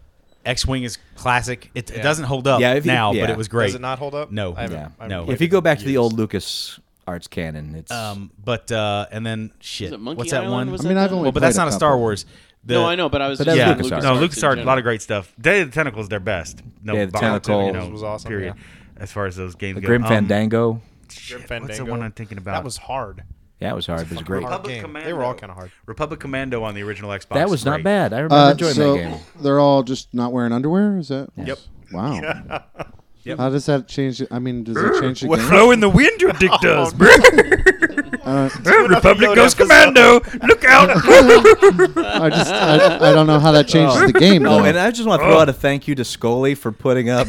Speaker 3: X-wing is classic. It, it doesn't hold up
Speaker 5: Yeah, if you-
Speaker 3: now,
Speaker 5: yeah.
Speaker 3: but it was great.
Speaker 8: Does it not hold up?
Speaker 3: No.
Speaker 8: I haven't-
Speaker 3: Yeah.
Speaker 8: I haven't
Speaker 3: No.
Speaker 8: played
Speaker 5: if you go
Speaker 8: it in
Speaker 5: back to the
Speaker 8: years.
Speaker 5: old Lucas Arts canon, it's
Speaker 3: Um, but uh, and then shit.
Speaker 7: Was it Monkey
Speaker 3: What's that
Speaker 7: Island?
Speaker 3: one?
Speaker 7: Was
Speaker 4: I mean,
Speaker 7: that
Speaker 4: I've
Speaker 7: the-
Speaker 4: only-
Speaker 3: well, but that's
Speaker 4: played a
Speaker 3: not a Star
Speaker 4: couple.
Speaker 3: Wars. The-
Speaker 7: No, I know, but I was.
Speaker 5: But that was
Speaker 7: yeah,
Speaker 3: yeah,
Speaker 5: LucasArts.
Speaker 3: no,
Speaker 7: in
Speaker 3: LucasArts, a lot
Speaker 7: general.
Speaker 3: of great stuff. Day of the Tentacles, their best. No,
Speaker 5: Day of the
Speaker 3: bomb,
Speaker 5: Tentacle.
Speaker 3: you know,
Speaker 8: Was awesome,
Speaker 3: Period.
Speaker 8: yeah.
Speaker 3: As far as those games
Speaker 5: the
Speaker 3: go,
Speaker 5: Grim
Speaker 3: Um,
Speaker 5: Fandango.
Speaker 8: Grim
Speaker 3: What's the
Speaker 8: Fandango.
Speaker 3: one I'm thinking about?
Speaker 8: That was hard.
Speaker 5: Yeah, it was hard, but it was great.
Speaker 8: Hard game. They were all kind of hard.
Speaker 3: Republic Commando on the original Xbox.
Speaker 5: That was not
Speaker 3: great.
Speaker 5: bad. I remember
Speaker 4: Uh,
Speaker 5: enjoying
Speaker 4: so
Speaker 5: that game.
Speaker 4: they're all just not wearing underwear. Is that?
Speaker 3: Yep.
Speaker 4: Wow. How does that change? it- I mean, does it change the game?
Speaker 3: Blow in the wind, your dick does. Republic
Speaker 8: Yoda
Speaker 3: goes
Speaker 8: episode.
Speaker 3: commando. Look out!
Speaker 4: I just I, I don't know how that changes the game. Though.
Speaker 5: Oh, and I just want to throw out a thank you to Scully for putting up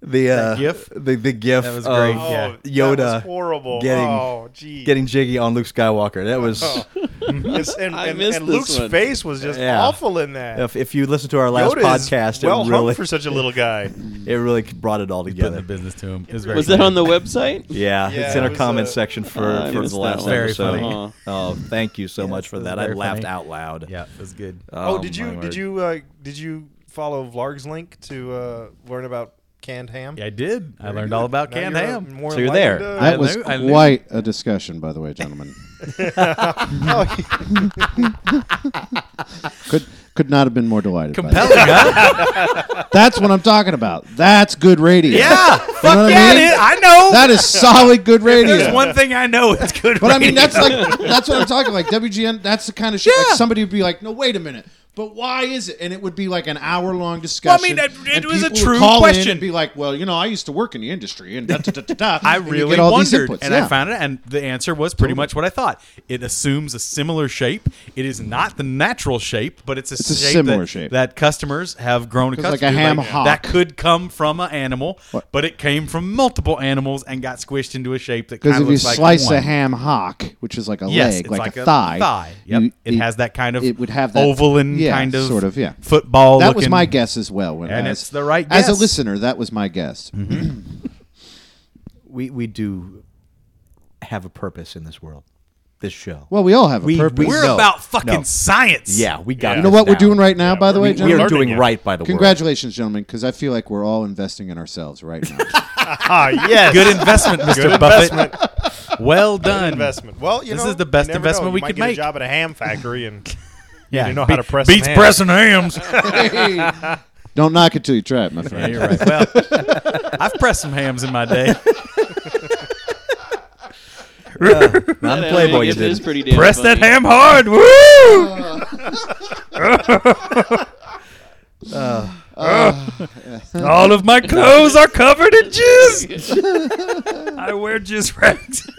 Speaker 5: the uh,
Speaker 3: gif?
Speaker 5: the the gif
Speaker 3: That was
Speaker 5: of
Speaker 3: great,
Speaker 8: Oh,
Speaker 3: Yeah.
Speaker 8: that
Speaker 5: Yoda
Speaker 8: was horrible.
Speaker 5: getting-
Speaker 8: oh, geez.
Speaker 5: getting jiggy on Luke Skywalker. That was
Speaker 8: Oh. Yes, and,
Speaker 7: I
Speaker 8: and,
Speaker 7: missed
Speaker 8: and
Speaker 7: this
Speaker 8: Luke's
Speaker 7: one.
Speaker 8: face was just
Speaker 5: Yeah.
Speaker 8: awful in that.
Speaker 5: if, if you listen to our last
Speaker 8: Yoda is
Speaker 5: podcast,
Speaker 8: well
Speaker 5: it
Speaker 8: hung
Speaker 5: really
Speaker 8: for such a little guy.
Speaker 5: it really brought it all
Speaker 3: Putting the
Speaker 5: together.
Speaker 3: business to him. It was, very
Speaker 7: Was that
Speaker 3: funny.
Speaker 7: on the website?
Speaker 5: Yeah,
Speaker 8: Yeah,
Speaker 5: it's in
Speaker 8: it
Speaker 5: our
Speaker 8: was,
Speaker 5: comment
Speaker 8: uh,
Speaker 5: section for,
Speaker 7: I
Speaker 5: for
Speaker 7: missed
Speaker 5: the
Speaker 7: that
Speaker 5: last
Speaker 7: one.
Speaker 3: Very
Speaker 5: episode.
Speaker 3: funny.
Speaker 7: Aw.
Speaker 5: Oh, thank you so much for
Speaker 3: was
Speaker 5: that. I
Speaker 3: very
Speaker 5: laughed
Speaker 3: funny.
Speaker 5: out loud.
Speaker 3: Yeah, it was good.
Speaker 8: Oh,
Speaker 5: Oh,
Speaker 8: did you
Speaker 5: my
Speaker 8: did
Speaker 5: word.
Speaker 8: you uh, did you follow Vlarg's link to uh, learn about canned ham?
Speaker 3: Yeah, I did. I learned all about
Speaker 8: Now
Speaker 3: canned
Speaker 8: you're
Speaker 3: ham.
Speaker 8: more
Speaker 5: So you're there.
Speaker 8: enlightened, uh,
Speaker 4: that was
Speaker 3: knew- I knew-
Speaker 4: quite a discussion, by the way, gentlemen. could could not have been more delighted. by that. That's what I'm talking about. That's good radio.
Speaker 3: Yeah,
Speaker 4: You know what
Speaker 3: fuck yeah,
Speaker 4: I
Speaker 3: I,
Speaker 4: mean?
Speaker 3: I know.
Speaker 4: That is solid good radio.
Speaker 3: There's one thing I know. It's good.
Speaker 4: But I mean,
Speaker 3: radio.
Speaker 4: that's like that's what I'm talking. Like WGN, that's the kind of shit.
Speaker 3: Yeah.
Speaker 4: Like somebody would be like, "No, wait a minute." But why is it? And it would be like an hour long discussion.
Speaker 3: that- it
Speaker 4: and
Speaker 3: was a
Speaker 4: people would
Speaker 3: true
Speaker 4: call in
Speaker 3: question.
Speaker 4: and be like, well, you know, I used to work in the industry, and da da da da. da
Speaker 3: I
Speaker 4: and you
Speaker 3: really
Speaker 4: get all these
Speaker 3: wondered,
Speaker 4: inputs.
Speaker 3: and
Speaker 4: Yeah.
Speaker 3: I found it, and the answer was pretty much what I thought. It assumes a similar shape. It is not the natural shape, but it's a,
Speaker 4: a
Speaker 3: shape,
Speaker 4: similar
Speaker 3: that,
Speaker 4: shape.
Speaker 3: that customers have grown
Speaker 4: It's like
Speaker 3: accustomed
Speaker 4: a
Speaker 3: to.
Speaker 4: ham hock.
Speaker 3: That could come from an animal, but it came from multiple animals and got squished into a shape that kind
Speaker 4: Because
Speaker 3: of
Speaker 4: if you
Speaker 3: looks like
Speaker 4: slice
Speaker 3: one.
Speaker 4: a ham hock, which is like a
Speaker 3: Yes,
Speaker 4: leg,
Speaker 3: it's
Speaker 4: like,
Speaker 3: like
Speaker 4: a,
Speaker 3: a
Speaker 4: thigh,
Speaker 3: thigh. Yep. It has that kind of
Speaker 4: it would have that
Speaker 3: oval and
Speaker 4: yeah,
Speaker 3: kind of
Speaker 4: sort of yeah
Speaker 3: football
Speaker 4: That was
Speaker 3: looking-
Speaker 4: my guess as well. When
Speaker 3: And
Speaker 4: as-
Speaker 3: it's the right
Speaker 4: as
Speaker 3: guess. Mm-hmm.
Speaker 4: a listener. That was my guess.
Speaker 5: We we do have a purpose in this world. This show.
Speaker 4: Well, we all have a
Speaker 5: We-
Speaker 4: purpose.
Speaker 5: we-
Speaker 3: We're
Speaker 5: No,
Speaker 3: about fucking
Speaker 5: no.
Speaker 3: science.
Speaker 5: yeah, we got.
Speaker 8: You
Speaker 4: you know
Speaker 5: this
Speaker 4: what we're
Speaker 5: down.
Speaker 4: doing right now, by the way,
Speaker 8: we-
Speaker 5: We
Speaker 4: gentlemen.
Speaker 5: are
Speaker 8: Learning
Speaker 5: doing
Speaker 8: it.
Speaker 5: right by the world.
Speaker 4: Congratulations, gentlemen, because I feel like we're all investing in ourselves right now.
Speaker 8: Ah, yes.
Speaker 3: Good investment, Mr. Buffett. Well done.
Speaker 8: investment. Well, you
Speaker 3: This
Speaker 8: know,
Speaker 3: is the
Speaker 8: you
Speaker 3: best
Speaker 8: never
Speaker 3: investment
Speaker 8: know. You
Speaker 3: we
Speaker 8: might
Speaker 3: could
Speaker 8: get
Speaker 3: make.
Speaker 8: A job at a ham factory and
Speaker 3: Yeah,
Speaker 8: You know how to press
Speaker 3: beats
Speaker 8: some
Speaker 3: pressing hams.
Speaker 4: Hey. Don't knock it till you try it, my friend.
Speaker 3: you're right. Well, I've pressed some hams in my day.
Speaker 5: Not
Speaker 7: I
Speaker 5: a
Speaker 7: mean,
Speaker 5: Playboy, you
Speaker 7: it is
Speaker 5: did.
Speaker 7: pretty damn
Speaker 3: Press
Speaker 7: funny.
Speaker 3: that ham hard. Woo! Uh, All of my clothes are covered in jizz. I wear jizz rags.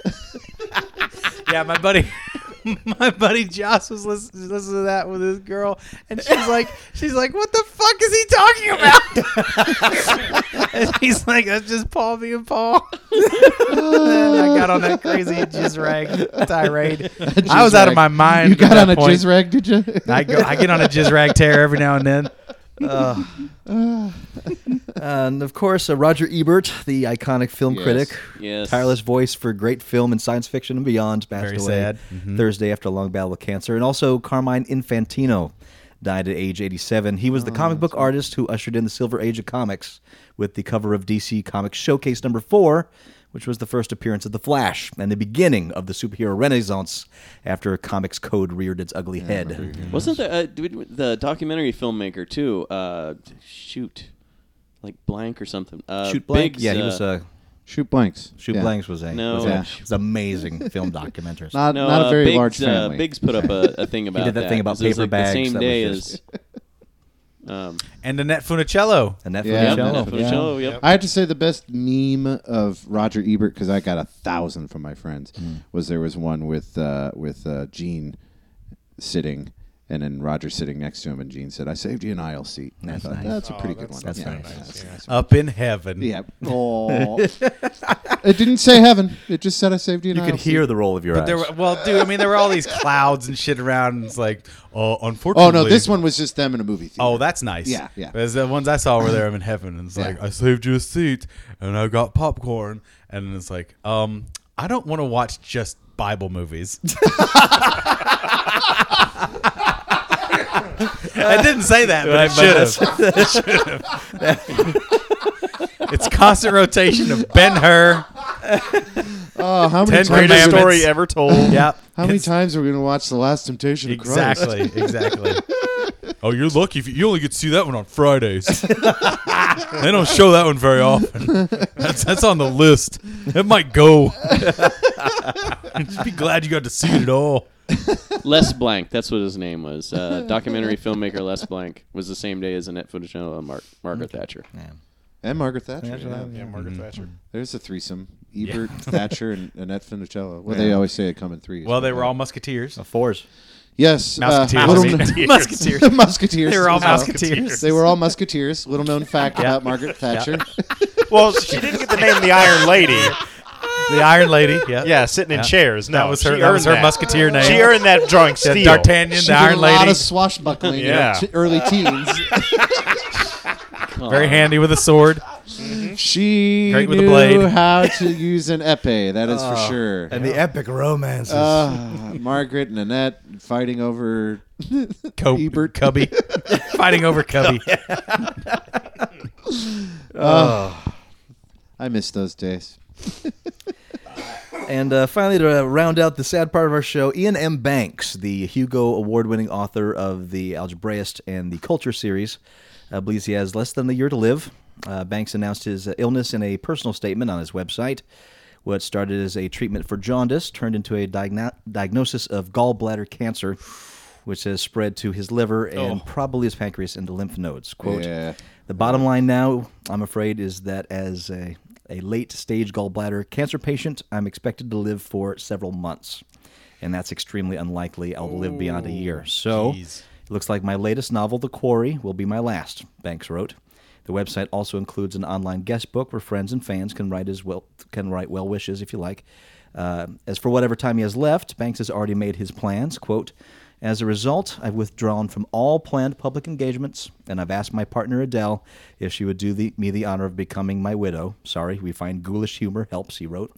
Speaker 3: yeah, my buddy, my my buddy Josh was listening, listening to that with his girl, and she's like, she's like, what the fuck is he talking about? and he's like, that's just Paul being Paul. and I got on that crazy jizz rag tirade. I was out of my mind.
Speaker 4: You
Speaker 3: at
Speaker 4: got
Speaker 3: that
Speaker 4: on a
Speaker 3: point.
Speaker 4: jizz rag, did you?
Speaker 3: I go, I get on a jizz rag tear every now and then. Ugh.
Speaker 5: And of course, uh, Roger Ebert, the iconic film
Speaker 4: Yes.
Speaker 5: critic,
Speaker 7: Yes.
Speaker 5: tireless voice for great film and science fiction and beyond, passed
Speaker 3: Very
Speaker 5: away
Speaker 3: sad. Mm-hmm.
Speaker 5: Thursday after a long battle with cancer. And also, Carmine Infantino died at age 87. He
Speaker 7: Oh,
Speaker 5: was the comic book artist who ushered in the Silver Age of comics with the cover of DC Comics Showcase number four, which was the first appearance of the Flash and the beginning of the superhero renaissance after comics code reared its ugly head.
Speaker 7: Wasn't the uh, dude- the documentary filmmaker too? Uh, shoot, like blank or something. Uh,
Speaker 5: Shoot Blank,
Speaker 7: Biggs,
Speaker 5: yeah, he
Speaker 7: uh,
Speaker 5: was uh,
Speaker 4: Shoot blanks.
Speaker 5: Shoot
Speaker 4: Yeah.
Speaker 5: Blanks was a
Speaker 7: No.
Speaker 5: was, a,
Speaker 4: Yeah.
Speaker 5: was amazing film documentary.
Speaker 4: Not,
Speaker 7: no,
Speaker 4: not
Speaker 7: uh,
Speaker 4: a very
Speaker 7: Biggs,
Speaker 4: large
Speaker 7: uh,
Speaker 4: family.
Speaker 7: Biggs put up a, a thing about
Speaker 5: did that thing about
Speaker 7: 'cause it was,
Speaker 5: paper
Speaker 7: like,
Speaker 5: bags
Speaker 7: The same
Speaker 5: that
Speaker 7: day
Speaker 5: was
Speaker 7: as.
Speaker 5: just-
Speaker 7: Um,
Speaker 3: And Annette Funicello.
Speaker 5: And that's
Speaker 4: Yeah,
Speaker 5: Michelle.
Speaker 7: Annette Funicello. Funicello, yep.
Speaker 4: I have to say the best meme of Roger Ebert because I got a thousand from my friends was there was one with uh, with uh, Gene sitting and then Roger sitting next to him and Gene said, "I saved you an aisle seat." And I
Speaker 5: That's
Speaker 4: thought,
Speaker 5: nice.
Speaker 4: That's a pretty good one.
Speaker 5: Oh, that's
Speaker 4: yeah,
Speaker 5: nice.
Speaker 4: that's nice.
Speaker 3: Up in heaven.
Speaker 4: Yeah. Aw. it didn't say heaven. It just said I saved you an
Speaker 5: You
Speaker 4: aisle
Speaker 5: could hear
Speaker 4: seat.
Speaker 5: the roll of your eyes.
Speaker 3: There were, well, dude, I mean, there were all these clouds and shit around. And it's like, oh, unfortunately.
Speaker 4: Oh no, this one was just them in a movie theater.
Speaker 3: Oh, that's nice.
Speaker 4: Yeah, yeah.
Speaker 3: Because the ones I saw were there. I'm in heaven, and it's
Speaker 4: Yeah.
Speaker 3: like I saved you a seat, and I got popcorn, and it's like, um, I don't want to watch just Bible movies. I didn't say that, but I should have. it's constant rotation of Ben Hur.
Speaker 4: Oh, how many
Speaker 3: Ten
Speaker 4: times?
Speaker 8: Greatest
Speaker 3: Commandments.
Speaker 8: story ever told.
Speaker 3: Yep.
Speaker 4: How many times are we gonna watch the Last Temptation of Christ?
Speaker 3: Exactly. Exactly. Oh, you're lucky. If you, you only get to see that one on Fridays. they don't show that one very often. That's, that's on the list. It might go. Just be glad you got to see it at all.
Speaker 7: Les Blank, that's what his name was. Uh, documentary filmmaker Les Blank was the same day as Annette Funicello and Mar- uh, Margaret Thatcher.
Speaker 4: And Margaret Thatcher. yeah.
Speaker 8: Yeah, Margaret
Speaker 5: Mm-hmm.
Speaker 8: Thatcher.
Speaker 4: There's a threesome: Ebert, Thatcher, and Annette Funicello. Well, they always say it come in threes.
Speaker 3: Well, they were all musketeers.
Speaker 5: fours.
Speaker 4: yes, uh,
Speaker 3: Mouseketeers.
Speaker 4: little-
Speaker 3: musketeers.
Speaker 4: musketeers.
Speaker 3: They were all
Speaker 4: as well.
Speaker 3: musketeers.
Speaker 4: They were all musketeers. Little known fact about Margaret Thatcher.
Speaker 8: Well, she didn't get the name the Iron Lady.
Speaker 3: The Iron Lady. Yeah.
Speaker 8: Yeah, sitting in chairs. No,
Speaker 3: That was her.
Speaker 8: She
Speaker 3: That was
Speaker 8: earned
Speaker 3: her musketeer name.
Speaker 8: She earned that drawing
Speaker 3: Yeah,
Speaker 8: steel.
Speaker 3: D'Artagnan,
Speaker 4: she
Speaker 3: the
Speaker 4: did
Speaker 3: Iron
Speaker 4: a lot
Speaker 3: Lady.
Speaker 4: of swashbuckling in
Speaker 8: Yeah.
Speaker 4: her t- early teens.
Speaker 3: Very handy with a sword.
Speaker 4: she
Speaker 3: Great
Speaker 4: knew
Speaker 3: with a blade. Ah.
Speaker 4: how to use an epee. That is for sure.
Speaker 5: And the epic romances.
Speaker 3: Uh,
Speaker 4: Ah, Margaret and Annette fighting over
Speaker 3: Co-
Speaker 4: Ebert.
Speaker 3: Cubby. Fighting over Cubby.
Speaker 4: I miss those days.
Speaker 5: and uh, finally, to uh, round out the sad part of our show, Ian M. Banks, the Hugo Award winning author of The Algebraist and the Culture series, uh, believes he has less than a year to live. Uh, Banks announced his uh, illness in a personal statement on his website. What started as a treatment for jaundice turned into a diagno- diagnosis of gallbladder cancer, which has spread to his liver and probably his pancreas and the lymph nodes. Quote.
Speaker 4: Yeah.
Speaker 5: The bottom line now, I'm afraid, is that as a, a late stage gallbladder cancer patient, I'm expected to live for several months. And that's extremely unlikely. I'll live beyond a year. So
Speaker 3: jeez.
Speaker 5: it looks like my latest novel, The Quarry, will be my last, Banks wrote. The website also includes an online guest book where friends and fans can write as well can write well wishes if you like. Uh, as for whatever time he has left, Banks has already made his plans. Quote, as a result, I've withdrawn from all planned public engagements, and I've asked my partner Adele if she would do the, me the honor of becoming my widow. Sorry, we find ghoulish humor helps, he wrote.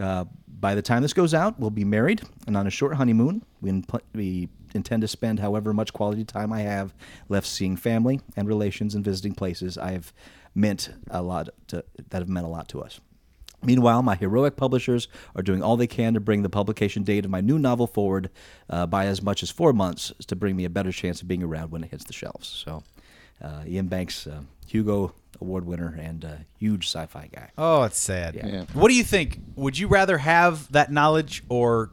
Speaker 5: Uh, by the time this goes out, we'll be married and on a short honeymoon. We, imp- we intend to spend however much quality time I have left seeing family and relations and visiting places I have meant a lot to, that have meant a lot to us. Meanwhile, my heroic publishers are doing all they can to bring the publication date of my new novel forward uh, by as much as four months to bring me a better chance of being around when it hits the shelves. So, uh, Ian Banks, uh, Hugo Award winner and uh, huge sci fi guy.
Speaker 3: Oh, it's sad.
Speaker 4: Yeah.
Speaker 3: What do you think? Would you rather have that knowledge or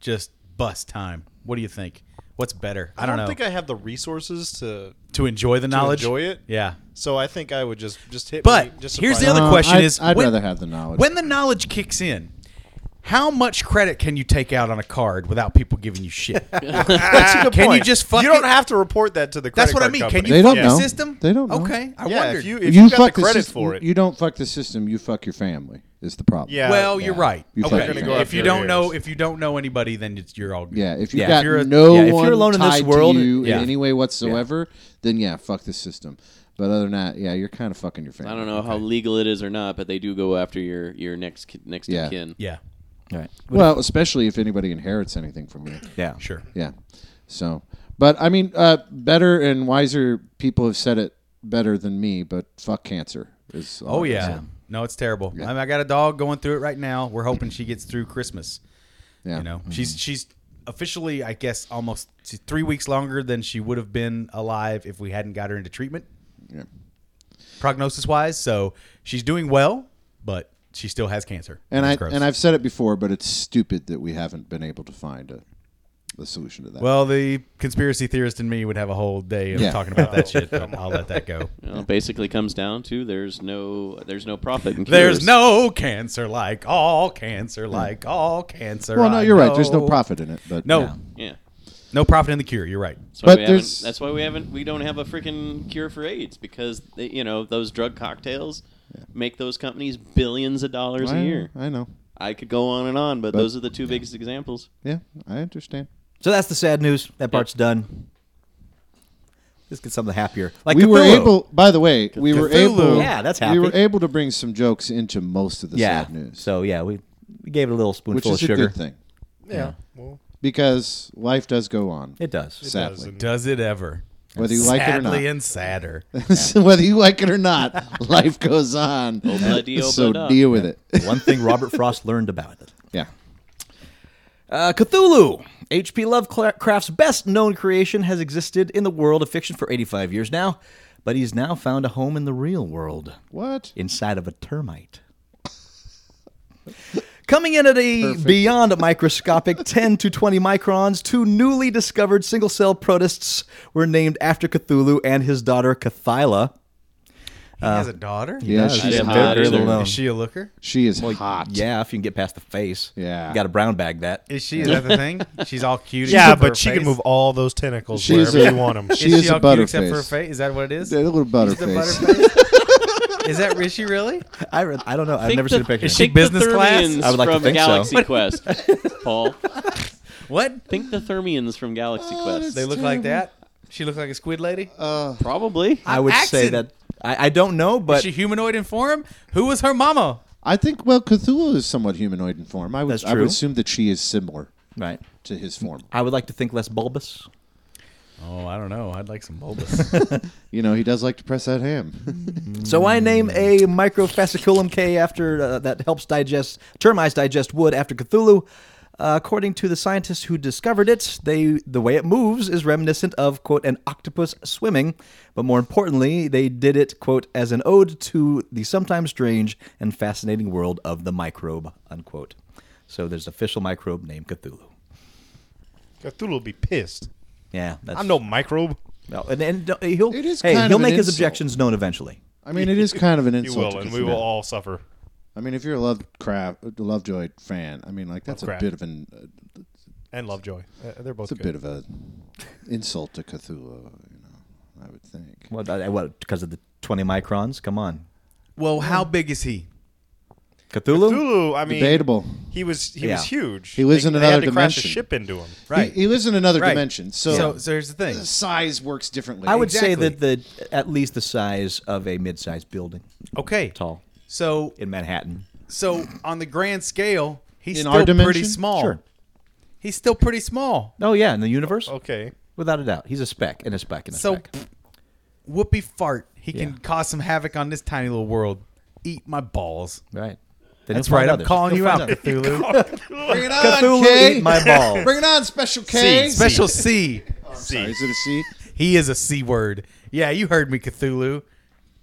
Speaker 3: just bust time? What do you think? What's better? I don't, know.
Speaker 8: think I have the resources to.
Speaker 3: to enjoy the knowledge.
Speaker 8: enjoy it?
Speaker 3: Yeah.
Speaker 8: So I think I would just just hit.
Speaker 3: But
Speaker 8: me, just
Speaker 3: here's the
Speaker 8: surprise
Speaker 3: other
Speaker 8: me.
Speaker 4: Um,
Speaker 3: question:
Speaker 4: I'd-
Speaker 3: Is
Speaker 4: I'd
Speaker 3: when-
Speaker 4: rather have the knowledge.
Speaker 3: when the knowledge kicks in. How much credit can you take out on a card without people giving you shit? can you just fucking?
Speaker 8: You don't have to report that to the credit
Speaker 3: That's what I
Speaker 8: card
Speaker 3: mean.
Speaker 8: company.
Speaker 3: Can you
Speaker 4: They don't
Speaker 3: fuck
Speaker 4: know.
Speaker 3: the system?
Speaker 4: They don't know.
Speaker 3: Okay, I
Speaker 8: yeah,
Speaker 3: wondered.
Speaker 8: if you if you, got the credit
Speaker 4: sys-
Speaker 8: for it.
Speaker 4: You don't fuck the system. You fuck your family. Is the problem.
Speaker 8: Yeah.
Speaker 3: well,
Speaker 4: Yeah.
Speaker 3: you're right.
Speaker 4: You fuck
Speaker 3: okay,
Speaker 4: yourself.
Speaker 8: Go
Speaker 3: if
Speaker 8: after
Speaker 3: you don't
Speaker 8: your
Speaker 3: know,
Speaker 8: ears.
Speaker 3: if you don't know anybody, then it's, you're all good.
Speaker 4: Yeah, if you've
Speaker 5: Yeah.
Speaker 4: got
Speaker 3: If you're a-
Speaker 4: no
Speaker 5: yeah, if you're
Speaker 4: one
Speaker 5: alone in this
Speaker 4: tied
Speaker 5: world,
Speaker 4: to you
Speaker 3: yeah.
Speaker 4: in any way whatsoever, then yeah, fuck the system. But other than that, yeah, you're kind of fucking your family.
Speaker 7: I don't know how legal it is or not, but they do go after your your next ki- next
Speaker 4: Yeah.
Speaker 7: of kin.
Speaker 3: yeah,
Speaker 5: Right.
Speaker 4: Well, especially if anybody inherits anything from you.
Speaker 5: Yeah.
Speaker 3: sure.
Speaker 4: Yeah. So, but I mean, uh, better and wiser people have said it better than me. But fuck cancer. Is all
Speaker 3: Oh
Speaker 4: I can
Speaker 3: yeah.
Speaker 4: say.
Speaker 3: No, it's terrible. I, mean, I got a dog going through it right now. We're hoping she gets through Christmas.
Speaker 4: Yeah. Mm-hmm.
Speaker 3: You know, she's she's officially, I guess, almost she's three weeks longer than she would have been alive if we hadn't got her into treatment,
Speaker 4: Yeah.
Speaker 3: prognosis wise. So she's doing well, but she still has cancer.
Speaker 4: And I
Speaker 3: It's gross.
Speaker 4: and I've said it before, but it's stupid that we haven't been able to find a, a solution to that.
Speaker 3: well, the conspiracy theorist in me would have a whole day of
Speaker 4: Yeah.
Speaker 3: talking about that shit. But I'll let that go.
Speaker 7: You know, it basically comes down to there's no there's no profit. In
Speaker 3: There's
Speaker 7: cures.
Speaker 3: no cancer like all cancer, like all cancer.
Speaker 4: Mm. well, no,
Speaker 3: I
Speaker 4: you're right. There's no
Speaker 3: know.
Speaker 4: profit in it. But
Speaker 3: No,
Speaker 4: yeah.
Speaker 7: yeah.
Speaker 3: no profit in the cure. You're right.
Speaker 7: That's why
Speaker 4: But
Speaker 7: we
Speaker 4: there's-
Speaker 7: haven't, that's why we haven't we don't have a freaking cure for AIDS because they, you know those drug cocktails make those companies billions of dollars
Speaker 4: I,
Speaker 7: a year.
Speaker 4: I know.
Speaker 7: I could go on and on, but, those are the two biggest examples.
Speaker 4: Yeah, I understand.
Speaker 5: So that's the sad news. That part's done. Let's get something happier. Like
Speaker 4: we were
Speaker 5: Cthulhu.
Speaker 4: able. By the way, we were
Speaker 5: Cthulhu.
Speaker 4: able.
Speaker 5: Yeah, that's
Speaker 4: We were
Speaker 5: happy.
Speaker 4: able to bring some jokes into most of the
Speaker 5: Yeah.
Speaker 4: sad news,
Speaker 5: So yeah, we, we gave it a little
Speaker 4: which
Speaker 5: spoonful
Speaker 4: is
Speaker 5: of
Speaker 4: a
Speaker 5: sugar.
Speaker 4: good thing
Speaker 8: yeah. Well,
Speaker 4: because life does go on.
Speaker 5: It does.
Speaker 4: sadly,
Speaker 8: does, and-
Speaker 3: Does it ever?
Speaker 4: whether you like it or
Speaker 3: Sadly
Speaker 4: not,
Speaker 3: and sadder.
Speaker 4: So whether you like it or not, life goes on.
Speaker 7: bloody, oh,
Speaker 4: so
Speaker 7: bloody.
Speaker 4: deal with it.
Speaker 5: One thing Robert Frost learned about it.
Speaker 4: Yeah.
Speaker 5: Uh, Cthulhu, H.P. Lovecraft's best known creation, has existed in the world of fiction for 85 years now, but he's now found a home in the real world.
Speaker 4: What?
Speaker 5: inside of a termite. Coming in at a beyond microscopic 10 to 20 microns, two newly discovered single cell protists were named after Cthulhu and his daughter Cathyla.
Speaker 3: He has a daughter.
Speaker 4: Yeah,
Speaker 5: does.
Speaker 4: she's
Speaker 7: didn't
Speaker 4: hot.
Speaker 7: know that either.
Speaker 5: alone.
Speaker 3: Is she a looker?
Speaker 4: She is hot.
Speaker 5: Yeah, if you can get past the face.
Speaker 4: Yeah.
Speaker 5: You got to brown bag that.
Speaker 3: Is she? Is that the thing? She's all cute.
Speaker 8: Yeah,
Speaker 3: except for her
Speaker 8: but she
Speaker 3: face?
Speaker 8: can move all those tentacles
Speaker 4: She's
Speaker 8: wherever
Speaker 4: a-
Speaker 8: you want them.
Speaker 4: she-
Speaker 3: Is
Speaker 4: is
Speaker 3: she
Speaker 4: a
Speaker 3: all cute except
Speaker 4: butterface.
Speaker 3: for her face? Is that what it is?
Speaker 4: A little
Speaker 3: She's a
Speaker 4: butterface.
Speaker 3: butterface? is that is she really?
Speaker 5: I, read, I don't know. I've
Speaker 7: Think
Speaker 5: never
Speaker 7: the-
Speaker 5: seen a picture.
Speaker 3: Is she
Speaker 7: think the
Speaker 3: business class?
Speaker 7: Thermians
Speaker 5: I would like to
Speaker 7: from
Speaker 5: think so.
Speaker 7: Galaxy Quest, Paul.
Speaker 3: What?
Speaker 7: Think the Thermians from Galaxy
Speaker 5: Oh,
Speaker 7: Quest.
Speaker 3: They look like that. She looks like a squid lady.
Speaker 4: Uh,
Speaker 7: Probably.
Speaker 5: I would say
Speaker 3: Accent.
Speaker 5: that. I, I don't know,
Speaker 3: is
Speaker 5: but
Speaker 3: she humanoid in form? Who was her mama?
Speaker 4: I think well, Cthulhu is somewhat humanoid in form. I would
Speaker 5: That's
Speaker 4: I
Speaker 5: true.
Speaker 4: would assume that she is similar
Speaker 5: right.
Speaker 4: to his form.
Speaker 5: I would like to think less bulbous.
Speaker 3: Oh, I don't know. I'd like some bulbous.
Speaker 4: You know, he does like to press that ham.
Speaker 5: So I name a microfasciculum K after uh, that helps digest termites digest wood after Cthulhu. Uh, according to the scientists who discovered it, they the way it moves is reminiscent of quote an octopus swimming, but more importantly, they did it quote as an ode to the sometimes strange and fascinating world of the microbe unquote. So there's an official microbe named Cthulhu.
Speaker 8: Cthulhu will be pissed.
Speaker 5: Yeah, that's,
Speaker 8: I'm no microbe.
Speaker 5: no, and, and don't- he'll
Speaker 4: It is
Speaker 5: hey
Speaker 4: kind
Speaker 5: he'll
Speaker 4: of an
Speaker 5: make his
Speaker 4: insult.
Speaker 5: objections known eventually.
Speaker 4: I mean, it is kind of an
Speaker 8: You
Speaker 4: insult.
Speaker 8: will,
Speaker 4: to
Speaker 8: and we will
Speaker 4: Cthulhu.
Speaker 8: all suffer.
Speaker 4: I mean, if you're a Lovecraft, Lovejoy fan, I mean, like that's a
Speaker 8: Lovecraft.
Speaker 4: bit of an uh,
Speaker 8: And Lovejoy. Uh, they're both
Speaker 4: it's a
Speaker 8: good.
Speaker 4: bit of a insult to Cthulhu. You know, I would think.
Speaker 5: Well, that- well, because uh, of the 20 microns. Come on,
Speaker 3: well, how big is he?
Speaker 5: Cthulhu.
Speaker 8: Cthulhu, I mean,
Speaker 4: Debatable.
Speaker 8: He was he
Speaker 5: Yeah.
Speaker 8: was huge.
Speaker 4: He lives
Speaker 8: They-
Speaker 4: in
Speaker 8: they
Speaker 4: another
Speaker 8: had to crash a
Speaker 4: dimension.
Speaker 8: ship into him.
Speaker 3: Right.
Speaker 4: He, he lives in another
Speaker 3: Right.
Speaker 4: dimension, so,
Speaker 3: so, so here's the thing.
Speaker 4: the size works differently.
Speaker 5: I would
Speaker 3: Exactly.
Speaker 5: say that the at least the size of a mid-sized building,
Speaker 3: Okay.
Speaker 5: tall
Speaker 3: So
Speaker 5: in Manhattan.
Speaker 3: so on the grand scale, he's
Speaker 4: In
Speaker 3: still
Speaker 4: our
Speaker 3: pretty
Speaker 4: dimension?
Speaker 3: small.
Speaker 5: Sure.
Speaker 3: He's still pretty small.
Speaker 5: Oh yeah, in the universe,
Speaker 8: Okay.
Speaker 5: without a doubt, he's a speck and a speck and a
Speaker 3: So,
Speaker 5: speck.
Speaker 3: whoopee fart. He can
Speaker 5: Yeah.
Speaker 3: cause some havoc on this tiny little world. Eat my balls.
Speaker 5: Right. Then
Speaker 3: That's
Speaker 5: he'll find
Speaker 3: right. I'm
Speaker 5: others.
Speaker 3: calling
Speaker 5: He'll
Speaker 3: you
Speaker 5: find
Speaker 3: out,
Speaker 5: others.
Speaker 3: Cthulhu.
Speaker 4: Bring it on,
Speaker 5: Cthulhu,
Speaker 4: K.
Speaker 5: eat my ball.
Speaker 4: Bring it on, Special K.
Speaker 3: Special C.
Speaker 8: See,
Speaker 4: Is it a C?
Speaker 3: He is a C word. Yeah, you heard me, Cthulhu.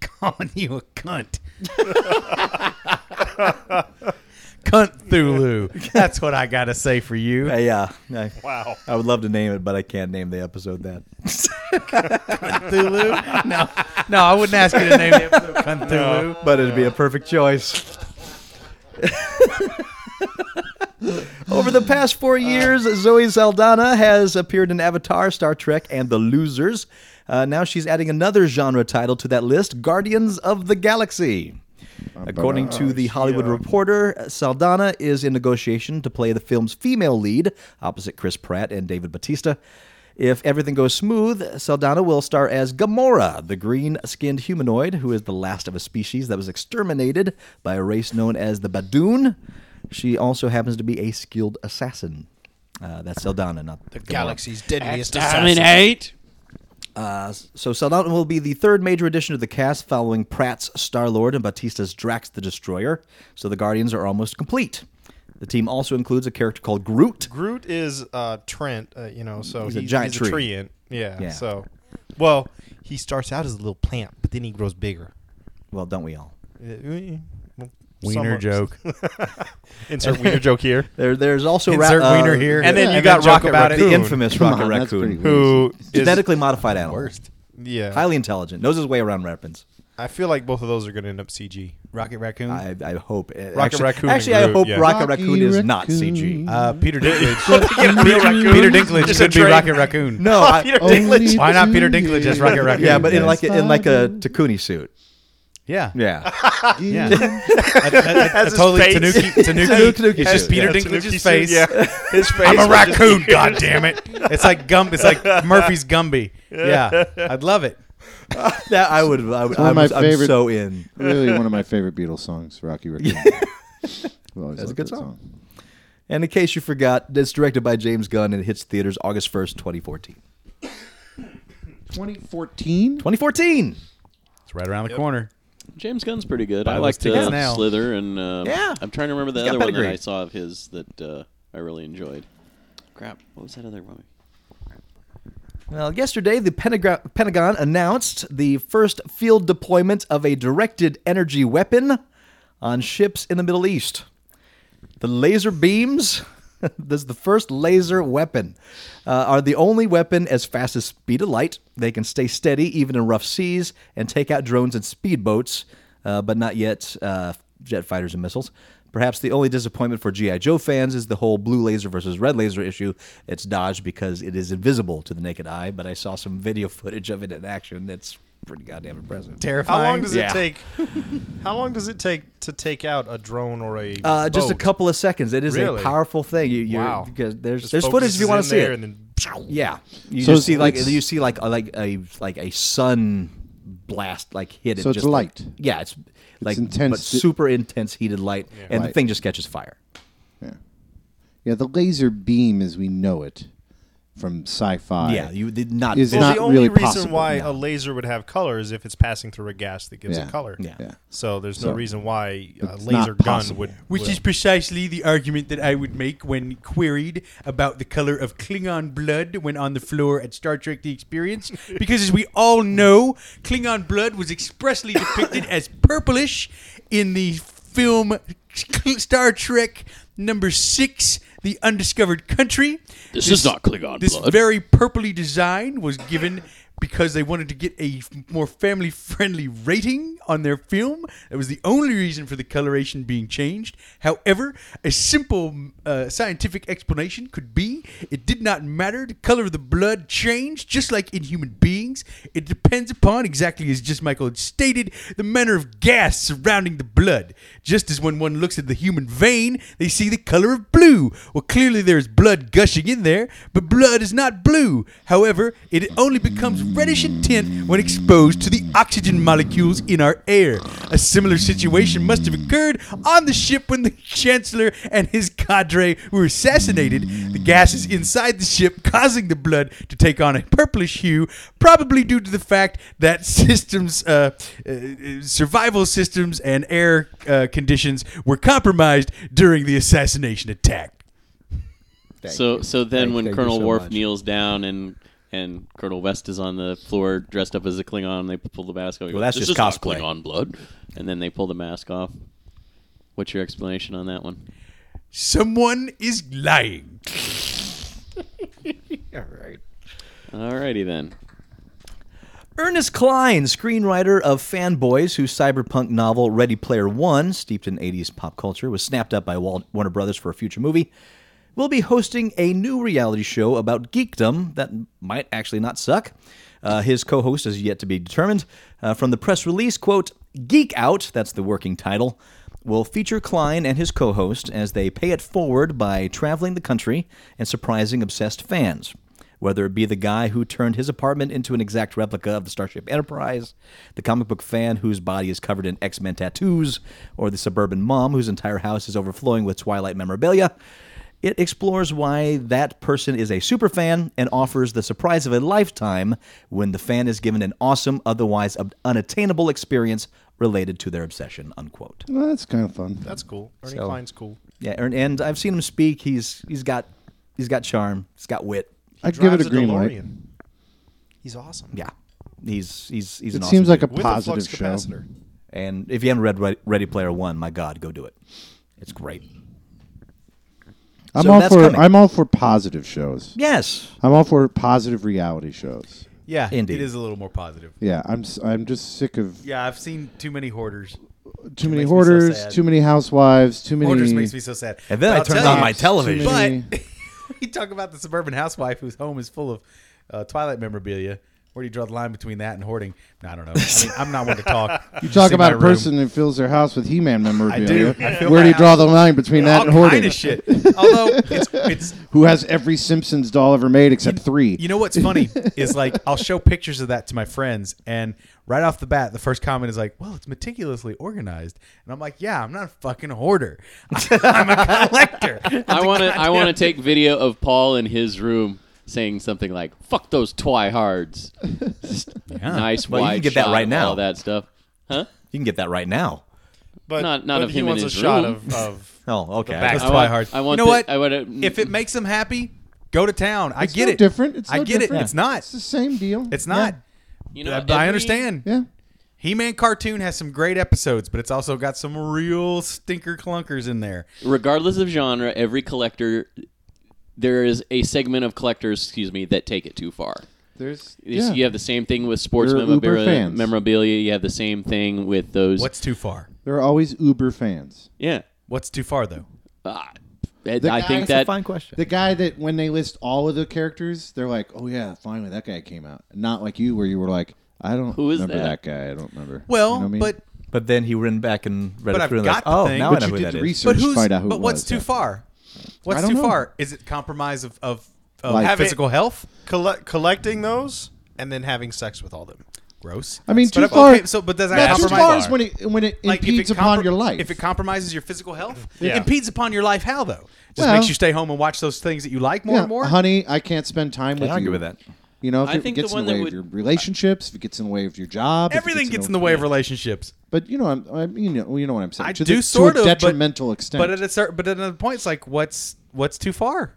Speaker 3: Calling you a cunt. cunt Thulu. That's what I gotta say for you.
Speaker 5: Hey, Uh, yeah. I,
Speaker 8: wow.
Speaker 5: I would love to name it, but I can't name the episode that.
Speaker 3: Cthulhu? No. No, I wouldn't ask you to name it Cunt Thulu.
Speaker 5: But it'd be a perfect choice. Over the past four years, Zoe Saldana has appeared in Avatar, Star Trek, and The Losers. Uh, now she's adding another genre title to that list Guardians of the Galaxy. According to The Hollywood Reporter, Saldana is in negotiation to play the film's female lead opposite Chris Pratt and David Batista. If everything goes smooth, Saldana will star as Gamora, the green skinned humanoid who is the last of a species that was exterminated by a race known as the Badoon. She also happens to be a skilled assassin. Uh, that's Saldana, not the
Speaker 9: Galaxy's deadliest assassin.
Speaker 7: Dominate.
Speaker 5: so Saldana will be the third major addition to the cast following Pratt's Star Lord and Batista's Drax the Destroyer. So the Guardians are almost complete. The team also includes a character called Groot.
Speaker 8: Groot is uh, Trent, uh, you know, so
Speaker 5: He's
Speaker 8: he's
Speaker 5: a
Speaker 8: he's a
Speaker 5: giant tree.
Speaker 8: tree ant. Yeah,
Speaker 5: Yeah.
Speaker 8: So, well, he starts out as a little plant, but then he grows bigger.
Speaker 5: Well, don't we all?
Speaker 8: Wiener
Speaker 10: Wiener joke.
Speaker 8: Insert wiener joke here.
Speaker 5: There, there's also
Speaker 10: Insert
Speaker 5: uh,
Speaker 10: wiener here.
Speaker 8: And then you got Rock about
Speaker 5: the
Speaker 8: it.
Speaker 5: infamous
Speaker 4: Come
Speaker 5: Rocket
Speaker 4: on, that's
Speaker 5: Raccoon,
Speaker 4: pretty weird.
Speaker 8: Who is
Speaker 5: genetically modified animal,
Speaker 8: Yeah,
Speaker 5: highly intelligent, knows his way around weapons.
Speaker 8: I feel like both of those are going to end up CG.
Speaker 10: Rocket Raccoon.
Speaker 5: I, I hope. Rocket
Speaker 8: Raccoon and
Speaker 5: Actually, I
Speaker 8: Groot,
Speaker 5: hope
Speaker 8: yeah.
Speaker 5: Rocket
Speaker 4: Hmm. Rocky
Speaker 5: Raccoon is not
Speaker 4: Raccoon.
Speaker 5: CG.
Speaker 10: uh, Peter Dinklage. Peter Dinklage
Speaker 8: Just
Speaker 10: should
Speaker 8: a
Speaker 10: be
Speaker 8: train.
Speaker 10: Rocket Raccoon.
Speaker 5: No, I-
Speaker 4: Only
Speaker 10: Why not Peter
Speaker 4: two
Speaker 10: Dinklage as Rocket Raccoon?
Speaker 5: yeah, but in
Speaker 10: Yes.
Speaker 5: like a, in like a Takuni suit.
Speaker 10: yeah,
Speaker 5: Yeah,
Speaker 10: yeah. A- a- a- a totally
Speaker 8: face.
Speaker 10: Tanuki, Tanuki,
Speaker 5: Tanuki
Speaker 10: It's just
Speaker 5: suit,
Speaker 10: Peter
Speaker 8: Yeah, Tanuki's
Speaker 10: Dinklage's face.
Speaker 8: Yeah, his face.
Speaker 10: I'm a
Speaker 8: was just-
Speaker 10: raccoon, God damn it! It's like Gum. It's like Murphy's Gumby. Yeah, I'd love it.
Speaker 5: that I would. I, would
Speaker 4: one
Speaker 5: I'm,
Speaker 4: of my
Speaker 5: I'm
Speaker 4: favorite-
Speaker 5: so in.
Speaker 4: really one of my favorite Beatles songs, Rocky Raccoon. That's
Speaker 5: a good song. And in case you forgot, it's directed by James Gunn and it hits theaters August first, 2014.
Speaker 4: 2014.
Speaker 5: 2014.
Speaker 10: It's right around the corner.
Speaker 7: James Gunn's pretty good.
Speaker 10: Buy
Speaker 7: I
Speaker 10: those
Speaker 7: liked
Speaker 10: tickets
Speaker 7: uh,
Speaker 10: now.
Speaker 7: Slither, and uh,
Speaker 5: Yeah.
Speaker 7: I'm trying to remember the
Speaker 5: He's got
Speaker 7: other one that
Speaker 5: pedigree.
Speaker 7: I saw of his that uh, I really enjoyed. Crap, what was that other one?
Speaker 5: Well, yesterday, the Pentagon, Pentagon announced the first field deployment of a directed energy weapon on ships in the Middle East. The laser beams, this is the first laser weapon, uh, are the only weapon as fast as speed of light. They can stay steady even in rough seas and take out drones and speedboats, uh, but not yet uh, jet fighters and missiles. Perhaps the only disappointment for G.I. Joe fans is the whole blue laser versus red laser issue. It's dodged because it is invisible to the naked eye, but I saw some video footage of it in action. That's pretty goddamn impressive.
Speaker 8: How long does
Speaker 5: Yeah.
Speaker 8: it take? How long does it take to take out a drone or a?
Speaker 5: Uh, just a
Speaker 8: boat?
Speaker 5: couple of seconds. It is
Speaker 8: Really?
Speaker 5: a powerful thing. You, you're,
Speaker 8: Wow.
Speaker 5: Because there's
Speaker 8: Just
Speaker 5: there's footage if
Speaker 8: focuses
Speaker 5: you want
Speaker 8: in
Speaker 5: to see
Speaker 8: there
Speaker 5: it.
Speaker 8: and then-
Speaker 5: Yeah, you
Speaker 4: So
Speaker 5: just see
Speaker 4: it's-
Speaker 5: like
Speaker 4: it's-
Speaker 5: you see like a, like a like a sun blast like hit. it
Speaker 4: So it's
Speaker 5: just like-
Speaker 4: light.
Speaker 5: yeah, it's like
Speaker 4: intense.
Speaker 5: but super intense heated light, and the
Speaker 4: Light.
Speaker 5: thing just catches fire.
Speaker 4: Yeah. yeah, the laser beam as we know it from sci-fi.
Speaker 5: yeah, you did not.
Speaker 4: Is
Speaker 8: Well,
Speaker 4: not
Speaker 8: the only
Speaker 4: really
Speaker 8: reason
Speaker 4: possible,
Speaker 8: why
Speaker 4: no.
Speaker 8: a laser would have color is if it's passing through a gas that gives
Speaker 4: Yeah.
Speaker 8: it color.
Speaker 5: Yeah.
Speaker 4: Yeah.
Speaker 8: So there's no reason why a
Speaker 4: It's
Speaker 8: laser
Speaker 4: not
Speaker 8: gun
Speaker 4: possible.
Speaker 8: would.
Speaker 3: Which
Speaker 8: would-
Speaker 3: is precisely the argument that I would make when queried about the color of Klingon blood when on the floor at Star Trek The Experience. Because as we all know, Klingon blood was expressly depicted as purplish in the film Star Trek number six, The Undiscovered Country.
Speaker 7: This is not Klingon
Speaker 3: This
Speaker 7: blood.
Speaker 3: very purpley design was given because they wanted to get a f- more family friendly rating on their film. That was the only reason for the coloration being changed. However, a simple uh, scientific explanation could be it did not matter. The color of the blood changed, just like in human beings. It depends upon, exactly as just Michael had stated, the manner of gas surrounding the blood. Just as when one looks at the human vein, they see the color of blue. Well, clearly there's blood gushing in there, but blood is not blue. However, it only becomes reddish in tint when exposed to the oxygen molecules in our air. A similar situation must have occurred on the ship when the Chancellor and his cadre were assassinated. The gases inside the ship causing the blood to take on a purplish hue, probably due to the fact that systems, uh, uh, survival systems, and air uh, conditions were compromised during the assassination attack.
Speaker 7: so, so then
Speaker 5: Thank-
Speaker 7: when
Speaker 5: thank you
Speaker 7: Colonel
Speaker 5: so
Speaker 7: Worf
Speaker 5: much.
Speaker 7: kneels down and and Colonel West is on the floor dressed up as a Klingon, they pull the mask off.
Speaker 5: Well, that's
Speaker 7: this
Speaker 5: just
Speaker 7: is not
Speaker 5: cosplay.
Speaker 7: Klingon blood, and then they pull the mask off. What's your explanation on that one?
Speaker 3: Someone is lying.
Speaker 7: Alrighty then.
Speaker 5: Ernest Klein, screenwriter of Fanboys, whose cyberpunk novel Ready Player One, steeped in 80s pop culture, was snapped up by Wal- Warner Brothers for a future movie. will be hosting a new reality show about geekdom that might actually not suck. Uh, his co host is yet to be determined. Uh, from the press release, quote, Geek Out, that's the working title, will feature Klein and his co host as they pay it forward by traveling the country and surprising obsessed fans whether it be the guy who turned his apartment into an exact replica of the Starship Enterprise, the comic book fan whose body is covered in X Men tattoos, or the suburban mom whose entire house is overflowing with Twilight memorabilia. It explores why that person is a superfan and offers the surprise of a lifetime when the fan is given an awesome, otherwise ob- unattainable experience related to their obsession. Unquote.
Speaker 4: Well, that's kind of fun.
Speaker 8: That's cool. Ernie
Speaker 5: So-
Speaker 8: Klein's cool.
Speaker 5: Yeah, and, and I've seen him speak. He's he's got he's got charm. He's got wit.
Speaker 4: I'd give it
Speaker 8: Drives
Speaker 4: a green light.
Speaker 8: DeLorean. He's awesome.
Speaker 5: Yeah, he's he's he's.
Speaker 4: It
Speaker 5: an awesome
Speaker 4: seems like
Speaker 5: dude.
Speaker 4: a
Speaker 8: With
Speaker 4: positive
Speaker 8: a flux
Speaker 4: show.
Speaker 8: capacitor.
Speaker 5: And if you haven't read Re- Ready Player One, my God, go do it. It's great.
Speaker 4: I'm
Speaker 5: So
Speaker 4: all
Speaker 5: that's
Speaker 4: for
Speaker 5: coming.
Speaker 4: I'm all for positive shows.
Speaker 5: Yes.
Speaker 4: I'm all for positive reality shows.
Speaker 3: Yeah,
Speaker 5: Indeed.
Speaker 3: it is a little more positive.
Speaker 4: Yeah, I'm s- I'm just sick of
Speaker 3: Yeah, I've seen too many hoarders.
Speaker 4: too many
Speaker 3: makes me so
Speaker 4: hoarders,
Speaker 3: sad.
Speaker 4: too many housewives, too many
Speaker 3: Hoarders makes me so sad.
Speaker 5: And then
Speaker 3: But
Speaker 5: I
Speaker 3: I'll
Speaker 5: turned
Speaker 3: tell
Speaker 5: on
Speaker 3: you-
Speaker 5: my television.
Speaker 4: Too many-
Speaker 3: But you talk about the suburban housewife whose home is full of uh, Twilight memorabilia. Where do you draw the line between that and hoarding? No, I don't know. I mean, I'm not one to talk.
Speaker 4: You talk about a person
Speaker 3: Room.
Speaker 4: who fills their house with He-Man memorabilia.
Speaker 3: I fill
Speaker 4: Where
Speaker 3: my
Speaker 4: do you draw
Speaker 3: house-
Speaker 4: the line between that
Speaker 3: All
Speaker 4: and hoarding?
Speaker 3: kind of shit. Although it's, it's
Speaker 4: Who has every Simpsons doll ever made except three?
Speaker 3: You know what's funny is like I'll show pictures of that to my friends, and right off the bat, the first comment is like, "Well, it's meticulously organized," and I'm like, "Yeah, I'm not a fucking hoarder. I'm a collector."
Speaker 7: I want to. I want to take video of Paul in his room saying something like "fuck those twihards." Just Nice
Speaker 5: Well, you
Speaker 7: wide
Speaker 5: can get that
Speaker 7: shot
Speaker 5: right
Speaker 7: of
Speaker 5: now.
Speaker 7: All that stuff, huh?
Speaker 5: You can get that right now.
Speaker 8: But
Speaker 7: Not- not
Speaker 8: but
Speaker 7: of
Speaker 8: he
Speaker 7: him in
Speaker 8: wants
Speaker 7: his
Speaker 8: a shot
Speaker 7: room.
Speaker 8: of, of
Speaker 5: Oh, okay.
Speaker 8: back-
Speaker 3: Those
Speaker 7: I want-
Speaker 3: twihards.
Speaker 7: I want
Speaker 3: You know
Speaker 7: the-
Speaker 3: what?
Speaker 7: I want-
Speaker 3: if it makes them happy, go to town. I
Speaker 4: It's
Speaker 3: get
Speaker 4: no
Speaker 3: it.
Speaker 4: Different. It's
Speaker 3: I
Speaker 4: no
Speaker 3: get
Speaker 4: different.
Speaker 3: it. It's not.
Speaker 4: It's the same deal.
Speaker 3: It's not.
Speaker 7: You know,
Speaker 3: I,
Speaker 7: every-
Speaker 3: I understand.
Speaker 4: Yeah.
Speaker 3: He-Man cartoon has some great episodes, but it's also got some real stinker clunkers in there.
Speaker 7: Regardless of genre, every collector, there is a segment of collectors, excuse me, that take it too far.
Speaker 4: There's.
Speaker 7: You
Speaker 4: Yeah.
Speaker 7: see- You have the same thing with sports
Speaker 4: They're uber
Speaker 7: memorabilia,
Speaker 4: fans.
Speaker 7: memorabilia. You have the same thing with those.
Speaker 3: What's too far?
Speaker 4: There are always Uber fans.
Speaker 7: yeah?
Speaker 3: What's too far though?
Speaker 7: Ah,
Speaker 4: guy-
Speaker 7: I think
Speaker 4: It's a
Speaker 7: that
Speaker 5: question.
Speaker 4: The guy that when they list all of the characters, they're like, "Oh yeah, finally that guy came out." Not like you, where you were like, "I don't
Speaker 7: Who is
Speaker 4: remember that?
Speaker 7: that?
Speaker 4: guy. I don't remember."
Speaker 3: Well,
Speaker 4: You know what I mean?
Speaker 3: but
Speaker 5: But then he ran back and read
Speaker 3: But
Speaker 5: it
Speaker 3: I've
Speaker 5: through and
Speaker 3: got
Speaker 5: like, oh,
Speaker 3: the thing.
Speaker 5: now
Speaker 4: But
Speaker 5: I know
Speaker 4: you
Speaker 5: who
Speaker 4: did
Speaker 5: that
Speaker 4: the
Speaker 5: is.
Speaker 4: research.
Speaker 3: But
Speaker 4: to
Speaker 3: who's?
Speaker 4: find out who
Speaker 3: but
Speaker 4: it
Speaker 3: what's
Speaker 4: was,
Speaker 3: too
Speaker 4: yeah.
Speaker 3: far?
Speaker 4: I
Speaker 3: What's
Speaker 4: don't
Speaker 3: too
Speaker 4: know.
Speaker 3: far? Is it compromise of of, of
Speaker 4: Like- Having-
Speaker 3: physical health?
Speaker 8: collect, collecting those and then having sex with all them.
Speaker 3: Gross.
Speaker 4: I mean,
Speaker 3: but
Speaker 4: too
Speaker 3: if-
Speaker 4: far.
Speaker 3: Okay, so, but does that
Speaker 4: Not too
Speaker 3: compromise?
Speaker 4: far is when it when it
Speaker 3: Like, if
Speaker 4: impedes
Speaker 3: it
Speaker 4: upon
Speaker 3: compro-
Speaker 4: your life.
Speaker 3: If it compromises your physical health,
Speaker 8: Yeah.
Speaker 3: it impedes upon your life. How though? Just
Speaker 4: Well-
Speaker 3: makes you stay home and watch those things that you like more
Speaker 4: yeah,
Speaker 3: and more.
Speaker 4: honey, I can't spend time with
Speaker 5: Can't
Speaker 4: you.
Speaker 5: argue with that.
Speaker 4: You know, if
Speaker 7: I
Speaker 4: it
Speaker 7: think the
Speaker 4: gets
Speaker 7: one
Speaker 4: in the
Speaker 7: that
Speaker 4: way
Speaker 7: would-
Speaker 4: of your relationships, if it gets in the way of your job, if it
Speaker 3: Everything gets in the way of relationships.
Speaker 4: But you know, I'm, I mean, you know, you know what I'm saying.
Speaker 3: I
Speaker 4: to
Speaker 3: do
Speaker 4: the,
Speaker 3: sort
Speaker 4: to a
Speaker 3: of, but-
Speaker 4: detrimental extent.
Speaker 3: But at a certain, but at another point, it's like, what's what's too far?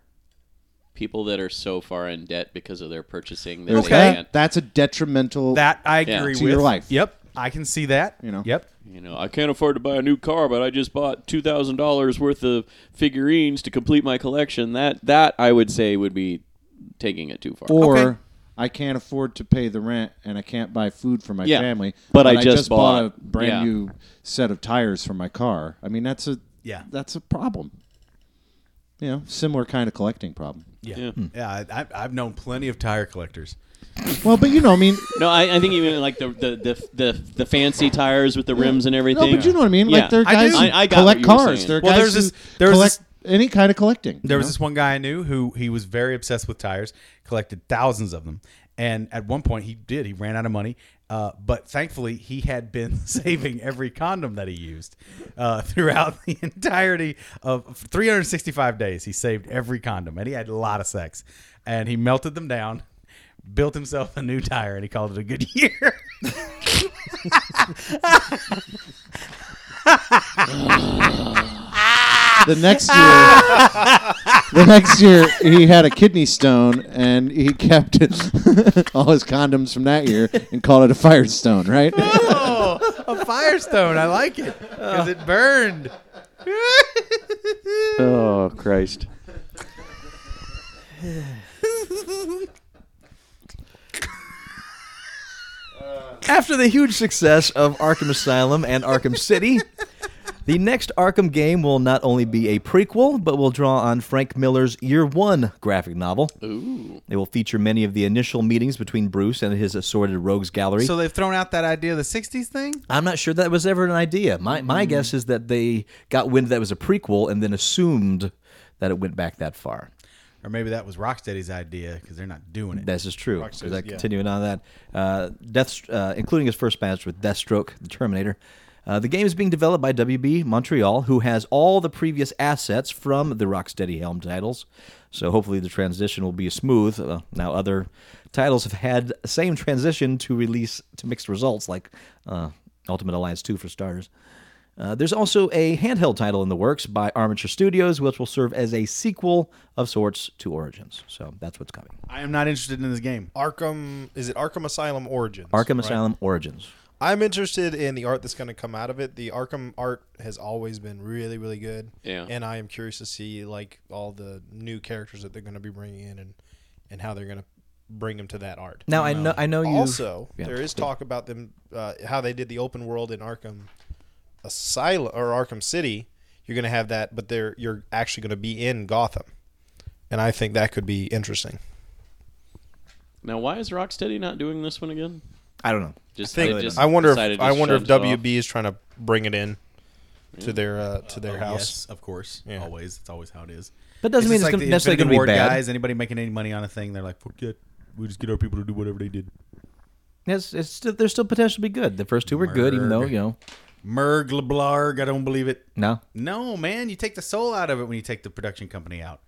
Speaker 7: people that are so far in debt because of their purchasing that
Speaker 4: There's
Speaker 7: they
Speaker 4: that-
Speaker 7: can't.
Speaker 4: that's a detrimental.
Speaker 3: That I
Speaker 7: Yeah.
Speaker 3: agree
Speaker 4: To
Speaker 3: with.
Speaker 4: your life.
Speaker 3: Yep, I can see that.
Speaker 4: You know.
Speaker 3: Yep.
Speaker 7: You know, I can't afford to buy a new car, but I just bought two thousand dollars worth of figurines to complete my collection. That that I would say would be taking it too far.
Speaker 4: or
Speaker 3: Okay.
Speaker 4: I can't afford to pay the rent and I can't buy food for my
Speaker 7: Yeah,
Speaker 4: family.
Speaker 7: but I
Speaker 4: I
Speaker 7: just
Speaker 4: just,
Speaker 7: bought-
Speaker 4: a brand
Speaker 7: yeah.
Speaker 4: new set of tires for my car. I mean, that's a
Speaker 3: Yeah.
Speaker 4: that's a problem. You know, similar kind of collecting problem.
Speaker 3: Yeah.
Speaker 7: Yeah.
Speaker 3: Yeah. I, I, I've known plenty of tire collectors.
Speaker 4: Well, but you know, I mean,
Speaker 7: no, I, I think even like the the, the the the fancy tires with the rims and
Speaker 4: no,
Speaker 7: everything.
Speaker 4: but you know what I mean.
Speaker 7: Yeah.
Speaker 4: Like there are
Speaker 7: I
Speaker 4: guys
Speaker 7: do.
Speaker 4: who
Speaker 7: I- I got
Speaker 4: collect
Speaker 7: what you were
Speaker 4: cars.
Speaker 7: saying.
Speaker 4: There are
Speaker 3: Well,
Speaker 4: guys
Speaker 3: there's
Speaker 4: who
Speaker 3: this- there's
Speaker 4: collect
Speaker 3: this-
Speaker 4: any kind of collecting.
Speaker 3: There was this one guy I knew who he was very obsessed with tires, collected thousands of them, and at one point he did. He ran out of money, uh, but thankfully he had been saving every condom that he used uh, throughout the entirety of 365 days. He saved every condom, and he had a lot of sex, and he melted them down. Built himself a new tire and he called it a good year.
Speaker 4: the next year the next year he had a kidney stone and he kept all his condoms from that year and called it a firestone right
Speaker 3: oh, a Firestone. I like it because it burned.
Speaker 7: Oh Christ!
Speaker 5: After the huge success of Arkham Asylum and Arkham City, The next Arkham game will not only be a prequel, but will draw on Frank Miller's Year One graphic novel. Ooh. It will feature many of the initial meetings between Bruce and his assorted rogues gallery.
Speaker 3: So they've thrown out that idea of the '60s thing.
Speaker 5: I'm not sure that was ever an idea. My my guess is that they got wind that it was a prequel and then assumed that it went back that far.
Speaker 3: Or maybe that was Rocksteady's idea because they're not doing it.
Speaker 5: This is true. Is
Speaker 8: says,
Speaker 5: that
Speaker 8: yeah.
Speaker 5: continuing on that? Uh, Death, uh, including his first match with Deathstroke, the Terminator. Uh, the game is being developed by WB Montreal, who has all the previous assets from the Rocksteady Helm titles. So hopefully the transition will be smooth. Uh, now other titles have had same transition to release to mixed results, like uh, Ultimate Alliance 2 for starters. Uh, there's also a handheld title in the works by Armature Studios, which will serve as a sequel of sorts to Origins. So that's what's coming.
Speaker 3: I am not interested in this game.
Speaker 8: Arkham is it Arkham Asylum Origins?
Speaker 5: Arkham
Speaker 8: right?
Speaker 5: Asylum Origins.
Speaker 8: I'm interested in the art that's going to come out of it. The Arkham art has always been really, really good.
Speaker 7: Yeah.
Speaker 8: And I am curious to see like all the new characters that they're going to be bringing in and and how they're going to bring them to that art.
Speaker 5: Now I know I know you
Speaker 8: also,
Speaker 5: Yeah.
Speaker 8: there is talk about them uh, how they did the open world in Arkham Asylum or Arkham City. You're going to have that, but they're you're actually going to be in Gotham, and I think that could be interesting.
Speaker 7: Now, why is Rocksteady not doing this one again?
Speaker 5: I don't know.
Speaker 7: Just
Speaker 8: think-
Speaker 7: they just
Speaker 8: I wonder
Speaker 7: decided
Speaker 8: if
Speaker 7: to
Speaker 8: I wonder if
Speaker 7: shut it off.
Speaker 8: WB is trying to bring it in to their uh, to their house.
Speaker 3: Yes, of course.
Speaker 8: Yeah.
Speaker 3: Always, it's always how it is.
Speaker 5: That doesn't mean
Speaker 3: just
Speaker 5: it's
Speaker 3: like
Speaker 5: gonna-
Speaker 3: the
Speaker 5: necessarily
Speaker 3: Infinity
Speaker 5: gonna be
Speaker 3: Ward
Speaker 5: bad.
Speaker 3: Guys, anybody making any money on a thing, they're like, forget. We just get our people to do whatever they did.
Speaker 5: It's, it's still, they're still potentially good. The first two were good, even though
Speaker 3: Merg.
Speaker 5: you know.
Speaker 3: Merg LeBlarg, I don't believe it.
Speaker 5: No,
Speaker 3: No, man, you take the soul out of it when you take the production company out.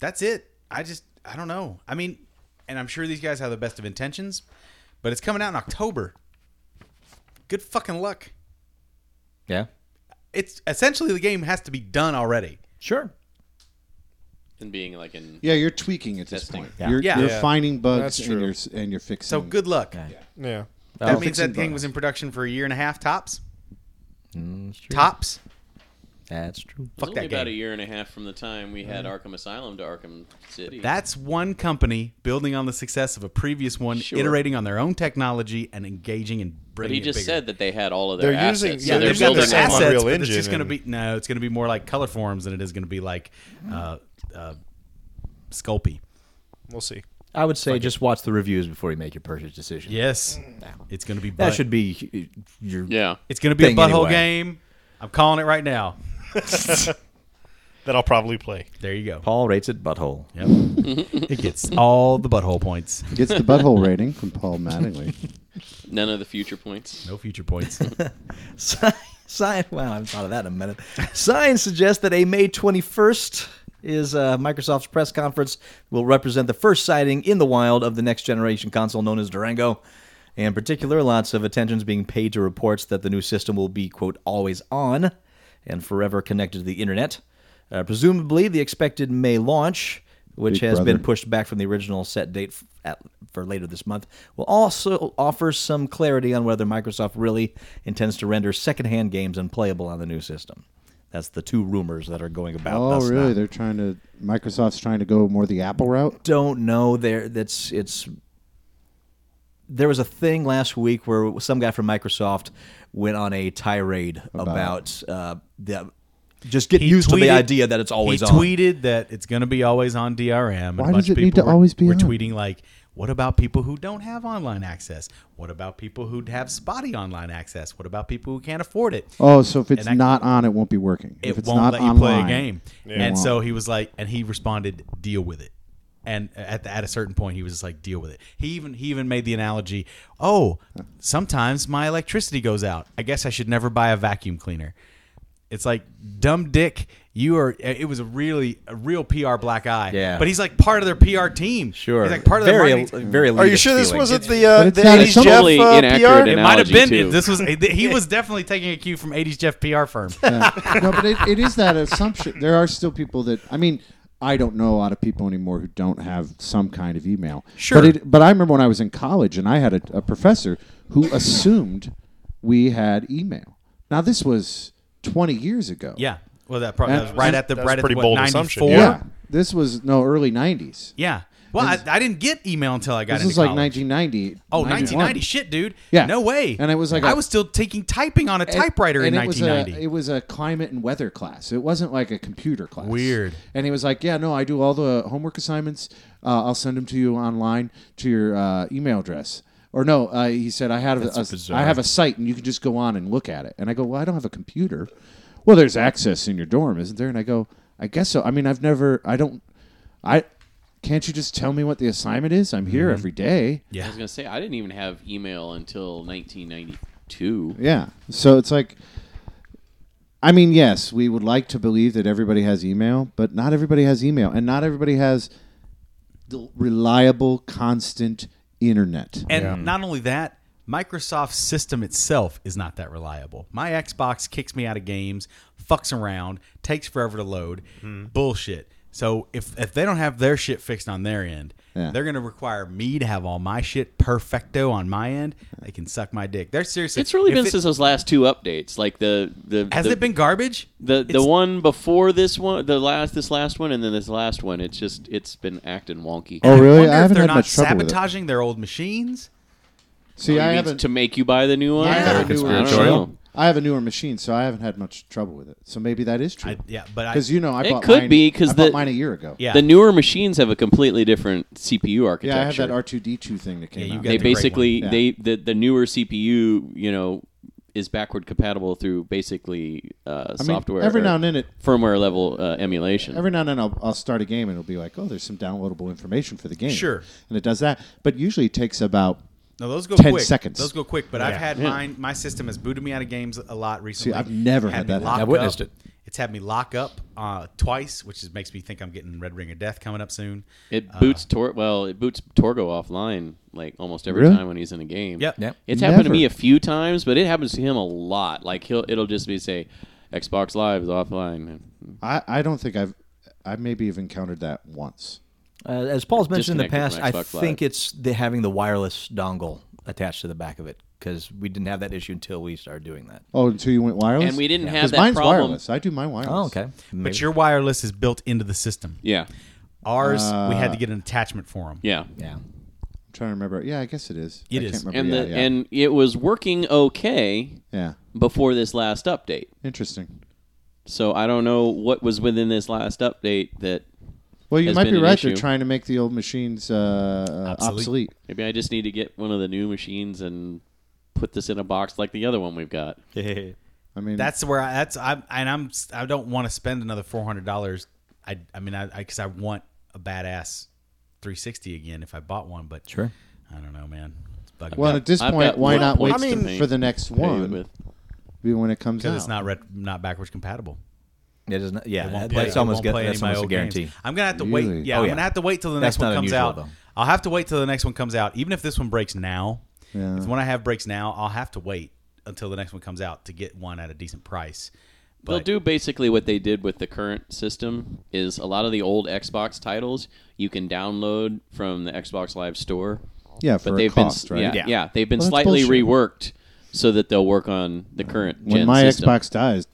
Speaker 3: That's it. I just, I don't know. I mean, and I'm sure these guys have the best of intentions, but it's coming out in October. Good fucking luck.
Speaker 5: yeah,
Speaker 3: It's essentially the game has to be done already.
Speaker 5: sure.
Speaker 7: and being like in
Speaker 4: Yeah, you're tweaking at this
Speaker 7: Testing.
Speaker 4: point.
Speaker 5: Yeah.
Speaker 4: You're,
Speaker 3: Yeah.
Speaker 4: you're
Speaker 3: Yeah.
Speaker 4: finding bugs
Speaker 8: That's
Speaker 4: and
Speaker 8: true.
Speaker 4: you're, s- and you're fixing.
Speaker 5: Mm.
Speaker 3: So good luck.
Speaker 8: Yeah.
Speaker 3: That
Speaker 4: Oh.
Speaker 3: means that
Speaker 4: Fixing
Speaker 3: thing
Speaker 4: bugs.
Speaker 3: was in production for a year and a half tops.
Speaker 5: Mm,
Speaker 3: Tops.
Speaker 5: That's true.
Speaker 7: It was
Speaker 3: Fuck
Speaker 7: only
Speaker 3: that
Speaker 7: about a
Speaker 3: game.
Speaker 7: year and a half from the time we had Arkham Asylum to Arkham City.
Speaker 3: That's one company building on the success of a previous one,
Speaker 7: Sure.
Speaker 3: iterating on their own technology and engaging and
Speaker 7: but
Speaker 3: bringing.
Speaker 7: he just
Speaker 3: it bigger.
Speaker 7: said that they had all of their
Speaker 8: They're
Speaker 7: assets.
Speaker 8: using-
Speaker 7: so
Speaker 8: yeah,
Speaker 7: they're
Speaker 8: they've got
Speaker 7: building
Speaker 8: their
Speaker 7: on-
Speaker 8: assets. Unreal
Speaker 3: it's just going
Speaker 8: Engine
Speaker 3: to be no, it's going to be more like color forms than it is going to be like uh, uh, Sculpey.
Speaker 8: We'll see.
Speaker 5: I would say just watch the reviews before you make your purchase decision.
Speaker 3: Yes,
Speaker 7: Mm.
Speaker 3: it's going to be. Butt.
Speaker 5: that should be uh, your.
Speaker 7: Yeah.
Speaker 3: It's going to be a
Speaker 5: thing
Speaker 3: butthole
Speaker 5: anyway.
Speaker 3: game. I'm calling it right now.
Speaker 8: That I'll probably play.
Speaker 3: There you go.
Speaker 5: Paul rates it butthole.
Speaker 3: Yep. it gets all the butthole points.
Speaker 4: Gets the butthole rating from Paul Mattingly.
Speaker 7: None of the future points.
Speaker 3: No future points.
Speaker 5: Sign, sign. Wow, I haven't thought of that in a minute. Sign suggests that a May 21st is uh, Microsoft's press conference will represent the first sighting in the wild of the next generation console known as Durango. In particular, lots of attention's being paid to reports that the new system will be quote always on and forever connected to the internet. Uh, presumably, the expected May launch, which
Speaker 4: Big
Speaker 5: has been
Speaker 4: brother.
Speaker 5: pushed back from the original set date f- at, for later this month, will also offer some clarity on whether Microsoft really intends to render secondhand games unplayable on the new system. That's the two rumors that are going about.
Speaker 4: oh,
Speaker 5: thus
Speaker 4: really?
Speaker 5: now.
Speaker 4: They're trying to. Microsoft's trying to go more the Apple route.
Speaker 5: Don't know. There, that's it's. There was a thing last week where some guy from Microsoft went on a tirade about, uh, the just get
Speaker 3: He
Speaker 5: used to the
Speaker 3: tweeted-
Speaker 5: idea that it's always
Speaker 3: he
Speaker 5: on.
Speaker 3: tweeted that it's going to be always on DRM. and
Speaker 4: Why
Speaker 3: a bunch
Speaker 4: does
Speaker 3: of
Speaker 4: it need
Speaker 3: people
Speaker 4: to
Speaker 3: were-
Speaker 4: always be
Speaker 3: We're
Speaker 4: on?
Speaker 3: tweeting like, what about people who don't have online access? What about people who have spotty online access? What about people who can't afford it?
Speaker 4: Oh, so if it's
Speaker 3: And I-
Speaker 4: not on, it won't be working.
Speaker 3: it
Speaker 4: if it's
Speaker 3: won't
Speaker 4: not
Speaker 3: let you
Speaker 4: online,
Speaker 3: play a game.
Speaker 4: it
Speaker 3: And
Speaker 4: won't.
Speaker 3: so he was like, and he responded, "Deal with it." And at the, at a certain point, he was just like, "Deal with it." He even he even made the analogy, "Oh, sometimes my electricity goes out. I guess I should never buy a vacuum cleaner." It's like dumb dick. You are. It was a really a real PR black eye.
Speaker 5: Yeah.
Speaker 3: But he's like part of their PR team.
Speaker 5: Sure.
Speaker 3: He's like part of their
Speaker 5: very,
Speaker 3: marketing.
Speaker 5: very.
Speaker 8: Are you
Speaker 5: elitist
Speaker 8: sure this
Speaker 5: feeling.
Speaker 8: wasn't the uh,
Speaker 4: But it's
Speaker 8: the
Speaker 4: not-
Speaker 8: 80s
Speaker 4: it's
Speaker 8: Jeff
Speaker 7: totally
Speaker 8: uh,
Speaker 7: inaccurate
Speaker 8: PR?
Speaker 3: It might have been.
Speaker 7: analogy, too.
Speaker 3: This was. He was definitely taking a cue from '80s Jeff PR firm.
Speaker 4: Yeah. no, but it, it is that assumption. There are still people that I mean, I don't know a lot of people anymore who don't have some kind of email.
Speaker 3: Sure.
Speaker 4: But, it, but I remember when I was in college and I had a, a professor who assumed we had email. Now this was twenty years ago.
Speaker 3: Yeah. Well, that probably that was right at the
Speaker 8: That's
Speaker 3: right at
Speaker 8: pretty
Speaker 3: what,
Speaker 8: bold assumption,
Speaker 3: '94.
Speaker 4: Yeah. This was no early nineties.
Speaker 3: Yeah. Well, I, I didn't get email until I got
Speaker 4: This
Speaker 3: into
Speaker 4: is like
Speaker 3: college.
Speaker 4: 1990.
Speaker 3: Oh,
Speaker 4: 91.
Speaker 3: 1990 shit, dude.
Speaker 4: Yeah.
Speaker 3: No way.
Speaker 4: And it was like
Speaker 3: I
Speaker 4: a-
Speaker 3: was still taking typing on a
Speaker 4: And-
Speaker 3: typewriter
Speaker 4: and
Speaker 3: in
Speaker 4: it was a-
Speaker 3: 1990.
Speaker 4: It was, a, climate and weather class. It wasn't like a computer class.
Speaker 3: Weird.
Speaker 4: And he was like, "Yeah, no, I do all the homework assignments. Uh, I'll send them to you online to your uh, email address." Or no, uh, he said, "I have a, I have a site, and you can just go on and look at it." And I go, "Well, I don't have a computer." Well, there's access in your dorm, isn't there? And I go, "I guess so. I mean, I've never. I don't. I." Can't you just tell me what the assignment is? I'm
Speaker 3: Mm-hmm.
Speaker 4: here every day.
Speaker 7: I was gonna say I didn't even have email until 1992.
Speaker 4: Yeah. So it's like, I mean, yes, we would like to believe that everybody has email, but not everybody has email, and not everybody has the reliable, constant internet.
Speaker 3: And not only that, Microsoft's system itself is not that reliable. My Xbox kicks me out of games, fucks around, takes forever to load.
Speaker 4: Hmm.
Speaker 3: Bullshit. So if if they don't have their shit fixed on their end,
Speaker 4: Yeah.
Speaker 3: they're gonna require me to have all my shit perfecto on my end. They can suck my dick. They're seriously.
Speaker 7: It's really
Speaker 3: if
Speaker 7: been
Speaker 3: it-
Speaker 7: since those last two updates, like the the
Speaker 3: Has
Speaker 7: the,
Speaker 3: it been garbage?
Speaker 7: the the
Speaker 3: It's-
Speaker 7: one before this one, the last this last one, and then this last one. It's just it's been acting wonky.
Speaker 4: Oh,
Speaker 3: I
Speaker 4: really?
Speaker 3: wonder
Speaker 4: I
Speaker 3: if
Speaker 4: haven't
Speaker 3: they're
Speaker 4: had
Speaker 3: not
Speaker 4: much trouble with it.
Speaker 3: sabotaging their old machines.
Speaker 4: See, I
Speaker 7: Maybe
Speaker 4: haven't.
Speaker 7: to make you buy the new one.
Speaker 4: I
Speaker 7: Or-
Speaker 4: have, a newer
Speaker 7: I don't know.
Speaker 4: machine. I have a newer machine, so I haven't had much trouble with it. So maybe that is true.
Speaker 3: I, yeah, but I,
Speaker 4: Because you know, I
Speaker 7: It
Speaker 4: bought
Speaker 7: could
Speaker 4: mine,
Speaker 7: be 'cause
Speaker 4: I bought
Speaker 7: the-
Speaker 4: mine a year ago.
Speaker 3: yeah,
Speaker 7: The newer machines have a completely different CPU architecture.
Speaker 4: yeah, I have that R two D two thing that came
Speaker 3: Yeah, you
Speaker 4: out.
Speaker 3: got
Speaker 7: they
Speaker 3: the great
Speaker 7: basically
Speaker 4: one.
Speaker 7: they the, the newer CPU, you know, is backward compatible through basically uh,
Speaker 4: I mean,
Speaker 7: software.
Speaker 4: every
Speaker 7: or
Speaker 4: now and then it
Speaker 7: firmware level uh, emulation.
Speaker 4: Every now and then I'll, I'll start a game and it'll be like, oh, there's some downloadable information for the game.
Speaker 3: Sure.
Speaker 4: And it does that. But usually it takes about,
Speaker 3: No, those go
Speaker 4: 10
Speaker 3: quick.
Speaker 4: seconds.
Speaker 3: Those go quick, but I've had mine. My system has booted me out of games a lot recently.
Speaker 4: I've never had
Speaker 3: me
Speaker 4: that happen.
Speaker 3: lock
Speaker 5: I witnessed
Speaker 3: up.
Speaker 5: it.
Speaker 3: It's had me lock up uh, twice, which is, makes me think I'm getting Red Ring of Death coming up soon.
Speaker 7: It
Speaker 4: Ah.
Speaker 7: boots Tor. Well, it boots Torgo offline like almost every
Speaker 4: Really?
Speaker 7: time when he's in a game.
Speaker 3: Yep.
Speaker 5: Yep.
Speaker 7: It's happened to
Speaker 4: Never.
Speaker 7: me a few times, but it happens to him a lot. Like he'll it'll just be say, Xbox Live is offline.
Speaker 4: I, I don't think I've, I maybe have encountered that once.
Speaker 5: Uh, as Paul's mentioned in the
Speaker 7: disconnected
Speaker 5: past,
Speaker 7: from
Speaker 5: I
Speaker 7: Xbox Live.
Speaker 5: think it's the, having the wireless dongle attached to the back of it because we didn't have that issue until we started doing that.
Speaker 4: Oh, until you went wireless?
Speaker 7: And we didn't have
Speaker 4: 'Cause
Speaker 7: that
Speaker 4: mine's
Speaker 7: problem.
Speaker 4: wireless. I do mine wireless.
Speaker 5: Oh, okay.
Speaker 3: But your wireless is built into the system.
Speaker 7: Yeah.
Speaker 3: Ours, we
Speaker 4: Uh.
Speaker 3: had to get an attachment for them.
Speaker 7: Yeah.
Speaker 5: yeah.
Speaker 4: I'm trying to remember. Yeah, I guess it is.
Speaker 3: It
Speaker 4: I
Speaker 3: is.
Speaker 4: Can't
Speaker 7: And
Speaker 4: remember. yeah,
Speaker 7: the
Speaker 4: yeah.
Speaker 7: and it was working okay
Speaker 4: yeah.
Speaker 7: before this last update.
Speaker 4: Interesting.
Speaker 7: So I don't know what was within this last update that
Speaker 4: Well, you
Speaker 7: Has
Speaker 4: might
Speaker 7: been
Speaker 4: be
Speaker 7: an
Speaker 4: right.
Speaker 7: issue.
Speaker 4: They're trying to make the old machines uh, uh,
Speaker 3: Obsolete.
Speaker 4: obsolete.
Speaker 7: maybe I just need to get one of the new machines and put this in a box like the other one we've got.
Speaker 4: I mean,
Speaker 3: That's where I, that's I and I'm I don't want to spend another four hundred dollars. I I mean I because I, want a badass 360 again if I bought one, but
Speaker 5: Sure.
Speaker 3: I don't know, man. It's bugging
Speaker 4: well,
Speaker 3: me
Speaker 4: at this
Speaker 7: I've
Speaker 4: point,
Speaker 7: got
Speaker 4: why
Speaker 7: one
Speaker 4: not wait
Speaker 7: point to pay-
Speaker 4: for the next
Speaker 7: pay
Speaker 4: one?
Speaker 7: with.
Speaker 4: Maybe when it comes out.
Speaker 3: because it's not ret- not backwards compatible.
Speaker 5: It is not, yeah,
Speaker 3: It won't
Speaker 5: that-
Speaker 3: play-
Speaker 5: that's
Speaker 3: it
Speaker 5: almost,
Speaker 3: won't
Speaker 5: get,
Speaker 3: play any
Speaker 5: that's
Speaker 3: of my
Speaker 5: almost a
Speaker 3: old
Speaker 5: guarantee.
Speaker 3: games. I'm gonna have to
Speaker 4: Really?
Speaker 3: wait. Yeah,
Speaker 5: Oh,
Speaker 3: I'm
Speaker 5: yeah.
Speaker 3: gonna have to wait till the
Speaker 5: That's
Speaker 3: next one
Speaker 5: not
Speaker 3: comes
Speaker 5: unusual,
Speaker 3: out.
Speaker 5: though.
Speaker 3: I'll have to wait till the next one comes out. Even if this one breaks now, if the one I have breaks now, I'll have to wait until the next one comes out to get one at a decent price.
Speaker 7: They'll
Speaker 3: But
Speaker 7: do basically what they did with the current system is a lot of the old Xbox titles you can download from the Xbox Live store.
Speaker 4: Yeah, for
Speaker 7: but
Speaker 4: a
Speaker 7: they've
Speaker 4: cost,
Speaker 7: been
Speaker 4: right?
Speaker 7: yeah, yeah.
Speaker 5: Yeah.
Speaker 7: they've been
Speaker 4: Well, that's
Speaker 7: slightly
Speaker 4: bullshit.
Speaker 7: reworked so that they'll work on the current
Speaker 4: when
Speaker 7: gen
Speaker 4: my
Speaker 7: system.
Speaker 4: Xbox dies,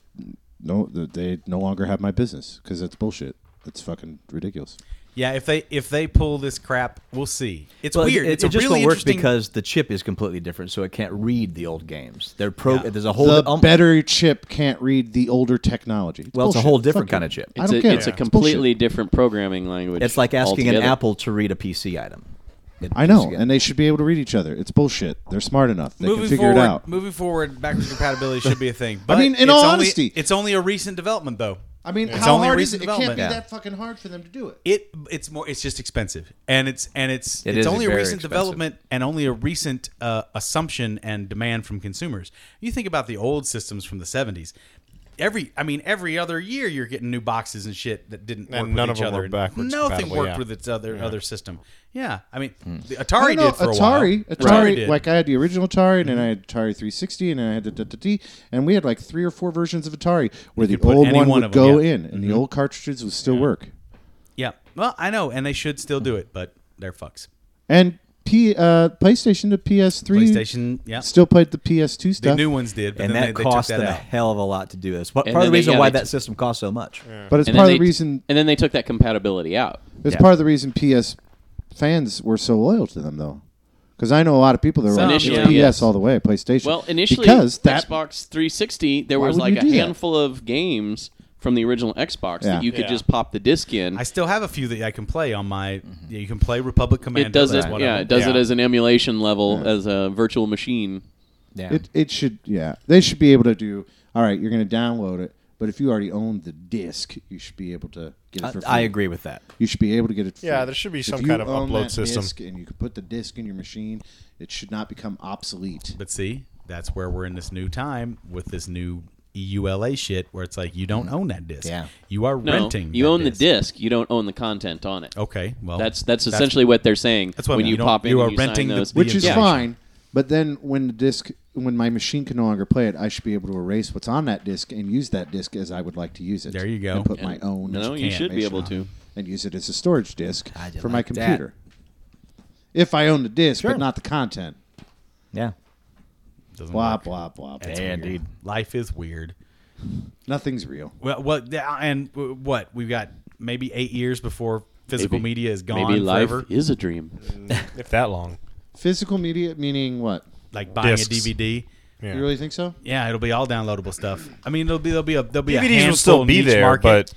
Speaker 4: no, they no longer have my business because that's bullshit. That's fucking ridiculous.
Speaker 3: yeah, if they if they pull this crap, we'll see. It's
Speaker 5: Well,
Speaker 3: weird.
Speaker 5: It,
Speaker 3: it's
Speaker 5: it
Speaker 3: a
Speaker 5: just
Speaker 3: really
Speaker 5: won't work
Speaker 3: interesting
Speaker 5: because the chip is completely different, so it can't read the old games. They're pro.
Speaker 3: Yeah.
Speaker 5: There's a whole.
Speaker 4: the
Speaker 5: um,
Speaker 4: better chip can't read the older technology.
Speaker 5: well, it's a
Speaker 4: bullshit.
Speaker 5: whole different
Speaker 4: Fuck
Speaker 5: kind
Speaker 4: it.
Speaker 5: of chip.
Speaker 4: I
Speaker 7: It's
Speaker 4: don't
Speaker 7: a,
Speaker 4: care.
Speaker 7: it's a
Speaker 4: It's
Speaker 7: completely
Speaker 4: bullshit.
Speaker 7: different programming language.
Speaker 5: It's like asking an
Speaker 7: altogether.
Speaker 5: Apple to read a PC item. It-
Speaker 4: I know,
Speaker 5: it's-
Speaker 4: and they should be able to read each other. It's bullshit. They're smart enough. They
Speaker 3: moving
Speaker 4: can figure
Speaker 3: forward,
Speaker 4: it out.
Speaker 3: moving forward, backwards compatibility should be a thing. But
Speaker 4: mean, in
Speaker 3: it's
Speaker 4: all
Speaker 3: only-
Speaker 4: honesty-
Speaker 3: it's only a recent development though.
Speaker 4: I mean,
Speaker 3: It's
Speaker 4: how
Speaker 3: only
Speaker 4: hard is
Speaker 3: recent
Speaker 4: it? It can't be
Speaker 3: development.
Speaker 4: that fucking hard for them to do it.
Speaker 3: it it's more it's just expensive and it's and it's
Speaker 5: It
Speaker 3: it's
Speaker 5: is
Speaker 3: only a
Speaker 5: very
Speaker 3: recent
Speaker 5: expensive.
Speaker 3: development and only a recent uh, assumption and demand from consumers you think about the old systems from the 70s every i mean every other year you're getting new boxes and shit that didn't work
Speaker 8: And
Speaker 3: with
Speaker 8: none of
Speaker 3: each
Speaker 8: them
Speaker 3: other
Speaker 8: were backwards
Speaker 3: nothing
Speaker 8: compatible,
Speaker 3: worked
Speaker 8: yeah.
Speaker 3: with its other other system yeah i mean
Speaker 5: Hmm.
Speaker 3: the
Speaker 4: I
Speaker 3: atari
Speaker 4: don't know,
Speaker 3: did for a
Speaker 4: Atari,
Speaker 3: while
Speaker 4: Atari,
Speaker 3: did. Mm-hmm.
Speaker 4: like I had the original Atari, and then I had Atari 360, and then I had the da, da, da, and we had like three or four versions of Atari where the
Speaker 3: could put
Speaker 4: old
Speaker 3: any
Speaker 4: one
Speaker 3: one
Speaker 4: would
Speaker 3: of them,
Speaker 4: go
Speaker 3: yeah. Mm-hmm.
Speaker 4: in, and the old cartridges would still work.
Speaker 3: yeah well i know and they should still do it but they're fucks
Speaker 4: And P, uh, PlayStation to
Speaker 8: Mm.
Speaker 4: PS3,
Speaker 3: playstation yeah
Speaker 4: still played the PS2
Speaker 3: the
Speaker 4: stuff,
Speaker 3: new ones did but
Speaker 5: and
Speaker 3: then they,
Speaker 5: that
Speaker 3: they took
Speaker 5: cost
Speaker 3: that
Speaker 5: them a
Speaker 3: out
Speaker 5: hell of a lot to do this. Part,
Speaker 7: And
Speaker 5: part of the
Speaker 7: then they-
Speaker 5: reason
Speaker 7: yeah,
Speaker 5: why
Speaker 7: they
Speaker 5: that
Speaker 7: t-
Speaker 5: system costs so much.
Speaker 4: but it's
Speaker 7: And
Speaker 4: part
Speaker 7: then
Speaker 4: of the
Speaker 7: they-
Speaker 4: reason
Speaker 7: And then they took that compatibility out.
Speaker 4: It's part of the reason PS fans were so loyal to them though? Because I know a lot of people that were
Speaker 7: Some,
Speaker 4: like,
Speaker 7: yeah.
Speaker 4: it's PS
Speaker 7: Yes.
Speaker 4: all the way, PlayStation.
Speaker 7: Well, initially,
Speaker 4: because that
Speaker 7: Xbox 360, there
Speaker 4: Why
Speaker 7: was
Speaker 4: would
Speaker 7: like
Speaker 4: you
Speaker 7: a
Speaker 4: do that?
Speaker 7: handful of games from the original Xbox
Speaker 4: Yeah.
Speaker 7: that you could
Speaker 8: Yeah.
Speaker 7: just pop the disc in.
Speaker 3: I still have a few that I can play on my. yeah, You can play Republic Commando.
Speaker 7: Mm-hmm. it does
Speaker 3: that's
Speaker 7: it,
Speaker 3: one of
Speaker 7: yeah.
Speaker 3: them.
Speaker 7: It does it
Speaker 8: Yeah.
Speaker 7: as an emulation level, as a virtual machine.
Speaker 5: Yeah.
Speaker 4: it it should yeah they should be able to do. All right, you're going to download it, but if you already own the disc, you should be able to get it
Speaker 5: I,
Speaker 4: for free.
Speaker 5: I agree with that.
Speaker 4: You should be able to get it.
Speaker 8: Yeah,
Speaker 4: free.
Speaker 8: there should be
Speaker 4: If
Speaker 8: some
Speaker 4: you
Speaker 8: kind of
Speaker 4: own
Speaker 8: upload
Speaker 4: that
Speaker 8: system.
Speaker 4: disc and you can put the disc in your machine. It should not become obsolete.
Speaker 3: But see, that's where we're in this new time with this new E EULA shit, where it's like you don't own that disc.
Speaker 4: Yeah.
Speaker 3: You are
Speaker 7: Mm-hmm. No,
Speaker 3: renting.
Speaker 7: you
Speaker 3: that
Speaker 7: own the disc. You don't own the content on it.
Speaker 3: Okay. Well,
Speaker 7: That's that's essentially what they're saying.
Speaker 3: That's what I
Speaker 7: when
Speaker 3: mean. You
Speaker 7: you
Speaker 3: don't-
Speaker 7: pop in,
Speaker 3: you are
Speaker 7: and sign
Speaker 3: renting the-
Speaker 7: those.
Speaker 3: the
Speaker 4: which is
Speaker 3: Yeah.
Speaker 4: fine. But then when the disc, when my machine can no longer play it, I should be able to erase what's on that disc and use that disc as I would like to use it.
Speaker 3: There you go.
Speaker 4: And put
Speaker 7: And-
Speaker 4: my own.
Speaker 7: No, you should be able to.
Speaker 4: And use it as a storage disc
Speaker 5: I did
Speaker 4: for my
Speaker 5: like that.
Speaker 4: computer. If I own the disc,
Speaker 5: Sure.
Speaker 4: but not the content.
Speaker 5: Yeah.
Speaker 3: doesn't
Speaker 4: Blah
Speaker 3: work.
Speaker 4: blah blah. blah.
Speaker 3: It's weird. Life is weird.
Speaker 4: Nothing's real.
Speaker 3: Well, well, th- and w- what we've got maybe eight years before physical
Speaker 7: Maybe-
Speaker 3: media is gone
Speaker 7: Maybe life
Speaker 3: forever.
Speaker 7: is a dream.
Speaker 4: Mm-hmm.
Speaker 8: if that long.
Speaker 4: Physical media meaning what?
Speaker 3: like buying
Speaker 8: Discs.
Speaker 3: a DVD.
Speaker 8: Yeah.
Speaker 4: You really think so?
Speaker 3: Yeah, it'll be all downloadable stuff. I mean, there'll be there'll be a there'll be a
Speaker 8: DVDs will
Speaker 3: handful
Speaker 8: still
Speaker 3: in
Speaker 8: be
Speaker 3: each
Speaker 8: there,
Speaker 3: market.
Speaker 8: but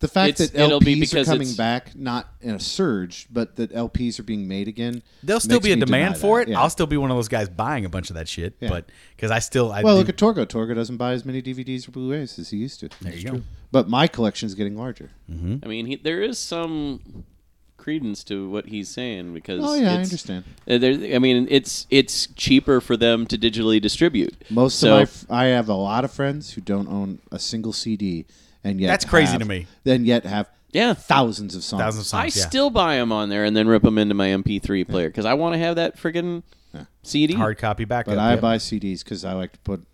Speaker 4: The fact
Speaker 7: It's-
Speaker 4: that
Speaker 7: it'll
Speaker 4: LPs
Speaker 7: be
Speaker 4: are
Speaker 7: because
Speaker 4: coming
Speaker 7: it's-
Speaker 4: back, not in a surge, but that LPs are being made again.
Speaker 3: There'll still
Speaker 4: makes
Speaker 3: be a
Speaker 4: me
Speaker 3: demand
Speaker 4: deny
Speaker 3: for
Speaker 4: that.
Speaker 3: it.
Speaker 4: Yeah.
Speaker 3: I'll still be one of those guys buying a bunch of that shit,
Speaker 4: Yeah.
Speaker 3: but because I still I
Speaker 4: Well,
Speaker 3: do-
Speaker 4: look at Torgo. Torgo doesn't buy as many DVDs or Blu-rays as he used to.
Speaker 3: there you go.
Speaker 4: But my collection is getting larger.
Speaker 7: I mean, he, there is some credence to what he's saying because
Speaker 4: Oh yeah, I
Speaker 7: it's-
Speaker 4: understand.
Speaker 7: uh, there- I mean, it's it's cheaper for them to digitally distribute.
Speaker 4: Most
Speaker 7: so,
Speaker 4: of my, f- I have a lot of friends who don't own a single CD, and yet
Speaker 3: That's crazy
Speaker 4: have-
Speaker 3: to me.
Speaker 4: Then yet have
Speaker 7: yeah.
Speaker 4: thousands of songs.
Speaker 3: Thousands of
Speaker 7: I
Speaker 3: songs. yeah.
Speaker 7: still buy them on there and then rip them into my MP3 player because I want to have that friggin' CD.
Speaker 3: hard copy backup.
Speaker 4: But I
Speaker 3: yeah.
Speaker 4: buy CDs because I like to put.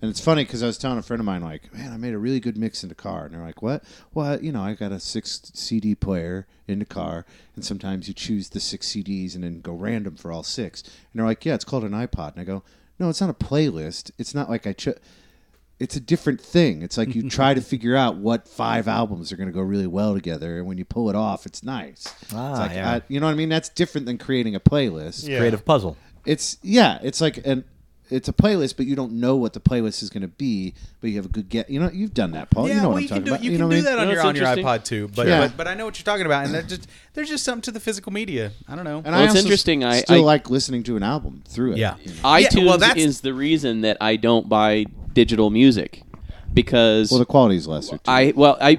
Speaker 4: And it's funny because I was telling a friend of mine, like, man, I made a really good mix in the car. And they're like, what? Well, you know, I got a six CD player in the car. And sometimes you choose the six CDs and then go random for all six. And they're like, yeah, it's called an iPod. And I go, no, it's not a playlist. It's not like I chose. It's a different thing. It's like you try to figure out what five albums are going to go really well together. And when you pull it off, it's nice.
Speaker 5: Ah,
Speaker 4: it's like,
Speaker 5: yeah.
Speaker 4: I- you know what I mean? That's different than creating a playlist
Speaker 8: yeah.
Speaker 5: Creative puzzle.
Speaker 4: it's yeah, it's like an it's a playlist, but you don't know what the playlist is going to be, but you have a good get. You know, you've done that, Paul.
Speaker 3: Yeah,
Speaker 4: you know
Speaker 3: well,
Speaker 4: what I'm
Speaker 3: you
Speaker 4: talking
Speaker 3: can do
Speaker 4: about.
Speaker 3: you,
Speaker 4: know
Speaker 3: can
Speaker 4: what I
Speaker 3: do
Speaker 4: mean?
Speaker 3: that on
Speaker 7: No,
Speaker 3: your
Speaker 7: it's
Speaker 3: on your
Speaker 7: interesting.
Speaker 3: iPod too. But,
Speaker 4: Yeah.
Speaker 3: but but I know what you're talking about, and that just there's just something to the physical media. I don't know.
Speaker 4: And
Speaker 7: Well,
Speaker 4: I
Speaker 7: it's
Speaker 4: also
Speaker 7: interesting, I-
Speaker 4: still
Speaker 7: I-
Speaker 4: like listening to an album through it.
Speaker 3: yeah,
Speaker 7: iTunes
Speaker 3: Yeah, well, that's-
Speaker 7: is the reason that I don't buy digital music because
Speaker 4: Well, the quality is lesser. Too,
Speaker 7: I well I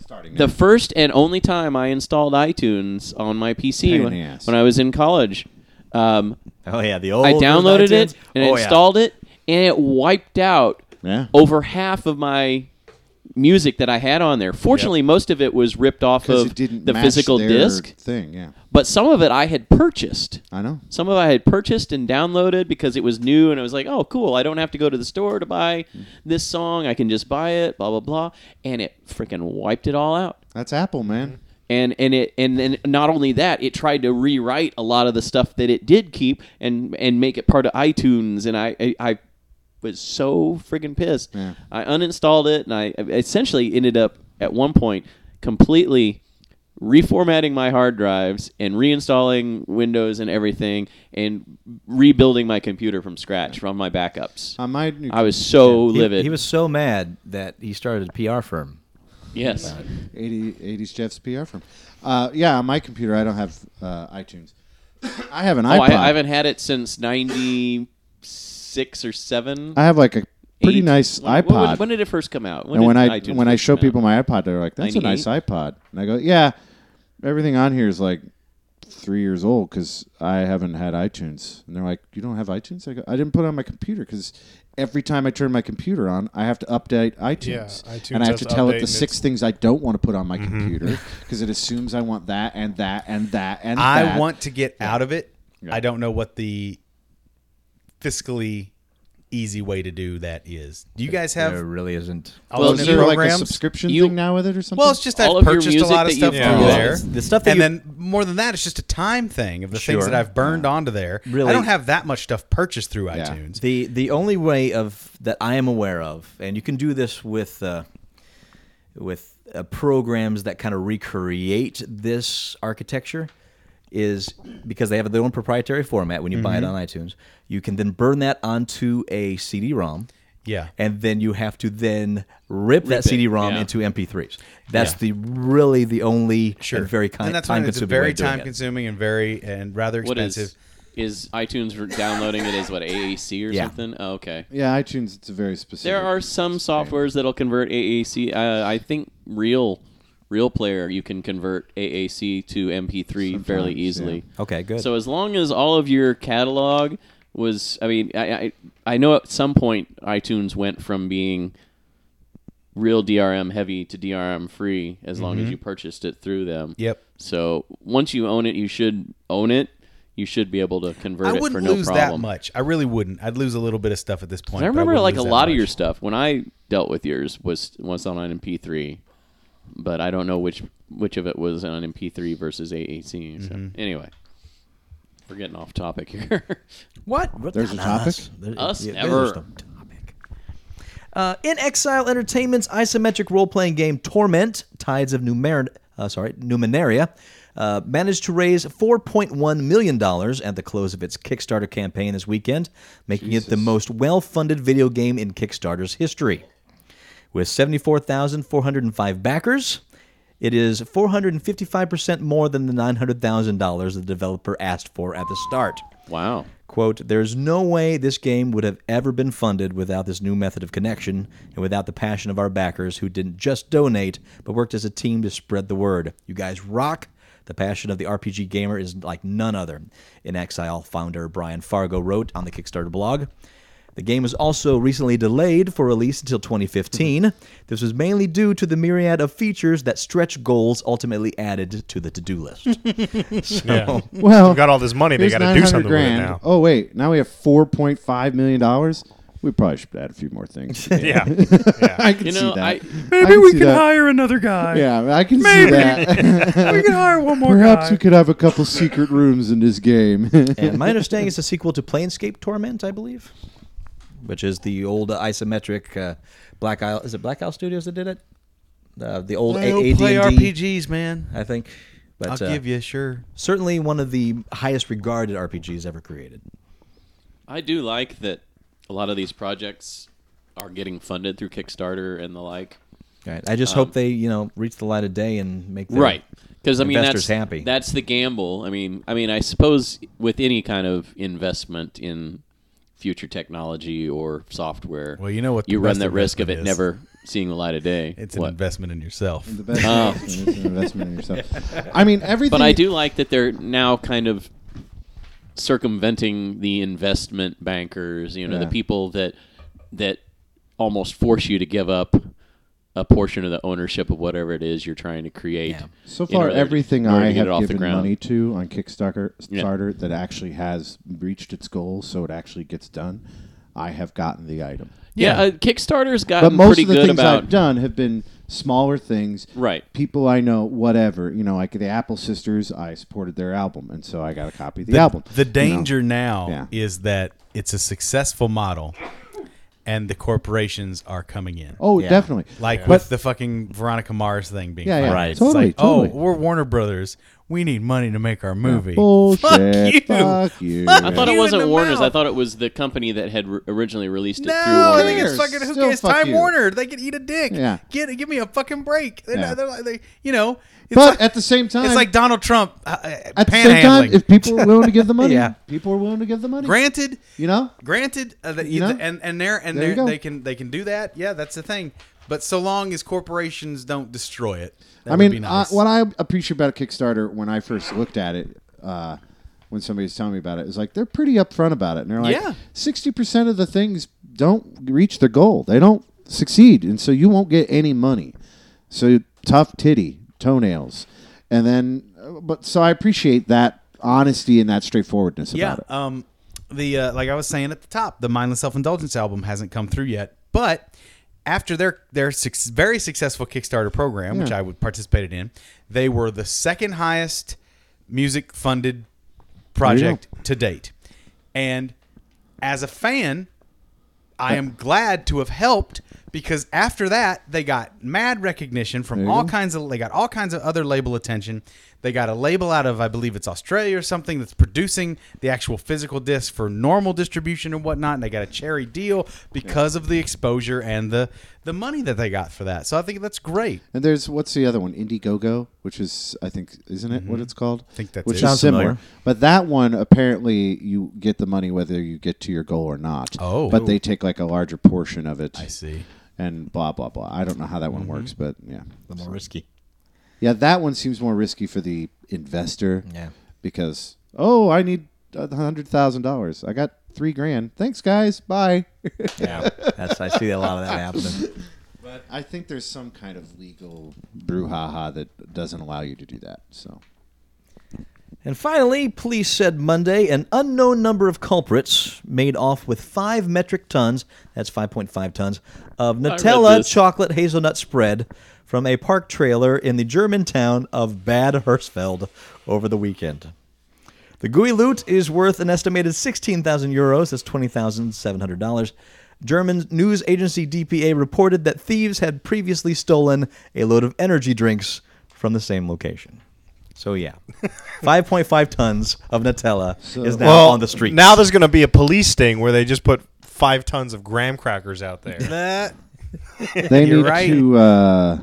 Speaker 4: starting
Speaker 7: the
Speaker 4: now.
Speaker 7: first and only time I installed iTunes on my PC
Speaker 4: Pain in
Speaker 7: when,
Speaker 4: the ass.
Speaker 7: when I was in college. Um,
Speaker 5: Oh yeah, the old.
Speaker 7: I downloaded it
Speaker 5: iTunes.
Speaker 7: and
Speaker 5: Oh, yeah.
Speaker 7: installed it, and it wiped out
Speaker 4: Yeah.
Speaker 7: over half of my music that I had on there. Fortunately, most of it was ripped off
Speaker 4: 'Cause
Speaker 7: of
Speaker 4: it didn't
Speaker 7: the
Speaker 4: match
Speaker 7: physical
Speaker 4: their
Speaker 7: disc,
Speaker 4: thing. Yeah,
Speaker 7: but some of it I had purchased.
Speaker 4: I know.
Speaker 7: Some of it I had purchased and downloaded because it was new, and I was like, "Oh, cool! I don't have to go to the store to buy
Speaker 4: Mm.
Speaker 7: this song. I can just buy it." Blah blah blah, and it freaking wiped it all out
Speaker 4: That's Apple,
Speaker 7: Mm-hmm.
Speaker 4: man.
Speaker 7: and and it and, and not only that it tried to rewrite a lot of the stuff that it did keep and and make it part of itunes and i i, I was so friggin' pissed
Speaker 4: Yeah.
Speaker 7: i uninstalled it and i essentially ended up at one point completely reformatting my hard drives and reinstalling windows and everything and rebuilding my computer from scratch from my backups
Speaker 4: On my new
Speaker 7: i was so
Speaker 5: He-
Speaker 7: livid
Speaker 5: He, was so mad that he started a PR firm.
Speaker 7: yes
Speaker 4: 80, 80s Jeff's PR firm. Uh, yeah, on my computer, I don't have uh, iTunes. I have an
Speaker 7: oh,
Speaker 4: iPod.
Speaker 7: I, I haven't had it since 96 or 7
Speaker 4: I have like a pretty
Speaker 7: Eight?
Speaker 4: nice
Speaker 7: When-
Speaker 4: iPod.
Speaker 7: When, when, did it first come out? When
Speaker 4: and when
Speaker 7: did
Speaker 4: I
Speaker 7: iTunes
Speaker 4: when I
Speaker 7: first
Speaker 4: show
Speaker 7: come
Speaker 4: people
Speaker 7: out?
Speaker 4: my iPod, they're like, "That's a nice iPod," and I go, "Yeah, everything on here is like three years old because I haven't had iTunes." And they're like, "You don't have iTunes?" I go, "I didn't put it on my computer because every time I turn my computer on, I have to update iTunes,
Speaker 8: iTunes
Speaker 4: and I have
Speaker 8: has
Speaker 4: to
Speaker 8: Mm-hmm. to
Speaker 4: tell
Speaker 8: update
Speaker 4: it
Speaker 8: and
Speaker 4: the six things I don't want to put on my computer because it assumes I want that and that and that and
Speaker 3: I
Speaker 4: that.
Speaker 3: want to get out of it. I don't know what the fiscally easy way to do that is. Do you guys have
Speaker 5: There really isn't.
Speaker 3: all
Speaker 7: Well,
Speaker 3: those
Speaker 4: Is
Speaker 7: new
Speaker 4: there like a
Speaker 3: programs?
Speaker 4: subscription
Speaker 7: You-
Speaker 4: thing now with it or something?
Speaker 3: Well, it's just I've
Speaker 7: All of your
Speaker 3: purchased a
Speaker 7: music
Speaker 3: lot of
Speaker 7: that you
Speaker 3: stuff
Speaker 7: Yeah.
Speaker 3: from
Speaker 8: bought.
Speaker 3: there.
Speaker 5: The stuff that
Speaker 3: and
Speaker 5: you-
Speaker 3: then more than that, it's just a time thing of the
Speaker 5: Sure.
Speaker 3: things that I've burned onto there.
Speaker 5: Really-
Speaker 3: I don't have that much stuff purchased through iTunes.
Speaker 5: The the only way of that I am aware of, and you can do this with uh, with uh, programs that kind of recreate this architecture, is because they have their own proprietary format when you buy
Speaker 3: Mm-hmm.
Speaker 5: it on iTunes. You can then burn that onto a CD-ROM.
Speaker 3: Yeah.
Speaker 5: And then you have to then rip, that CD-ROM
Speaker 7: yeah.
Speaker 5: into MP3s. That's the really the only and very con-
Speaker 3: And that's why it's
Speaker 5: time-consuming way
Speaker 3: very
Speaker 5: of doing it.
Speaker 3: time consuming and very and rather
Speaker 7: What
Speaker 3: expensive.
Speaker 7: is is iTunes for downloading it is what AAC or
Speaker 5: Yeah.
Speaker 7: something? Oh, okay.
Speaker 4: Yeah, iTunes. It's a very specific.
Speaker 7: There are some softwares that'll convert AAC. Uh, I think Real Real Player you can convert AAC to MP3 fairly
Speaker 4: Sometimes,
Speaker 7: easily.
Speaker 5: Okay, Oh, good.
Speaker 7: So as long as all of your catalog was, I mean, I, I I know at some point iTunes went from being real DRM heavy to DRM free as long as you purchased it through them.
Speaker 3: Yep.
Speaker 7: So once you own it, you should own it. You should be able to convert
Speaker 3: I
Speaker 7: it for
Speaker 3: wouldn't
Speaker 7: no
Speaker 3: lose that
Speaker 7: problem.
Speaker 3: much. I really wouldn't. I'd lose a little bit of stuff at this point.
Speaker 7: I
Speaker 3: but
Speaker 7: remember
Speaker 3: wouldn't
Speaker 7: like a
Speaker 3: lose that
Speaker 7: lot of your
Speaker 3: much.
Speaker 7: stuff when I dealt with yours was was on an MP3, but I don't know which which of it was on MP3 versus AAC. So
Speaker 3: Mm-hmm.
Speaker 7: anyway, we're getting off topic here.
Speaker 5: What?
Speaker 4: There's a topic?
Speaker 5: There-
Speaker 7: Us
Speaker 5: there's
Speaker 7: never.
Speaker 5: a topic. Uh, in Exile Entertainment's isometric role-playing game Torment: Tides of Numer- uh, sorry, Numenaria uh, managed to raise 4.1 million dollars at the close of its Kickstarter campaign this weekend, making it the most well-funded video game in Kickstarter's history. With 74,405 backers, it is 455% more than the $900,000 the developer asked for at the start
Speaker 7: Wow.
Speaker 5: quote there's no way this game would have ever been funded without this new method of connection and without the passion of our backers who didn't just donate but worked as a team to spread the word you guys rock the passion of the RPG gamer is like none other. In Exile, founder Brian Fargo wrote on the Kickstarter blog The game was also recently delayed for release until 2015. this was mainly due to the myriad of features that stretch goals ultimately added to the to do list.
Speaker 8: Yeah.
Speaker 4: Well,
Speaker 8: we got all this money. They
Speaker 4: Here's
Speaker 8: got to do
Speaker 4: 900
Speaker 8: something
Speaker 4: grand.
Speaker 8: with it now.
Speaker 4: Oh wait, now we have four point five million dollars. We probably should add a few more things.
Speaker 8: Yeah.
Speaker 4: I can
Speaker 7: You
Speaker 4: see
Speaker 7: know,
Speaker 4: that.
Speaker 7: I-
Speaker 4: I
Speaker 11: Maybe we
Speaker 4: see
Speaker 11: can
Speaker 4: that.
Speaker 11: hire another guy.
Speaker 4: Yeah, I can see
Speaker 11: Maybe.
Speaker 4: that.
Speaker 11: We can hire one more
Speaker 4: Perhaps
Speaker 11: guy.
Speaker 4: we could have a couple secret rooms in this game.
Speaker 5: And my understanding is a sequel to Planescape Torment, I believe, which is the old uh, isometric uh, Black Isle. Is it Black Isle Studios that did it? Uh, the old
Speaker 3: I don't
Speaker 5: AD&D,
Speaker 3: play RPGs, man.
Speaker 5: I think. But
Speaker 3: I'll
Speaker 5: uh,
Speaker 3: give you sure.
Speaker 5: certainly one of the highest regarded RPGs ever created.
Speaker 7: I do like that a lot of these projects are getting funded through Kickstarter and the like.
Speaker 5: Right. I just
Speaker 3: Um,
Speaker 5: hope they, you know, reach the light of day and make their
Speaker 7: right because i mean
Speaker 5: investors
Speaker 7: that's
Speaker 5: happy.
Speaker 7: that's the gamble i mean i mean i suppose with any kind of investment in future technology or software
Speaker 3: Well, you know what the
Speaker 7: you run
Speaker 3: best
Speaker 7: that risk of it
Speaker 3: investment is.
Speaker 7: never seeing the light of day
Speaker 3: It's
Speaker 7: What?
Speaker 3: an investment in yourself.
Speaker 4: The best investment is an investment in yourself. I mean, everything.
Speaker 7: Oh. but i do like that they're now kind of circumventing the investment bankers you know the
Speaker 4: Yeah.
Speaker 7: people that that almost force you to give up a portion of the ownership of whatever it is you're trying to create
Speaker 4: So
Speaker 7: in
Speaker 4: far,
Speaker 7: order-
Speaker 4: everything
Speaker 7: in order
Speaker 4: I
Speaker 7: to get it
Speaker 4: have
Speaker 7: off the
Speaker 4: given
Speaker 7: ground.
Speaker 4: money to on Kickstarter starter that actually has reached its goal, so it actually gets done, I have gotten the item.
Speaker 7: yeah, Uh, kickstarter's
Speaker 4: But
Speaker 7: gotten
Speaker 4: most
Speaker 7: pretty
Speaker 4: of the
Speaker 7: good
Speaker 4: things
Speaker 7: about
Speaker 4: I've done have been smaller things.
Speaker 7: Right.
Speaker 4: People I know, whatever. You know, like the Apple Sisters, I supported their album, and so I got a copy of the, album.
Speaker 3: The
Speaker 4: you know.
Speaker 3: danger now
Speaker 4: Yeah.
Speaker 3: is that it's a successful model, and the corporations are coming in.
Speaker 4: Oh, definitely.
Speaker 3: Like
Speaker 4: But-
Speaker 3: with the fucking Veronica Mars thing being
Speaker 4: Yeah, yeah.
Speaker 3: financed.
Speaker 4: Right.
Speaker 3: It's
Speaker 4: Totally,
Speaker 3: like,
Speaker 4: totally.
Speaker 3: oh, we're Warner Brothers. We need money to make our movie.
Speaker 4: Bullshit.
Speaker 11: Fuck
Speaker 4: Fuck you.
Speaker 11: Fuck
Speaker 7: I thought it
Speaker 11: you in
Speaker 7: wasn't
Speaker 11: the
Speaker 7: Warner's. I
Speaker 11: mouth.
Speaker 7: thought it was the company that had r originally released it
Speaker 11: No,
Speaker 7: through
Speaker 11: I
Speaker 7: Warner.
Speaker 11: think it's
Speaker 4: Warner.
Speaker 11: fucking who
Speaker 4: Still
Speaker 11: cares?
Speaker 4: fuck
Speaker 11: Time
Speaker 4: you.
Speaker 11: Warner. They can eat a dick.
Speaker 4: Yeah.
Speaker 11: Get give me a fucking break. They're
Speaker 4: Yeah.
Speaker 11: not, they're like, they, you know. It's
Speaker 4: But
Speaker 11: like,
Speaker 4: at the same time,
Speaker 11: it's like Donald Trump uh,
Speaker 4: at
Speaker 11: at
Speaker 4: the same time, if people are willing to give the money,
Speaker 5: Yeah.
Speaker 4: people are willing to give the money.
Speaker 11: granted,
Speaker 4: you know,
Speaker 11: granted, uh, that-
Speaker 4: You know?
Speaker 11: and and they're and
Speaker 4: There you
Speaker 11: they're,
Speaker 4: go.
Speaker 11: they can they can do that. Yeah, that's the thing. But so long as corporations don't destroy it, that
Speaker 4: I
Speaker 11: would
Speaker 4: mean,
Speaker 11: be nice.
Speaker 4: uh, what I appreciate about Kickstarter when I first looked at it, uh, when somebody was telling me about it, is like they're pretty upfront about it, and they're like,
Speaker 11: Yeah.
Speaker 4: sixty percent of the things don't reach their goal, they don't succeed, and so you won't get any money. So tough titty toenails, and then, uh, but so I appreciate that honesty and that straightforwardness
Speaker 3: yeah.
Speaker 4: about it.
Speaker 3: Um, the uh, like I was saying at the top, the Mindless Self Indulgence album hasn't come through yet, but after their their suc very successful Kickstarter program, which I would participated in, they were the second highest music funded project to date, and as a fan, I am glad to have helped because after that they got mad recognition from all kinds of they got all kinds of other label attention. They got a label out of I believe it's Australia or something that's producing the actual physical disc for normal distribution and whatnot, and they got a cherry deal because of the exposure and the the money that they got for that. So I think that's great.
Speaker 4: And there's what's the other one? Indiegogo, which is I think isn't it what it's called? I
Speaker 3: Mm-hmm. think that's
Speaker 4: which
Speaker 3: it.
Speaker 4: is
Speaker 3: Sounds
Speaker 4: similar.
Speaker 5: familiar.
Speaker 4: But that one apparently you get the money whether you get to your goal or not.
Speaker 3: Oh.
Speaker 4: but they take like a larger portion of it.
Speaker 3: I see. Mm-hmm.
Speaker 4: And blah blah blah. I don't know how that one works, but yeah,
Speaker 5: The more risky.
Speaker 4: yeah, that one seems more risky for the investor.
Speaker 5: Yeah.
Speaker 4: because oh, I need a hundred thousand dollars. I got three grand. Thanks, guys. Bye.
Speaker 5: Yeah, that's I see a lot of that happening.
Speaker 4: I think there's some kind of legal brouhaha that doesn't allow you to do that. So
Speaker 5: And finally, police said Monday an unknown number of culprits made off with five metric tons, that's 5.5 tons, of Nutella
Speaker 7: this.
Speaker 5: chocolate hazelnut spread from a park trailer in the German town of Bad Hersfeld over the weekend. The GUI loot is worth an estimated 16,000 euros. That's $20,700. German news agency DPA reported that thieves had previously stolen a load of energy drinks from the same location. So, yeah. 5.5 tons of Nutella is now on the streets.
Speaker 8: Now there's going to be a police sting where they just put five tons of graham crackers out there.
Speaker 3: Uh,
Speaker 4: they need
Speaker 3: right.
Speaker 4: to uh,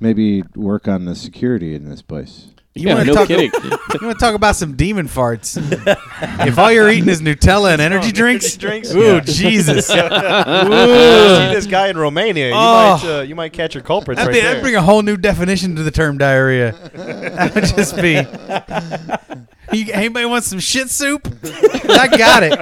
Speaker 4: maybe work on the security in this place.
Speaker 3: You
Speaker 7: yeah,
Speaker 3: wanna
Speaker 7: no
Speaker 3: talk-
Speaker 7: kidding.
Speaker 3: You want to talk about some demon farts? if all you're eating is Nutella and energy drinks,
Speaker 8: drinks?
Speaker 3: ooh Jesus!
Speaker 8: See this guy in Romania. You, might, uh, you might catch your culprits
Speaker 3: That'd,
Speaker 8: right
Speaker 3: be, that'd
Speaker 8: there.
Speaker 3: bring a whole new definition to the term diarrhea. That would just be. You, anybody want some shit soup? I got it.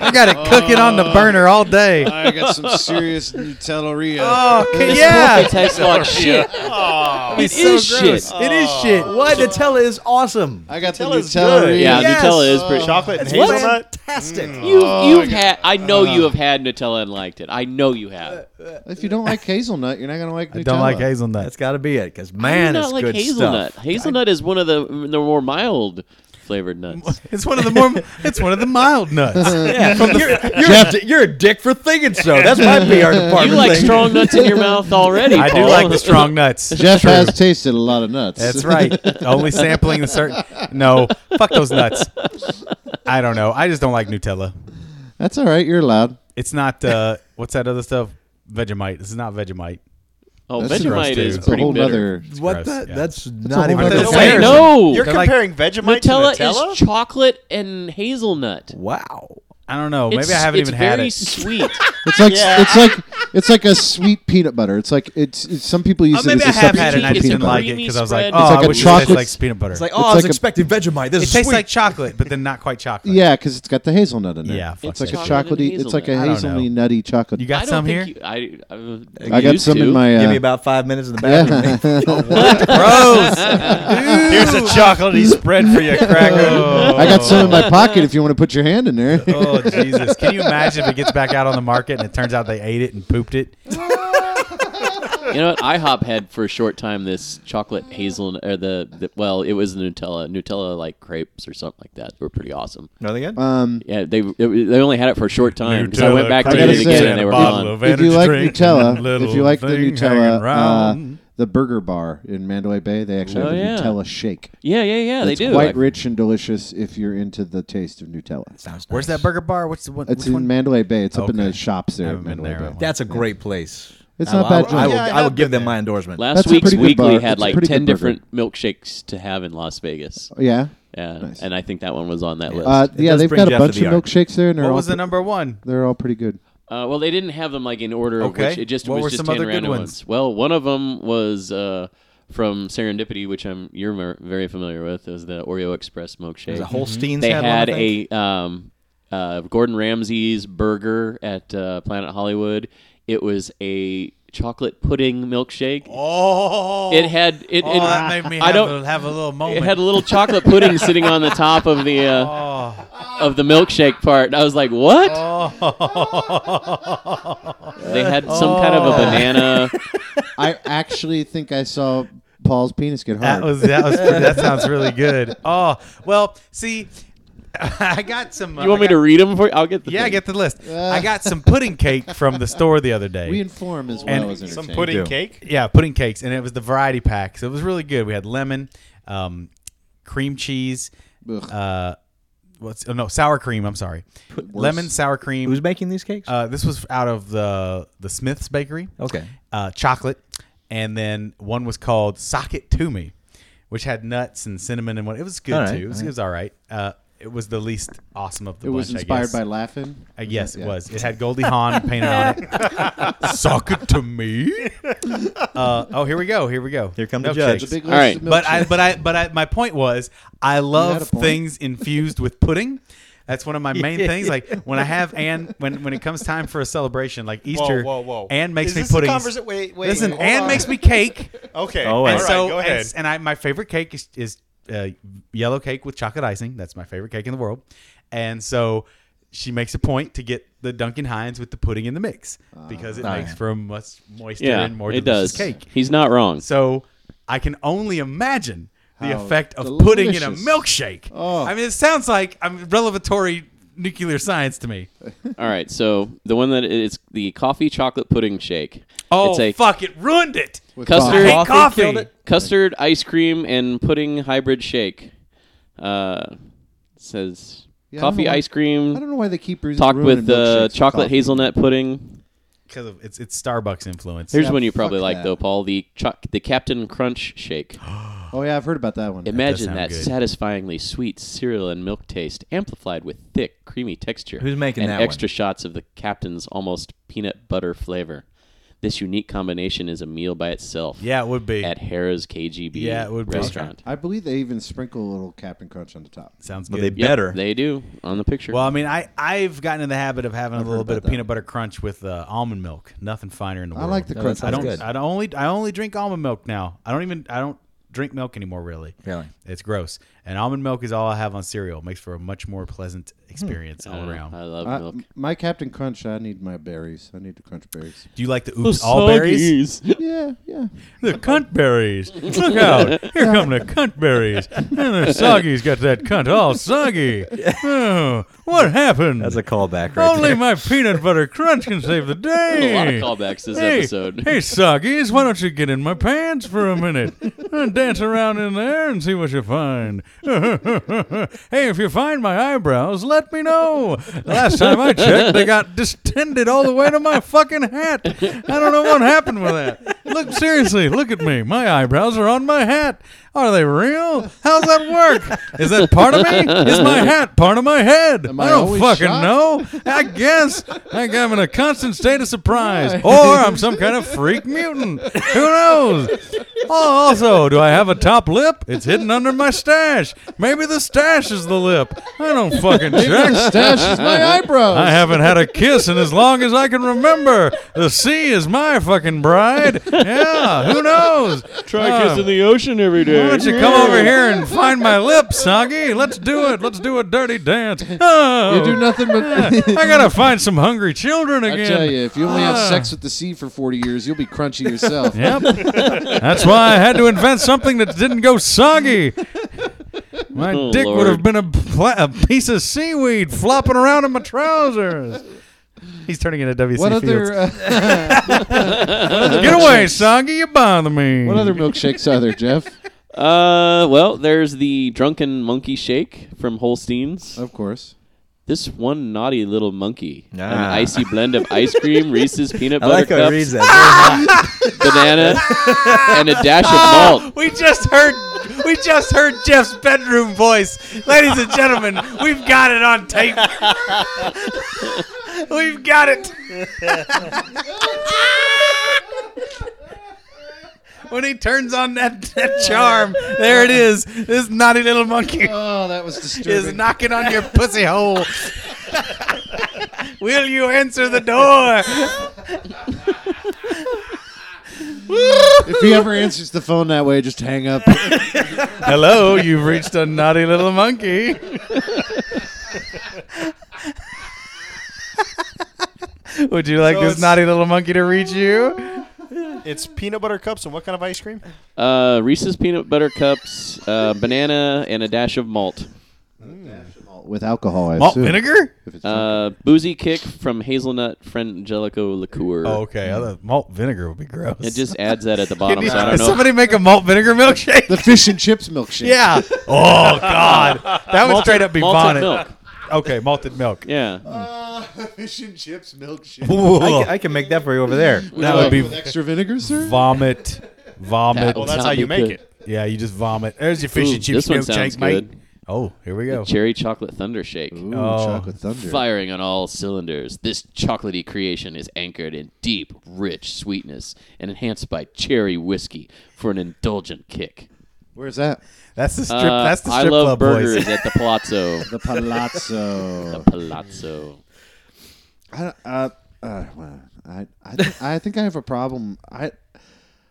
Speaker 3: I got it cooking on the burner all day.
Speaker 4: I got some serious Nutellaria.
Speaker 3: Oh okay, yeah,
Speaker 7: It tastes
Speaker 11: Oh,
Speaker 7: like shit.
Speaker 8: Oh.
Speaker 7: It
Speaker 3: so
Speaker 7: is
Speaker 3: gross.
Speaker 7: shit.
Speaker 3: It is shit.
Speaker 5: Why Nutella is awesome.
Speaker 4: I got
Speaker 8: Nutella's
Speaker 4: the
Speaker 8: good.
Speaker 4: Nutellaria.
Speaker 7: Yeah,
Speaker 3: Yes.
Speaker 7: Nutella is pretty.
Speaker 8: Chocolate and
Speaker 5: What?
Speaker 8: hazelnut.
Speaker 5: Fantastic.
Speaker 7: You, you've had. I know
Speaker 3: Uh-huh.
Speaker 7: you have had Nutella and liked it. I know you
Speaker 11: Uh,
Speaker 7: have.
Speaker 4: If you don't like hazelnut, you're not gonna like. Nutella.
Speaker 3: I don't like hazelnuts.
Speaker 5: That's got to be it, because,
Speaker 7: I do
Speaker 5: man,
Speaker 7: not
Speaker 5: it's
Speaker 7: like
Speaker 5: good
Speaker 7: hazelnut.
Speaker 5: stuff.
Speaker 7: Hazelnut is one of the the more mild flavored nuts.
Speaker 3: It's one of the more. It's one of the mild nuts.
Speaker 5: Yeah. you're, you're, a di- you're a dick for thinking so. That's my PR department.
Speaker 7: You like
Speaker 5: thing.
Speaker 7: strong nuts in your mouth already.
Speaker 3: I do
Speaker 7: Paul.
Speaker 3: like the strong nuts.
Speaker 4: Jeff has tasted a lot of nuts.
Speaker 3: That's right. Only sampling the certain. No, fuck those nuts. I don't know. I just don't like Nutella.
Speaker 4: That's all right. You're allowed.
Speaker 3: It's not. Uh, what's that other stuff? Vegemite. This is not Vegemite.
Speaker 7: Oh,
Speaker 4: That's gross,
Speaker 7: Vegemite
Speaker 4: too.
Speaker 7: is
Speaker 4: It's a
Speaker 7: pretty
Speaker 4: whole
Speaker 7: bitter.
Speaker 4: nother.
Speaker 5: What
Speaker 3: Gross,
Speaker 5: the?
Speaker 3: yeah.
Speaker 5: That's not even
Speaker 3: whole
Speaker 5: the
Speaker 3: other
Speaker 8: Wait,
Speaker 3: thing.
Speaker 5: same.
Speaker 7: No,
Speaker 8: You're
Speaker 3: They're like-
Speaker 8: comparing Vegemite
Speaker 7: Nutella,
Speaker 8: to Nutella?
Speaker 7: is chocolate and hazelnut.
Speaker 5: Wow.
Speaker 3: I don't know. Maybe
Speaker 7: It's-
Speaker 3: I haven't
Speaker 7: it's
Speaker 3: even had
Speaker 7: very
Speaker 3: it.
Speaker 7: sweet.
Speaker 4: It's like it's like it's like a sweet peanut butter. It's like it's, it's some people use
Speaker 3: Oh,
Speaker 4: it
Speaker 3: maybe
Speaker 4: as
Speaker 3: I
Speaker 4: a
Speaker 3: have had it. and
Speaker 4: substitute
Speaker 3: I
Speaker 4: for
Speaker 3: just
Speaker 7: It's a
Speaker 3: didn't
Speaker 4: peanut butter.
Speaker 3: like it
Speaker 7: creamy
Speaker 3: because I was like,
Speaker 7: spread.
Speaker 3: oh,
Speaker 7: It's
Speaker 4: like
Speaker 3: I wish it
Speaker 4: a
Speaker 3: tasted
Speaker 4: chocolate-
Speaker 3: like peanut butter.
Speaker 5: It's like, oh, I
Speaker 4: It's like
Speaker 5: was
Speaker 4: a-
Speaker 5: expecting Vegemite. This
Speaker 3: it
Speaker 5: is
Speaker 3: tastes
Speaker 5: sweet.
Speaker 3: like chocolate, but then not quite chocolate.
Speaker 4: Yeah, because it's got the hazelnut in it.
Speaker 3: Yeah, fuck
Speaker 4: it's like a
Speaker 7: Chocolate and
Speaker 4: chocolatey. It's like a
Speaker 3: hazelnut. I don't
Speaker 4: hazelnut
Speaker 3: know.
Speaker 4: nutty chocolate.
Speaker 3: You
Speaker 7: I
Speaker 3: got
Speaker 7: don't
Speaker 3: some here,
Speaker 7: think You, I, I,
Speaker 4: I got
Speaker 7: used
Speaker 4: some
Speaker 7: to.
Speaker 4: in my. Uh,
Speaker 5: Give me about five minutes in the bathroom.
Speaker 4: yeah.
Speaker 8: Here's a chocolatey spread for you, cracker.
Speaker 4: I got some in my pocket. If you want to put your hand in there.
Speaker 3: Oh Jesus! Can you imagine if it gets back out on the market and it turns out they ate it and pooped it?
Speaker 7: You know what? IHOP had for a short time this chocolate hazelnut, or the, the well, it was the Nutella, Nutella like crepes or something like that. were pretty awesome.
Speaker 5: Nothing good?
Speaker 4: Um,
Speaker 7: Yeah, they it, they only had it for a short time because I went back to
Speaker 4: crepes and
Speaker 7: get it again
Speaker 4: a
Speaker 7: and they were
Speaker 4: bottle
Speaker 7: gone.
Speaker 4: if you like Nutella, if you like the Nutella, uh, the Burger Bar in Mandalay Bay, they actually
Speaker 7: Oh,
Speaker 4: have a
Speaker 7: yeah.
Speaker 4: Nutella shake.
Speaker 7: Yeah, yeah, yeah. They
Speaker 4: it's
Speaker 7: do.
Speaker 4: quite
Speaker 7: Like,
Speaker 4: rich and delicious if you're into the taste of Nutella.
Speaker 5: Sounds
Speaker 3: Where's that burger bar? What's the one?
Speaker 4: It's
Speaker 3: which
Speaker 4: in
Speaker 3: one?
Speaker 4: Mandalay Bay. It's up in
Speaker 3: Okay.
Speaker 4: the shops there.
Speaker 3: Haven't
Speaker 4: At
Speaker 3: been
Speaker 4: Mandalay
Speaker 3: there.
Speaker 4: Bay.
Speaker 5: That's a great place.
Speaker 4: It's
Speaker 5: I-
Speaker 4: not
Speaker 5: I-
Speaker 4: bad
Speaker 5: I,
Speaker 4: joint.
Speaker 5: will,
Speaker 4: Yeah,
Speaker 8: I
Speaker 5: I will
Speaker 8: have
Speaker 5: give
Speaker 8: been
Speaker 5: them
Speaker 8: there.
Speaker 5: my endorsement.
Speaker 7: Last
Speaker 4: That's a
Speaker 7: week's
Speaker 4: pretty good
Speaker 7: weekly
Speaker 4: bar.
Speaker 7: had
Speaker 4: It's a
Speaker 7: like
Speaker 4: pretty
Speaker 7: ten
Speaker 4: good burger.
Speaker 7: different milkshakes to have in Las Vegas.
Speaker 4: Oh, yeah.
Speaker 7: Yeah,
Speaker 4: Nice.
Speaker 7: and I think that one was on that list.
Speaker 4: Uh,
Speaker 5: It
Speaker 4: yeah,
Speaker 5: does
Speaker 4: they've
Speaker 5: bring
Speaker 4: got a
Speaker 5: Jeff
Speaker 4: bunch
Speaker 5: to
Speaker 4: of
Speaker 5: the yard.
Speaker 4: milkshakes there, and they're
Speaker 3: What
Speaker 4: all
Speaker 3: was the
Speaker 4: pre-
Speaker 3: number one?
Speaker 4: they're all pretty good.
Speaker 7: Uh, well, they didn't have them like in order of
Speaker 3: Okay.
Speaker 7: which. It just
Speaker 3: What
Speaker 7: was
Speaker 3: were
Speaker 7: just
Speaker 3: some
Speaker 7: 10
Speaker 3: other good
Speaker 7: random
Speaker 3: ones?
Speaker 7: Well, one of them was uh, from Serendipity, which I'm you're mer- very familiar with. It was the Oreo Express milkshake.
Speaker 5: There's a whole Steens
Speaker 7: they
Speaker 5: had,
Speaker 7: had
Speaker 5: one, I think.
Speaker 7: a um, uh, Gordon Ramsay's burger at uh, Planet Hollywood. It was a chocolate pudding milkshake.
Speaker 3: Oh,
Speaker 7: It had it.
Speaker 3: Oh,
Speaker 7: it-
Speaker 3: that made me
Speaker 7: I
Speaker 3: have,
Speaker 7: don't.
Speaker 3: a, have a little
Speaker 4: Oh
Speaker 3: moment.
Speaker 7: it had a little chocolate pudding sitting on the top of the uh,
Speaker 4: Oh.
Speaker 7: of the milkshake part. I was like, "What?" They had some kind of a
Speaker 4: Oh.
Speaker 7: banana.
Speaker 4: I actually think I saw Paul's penis get hard.
Speaker 3: That was that was that sounds really good. Oh well, see, I got some. uh,
Speaker 7: You want
Speaker 3: I
Speaker 7: me
Speaker 3: got-
Speaker 7: to read them for you? I'll get the
Speaker 3: Yeah, I
Speaker 7: thing.
Speaker 3: get the list. I got some pudding cake from the store the other day.
Speaker 4: We inform as
Speaker 3: And
Speaker 4: well as
Speaker 8: Some
Speaker 4: entertain.
Speaker 8: pudding
Speaker 5: Do.
Speaker 8: cake.
Speaker 3: yeah, pudding cakes, and it was the variety pack, so it was really good. We had lemon, um, cream cheese,
Speaker 4: Ugh.
Speaker 3: uh, what's oh no sour cream? I'm sorry, lemon sour cream.
Speaker 5: Who's making these cakes?
Speaker 3: uh, this was out of the the Smith's Bakery.
Speaker 5: Okay.
Speaker 3: uh, chocolate, and then one was called Socket to Me, which had nuts and cinnamon and what. It was good
Speaker 5: All right,
Speaker 3: too. It was,
Speaker 5: all right.
Speaker 3: it was all right. Uh, it was the least awesome of the
Speaker 4: It
Speaker 3: bunch.
Speaker 4: was
Speaker 3: I
Speaker 4: inspired
Speaker 3: guess.
Speaker 4: by laughing.
Speaker 3: Uh, yes, it
Speaker 4: Yeah.
Speaker 3: was. It had Goldie Hawn painted on it. Sock it to me. Uh, oh, here we go. Here we go.
Speaker 5: Here come the
Speaker 3: Milkshakes.
Speaker 5: judge.
Speaker 4: The big
Speaker 7: All right,
Speaker 4: loaves of
Speaker 3: But I,
Speaker 4: milkshake.
Speaker 3: but I, but I. My point was, I love
Speaker 4: a point.
Speaker 3: things infused with pudding. That's one of my main things. Like when I have Anne, when when it comes time for a celebration, like Easter,
Speaker 8: whoa, whoa.
Speaker 3: Anne makes
Speaker 8: Is
Speaker 3: me
Speaker 8: this a
Speaker 3: pudding.
Speaker 8: conversa- wait, wait,
Speaker 3: Listen,
Speaker 8: wait, hold
Speaker 3: Anne
Speaker 8: on.
Speaker 3: makes me cake,
Speaker 8: Okay.
Speaker 5: Oh,
Speaker 8: All
Speaker 5: wait.
Speaker 8: right,
Speaker 3: and so
Speaker 8: go
Speaker 3: and-
Speaker 8: ahead.
Speaker 3: And, I, my favorite cake is is uh, yellow cake with chocolate icing. That's my favorite cake in the world. And so she makes a point to get the Duncan Hines with the pudding in the mix because it
Speaker 8: Ah.
Speaker 3: makes for a much moister
Speaker 7: yeah,
Speaker 3: and more
Speaker 7: it
Speaker 3: delicious
Speaker 7: does.
Speaker 3: cake.
Speaker 7: He's not wrong.
Speaker 3: So I can only imagine the
Speaker 4: How
Speaker 3: effect of putting in a
Speaker 4: delicious.
Speaker 3: milkshake.
Speaker 4: Oh.
Speaker 3: I mean, it sounds like I'm revelatory nuclear science to me.
Speaker 7: All right, so the one that it's the coffee chocolate pudding shake.
Speaker 3: Oh,
Speaker 7: it's a
Speaker 3: fuck, it ruined it.
Speaker 4: With
Speaker 7: custard-
Speaker 3: I hate
Speaker 4: coffee.
Speaker 7: Coffee
Speaker 3: coffee.
Speaker 5: killed it?
Speaker 7: custard ice cream and pudding hybrid shake. Uh, it says
Speaker 4: Yeah, I don't know
Speaker 7: coffee
Speaker 4: why-
Speaker 7: ice
Speaker 4: I
Speaker 7: cream
Speaker 4: don't know why they keep ru-
Speaker 7: talked
Speaker 4: ruining
Speaker 7: with uh,
Speaker 4: milkshakes with
Speaker 7: chocolate
Speaker 4: coffee.
Speaker 7: hazelnut pudding.
Speaker 3: Because of it's it's Starbucks influence.
Speaker 7: Here's
Speaker 4: Yeah,
Speaker 7: one you probably
Speaker 4: fuck
Speaker 7: like
Speaker 4: that.
Speaker 7: though, Paul. The cho- the Captain Crunch shake.
Speaker 4: Oh yeah, I've heard about that one.
Speaker 7: Imagine
Speaker 3: sound
Speaker 7: that
Speaker 3: good.
Speaker 7: satisfyingly sweet cereal and milk taste, amplified with thick, creamy texture.
Speaker 5: Who's making
Speaker 7: and
Speaker 5: that one?
Speaker 7: extra shots of the captain's almost peanut butter flavor. This unique combination is a meal by itself.
Speaker 3: Yeah, it would be.
Speaker 7: At Harrah's KGB
Speaker 3: Yeah, it would be.
Speaker 7: restaurant.
Speaker 4: I believe they even sprinkle a little Captain Crunch on the top.
Speaker 3: Sounds
Speaker 5: Well,
Speaker 3: good.
Speaker 5: they better.
Speaker 7: They do on the picture.
Speaker 3: well, I mean, I I've gotten in the habit of having a little
Speaker 4: heard
Speaker 3: bit
Speaker 4: about
Speaker 3: of
Speaker 4: that.
Speaker 3: peanut butter crunch with uh, almond milk. Nothing finer in the
Speaker 4: I
Speaker 3: world.
Speaker 4: like the
Speaker 5: No,
Speaker 4: crunch.
Speaker 5: that
Speaker 3: I
Speaker 5: sounds
Speaker 3: don't.
Speaker 5: good.
Speaker 3: I don't only. I only drink almond milk now. I don't even. I don't drink milk anymore. Really.
Speaker 5: Really?
Speaker 3: It's gross. And almond milk is all I have on cereal. It makes for a much more pleasant
Speaker 4: Hmm.
Speaker 3: experience
Speaker 7: I
Speaker 3: all
Speaker 7: don't know.
Speaker 3: around.
Speaker 7: I love
Speaker 4: I-
Speaker 7: milk.
Speaker 4: my Captain Crunch, I need my berries. I need to crunch berries.
Speaker 3: Do you like the oops all berries?
Speaker 4: Yeah, yeah.
Speaker 3: The cunt berries. Look out! Here come the cunt berries. And the soggy's got that cunt all soggy. Oh, what happened?
Speaker 5: That's a callback right
Speaker 3: Only
Speaker 5: there.
Speaker 3: my peanut butter crunch can save the day.
Speaker 7: A lot of callbacks this
Speaker 3: hey,
Speaker 7: episode.
Speaker 3: Hey, Soggies, why don't you get in my pants for a minute? Uh, dance around in there and see what you find. hey, if you find my eyebrows, let me know. Last time I checked, they got distended all the way to my fucking hat. I don't know what happened with that. Look, seriously, look at me. My eyebrows are on my hat. Are they real? How's that work? Is that part of me? Is my hat part of my head?
Speaker 4: Am
Speaker 3: I
Speaker 4: I
Speaker 3: don't
Speaker 4: always
Speaker 3: fucking
Speaker 4: shocked?
Speaker 3: know. Oh, I guess like I'm in a constant state of surprise, or I'm some kind of freak mutant. Who knows? Oh, also, do I have a top lip? It's hidden under my stash. Maybe the stash is the lip. I don't fucking check.
Speaker 4: Stash is my eyebrows.
Speaker 3: I haven't had a kiss in as long as I can remember. The sea is my fucking bride. Yeah, who knows?
Speaker 7: Try
Speaker 3: Uh,
Speaker 7: kissing the ocean every day.
Speaker 3: why don't you come over here and find my lips, Soggy? Let's do it. Let's do a dirty dance. Oh.
Speaker 4: You do nothing
Speaker 3: Yeah,
Speaker 4: but.
Speaker 3: I gotta find some hungry children
Speaker 4: I
Speaker 3: again.
Speaker 4: tell you, if you only have
Speaker 3: Ah.
Speaker 4: sex with the sea for 40 years, you'll be crunchy yourself.
Speaker 3: Yep. That's why I had to invent something that didn't go soggy. My
Speaker 7: Oh,
Speaker 3: dick would have
Speaker 7: Lord.
Speaker 3: been a, pla- a piece of seaweed flopping around in my trousers. He's turning into WC
Speaker 4: What
Speaker 3: Fields.
Speaker 4: other uh,
Speaker 3: Get away, soggy! You bother me.
Speaker 4: what other milkshakes are there, Jeff?
Speaker 7: Uh, well, there's the drunken monkey shake from Holstein's.
Speaker 4: Of course.
Speaker 7: This one naughty little monkey, an
Speaker 5: Ah.
Speaker 7: icy blend of ice cream, Reese's peanut
Speaker 5: I
Speaker 7: butter
Speaker 5: like how he reads
Speaker 7: cups,
Speaker 5: that.
Speaker 7: banana, and a dash of malt.
Speaker 3: We just heard. We just heard Jeff's bedroom voice, ladies and gentlemen. We've got it on tape. we've got it. when he turns on that, that charm, there it is. This naughty little monkey
Speaker 4: Oh, that was
Speaker 3: is
Speaker 4: disturbing.
Speaker 3: knocking on your pussy hole. Will you answer the door?
Speaker 4: if he ever answers the phone that way, just hang up.
Speaker 3: Hello, you've reached a naughty little monkey. Would you like
Speaker 8: So
Speaker 3: this
Speaker 8: it's-
Speaker 3: naughty little monkey to reach you?
Speaker 8: It's peanut butter cups and what kind of ice cream?
Speaker 7: Uh, Reese's peanut butter cups, uh, banana, and a dash of malt.
Speaker 4: with alcohol. I
Speaker 3: Malt
Speaker 4: assume.
Speaker 3: vinegar?
Speaker 4: If it's
Speaker 7: Uh, boozy kick from hazelnut frangelico liqueur.
Speaker 3: Oh, okay. I thought malt vinegar would be gross.
Speaker 7: It just adds that at the bottom, so I
Speaker 3: Can
Speaker 7: don't know.
Speaker 3: somebody make a malt vinegar milkshake?
Speaker 4: the fish and chips milkshake.
Speaker 3: yeah. Oh God, that would straight up be vomit.
Speaker 7: malted milk.
Speaker 3: Okay, malted milk.
Speaker 7: yeah,
Speaker 4: fish and chips milkshake.
Speaker 5: I,
Speaker 3: Ugh.
Speaker 5: ca- I can make that for you over there.
Speaker 3: that would be
Speaker 4: With extra vinegar, sir.
Speaker 3: vomit, vomit.
Speaker 7: That
Speaker 8: Well, that's how you make it.
Speaker 3: yeah, you just vomit. There's your fish
Speaker 7: Ooh,
Speaker 3: and chips
Speaker 7: this one
Speaker 3: milkshake,
Speaker 7: sounds
Speaker 3: mate.
Speaker 7: good.
Speaker 3: Oh, here we go.
Speaker 7: cherry chocolate thunder shake.
Speaker 4: Ooh,
Speaker 3: Oh.
Speaker 4: chocolate thunder.
Speaker 7: Firing on all cylinders, this chocolatey creation is anchored in deep, rich sweetness and enhanced by cherry whiskey for an indulgent kick.
Speaker 4: Where's that?
Speaker 3: That's the strip.
Speaker 7: Uh,
Speaker 3: that's the
Speaker 7: I
Speaker 3: strip
Speaker 7: love
Speaker 3: club
Speaker 7: burgers
Speaker 3: boys.
Speaker 7: at the Palazzo.
Speaker 4: The palazzo.
Speaker 7: Palazzo.
Speaker 4: I, don't- uh, uh, well, I, I, th- I think I have a problem. I,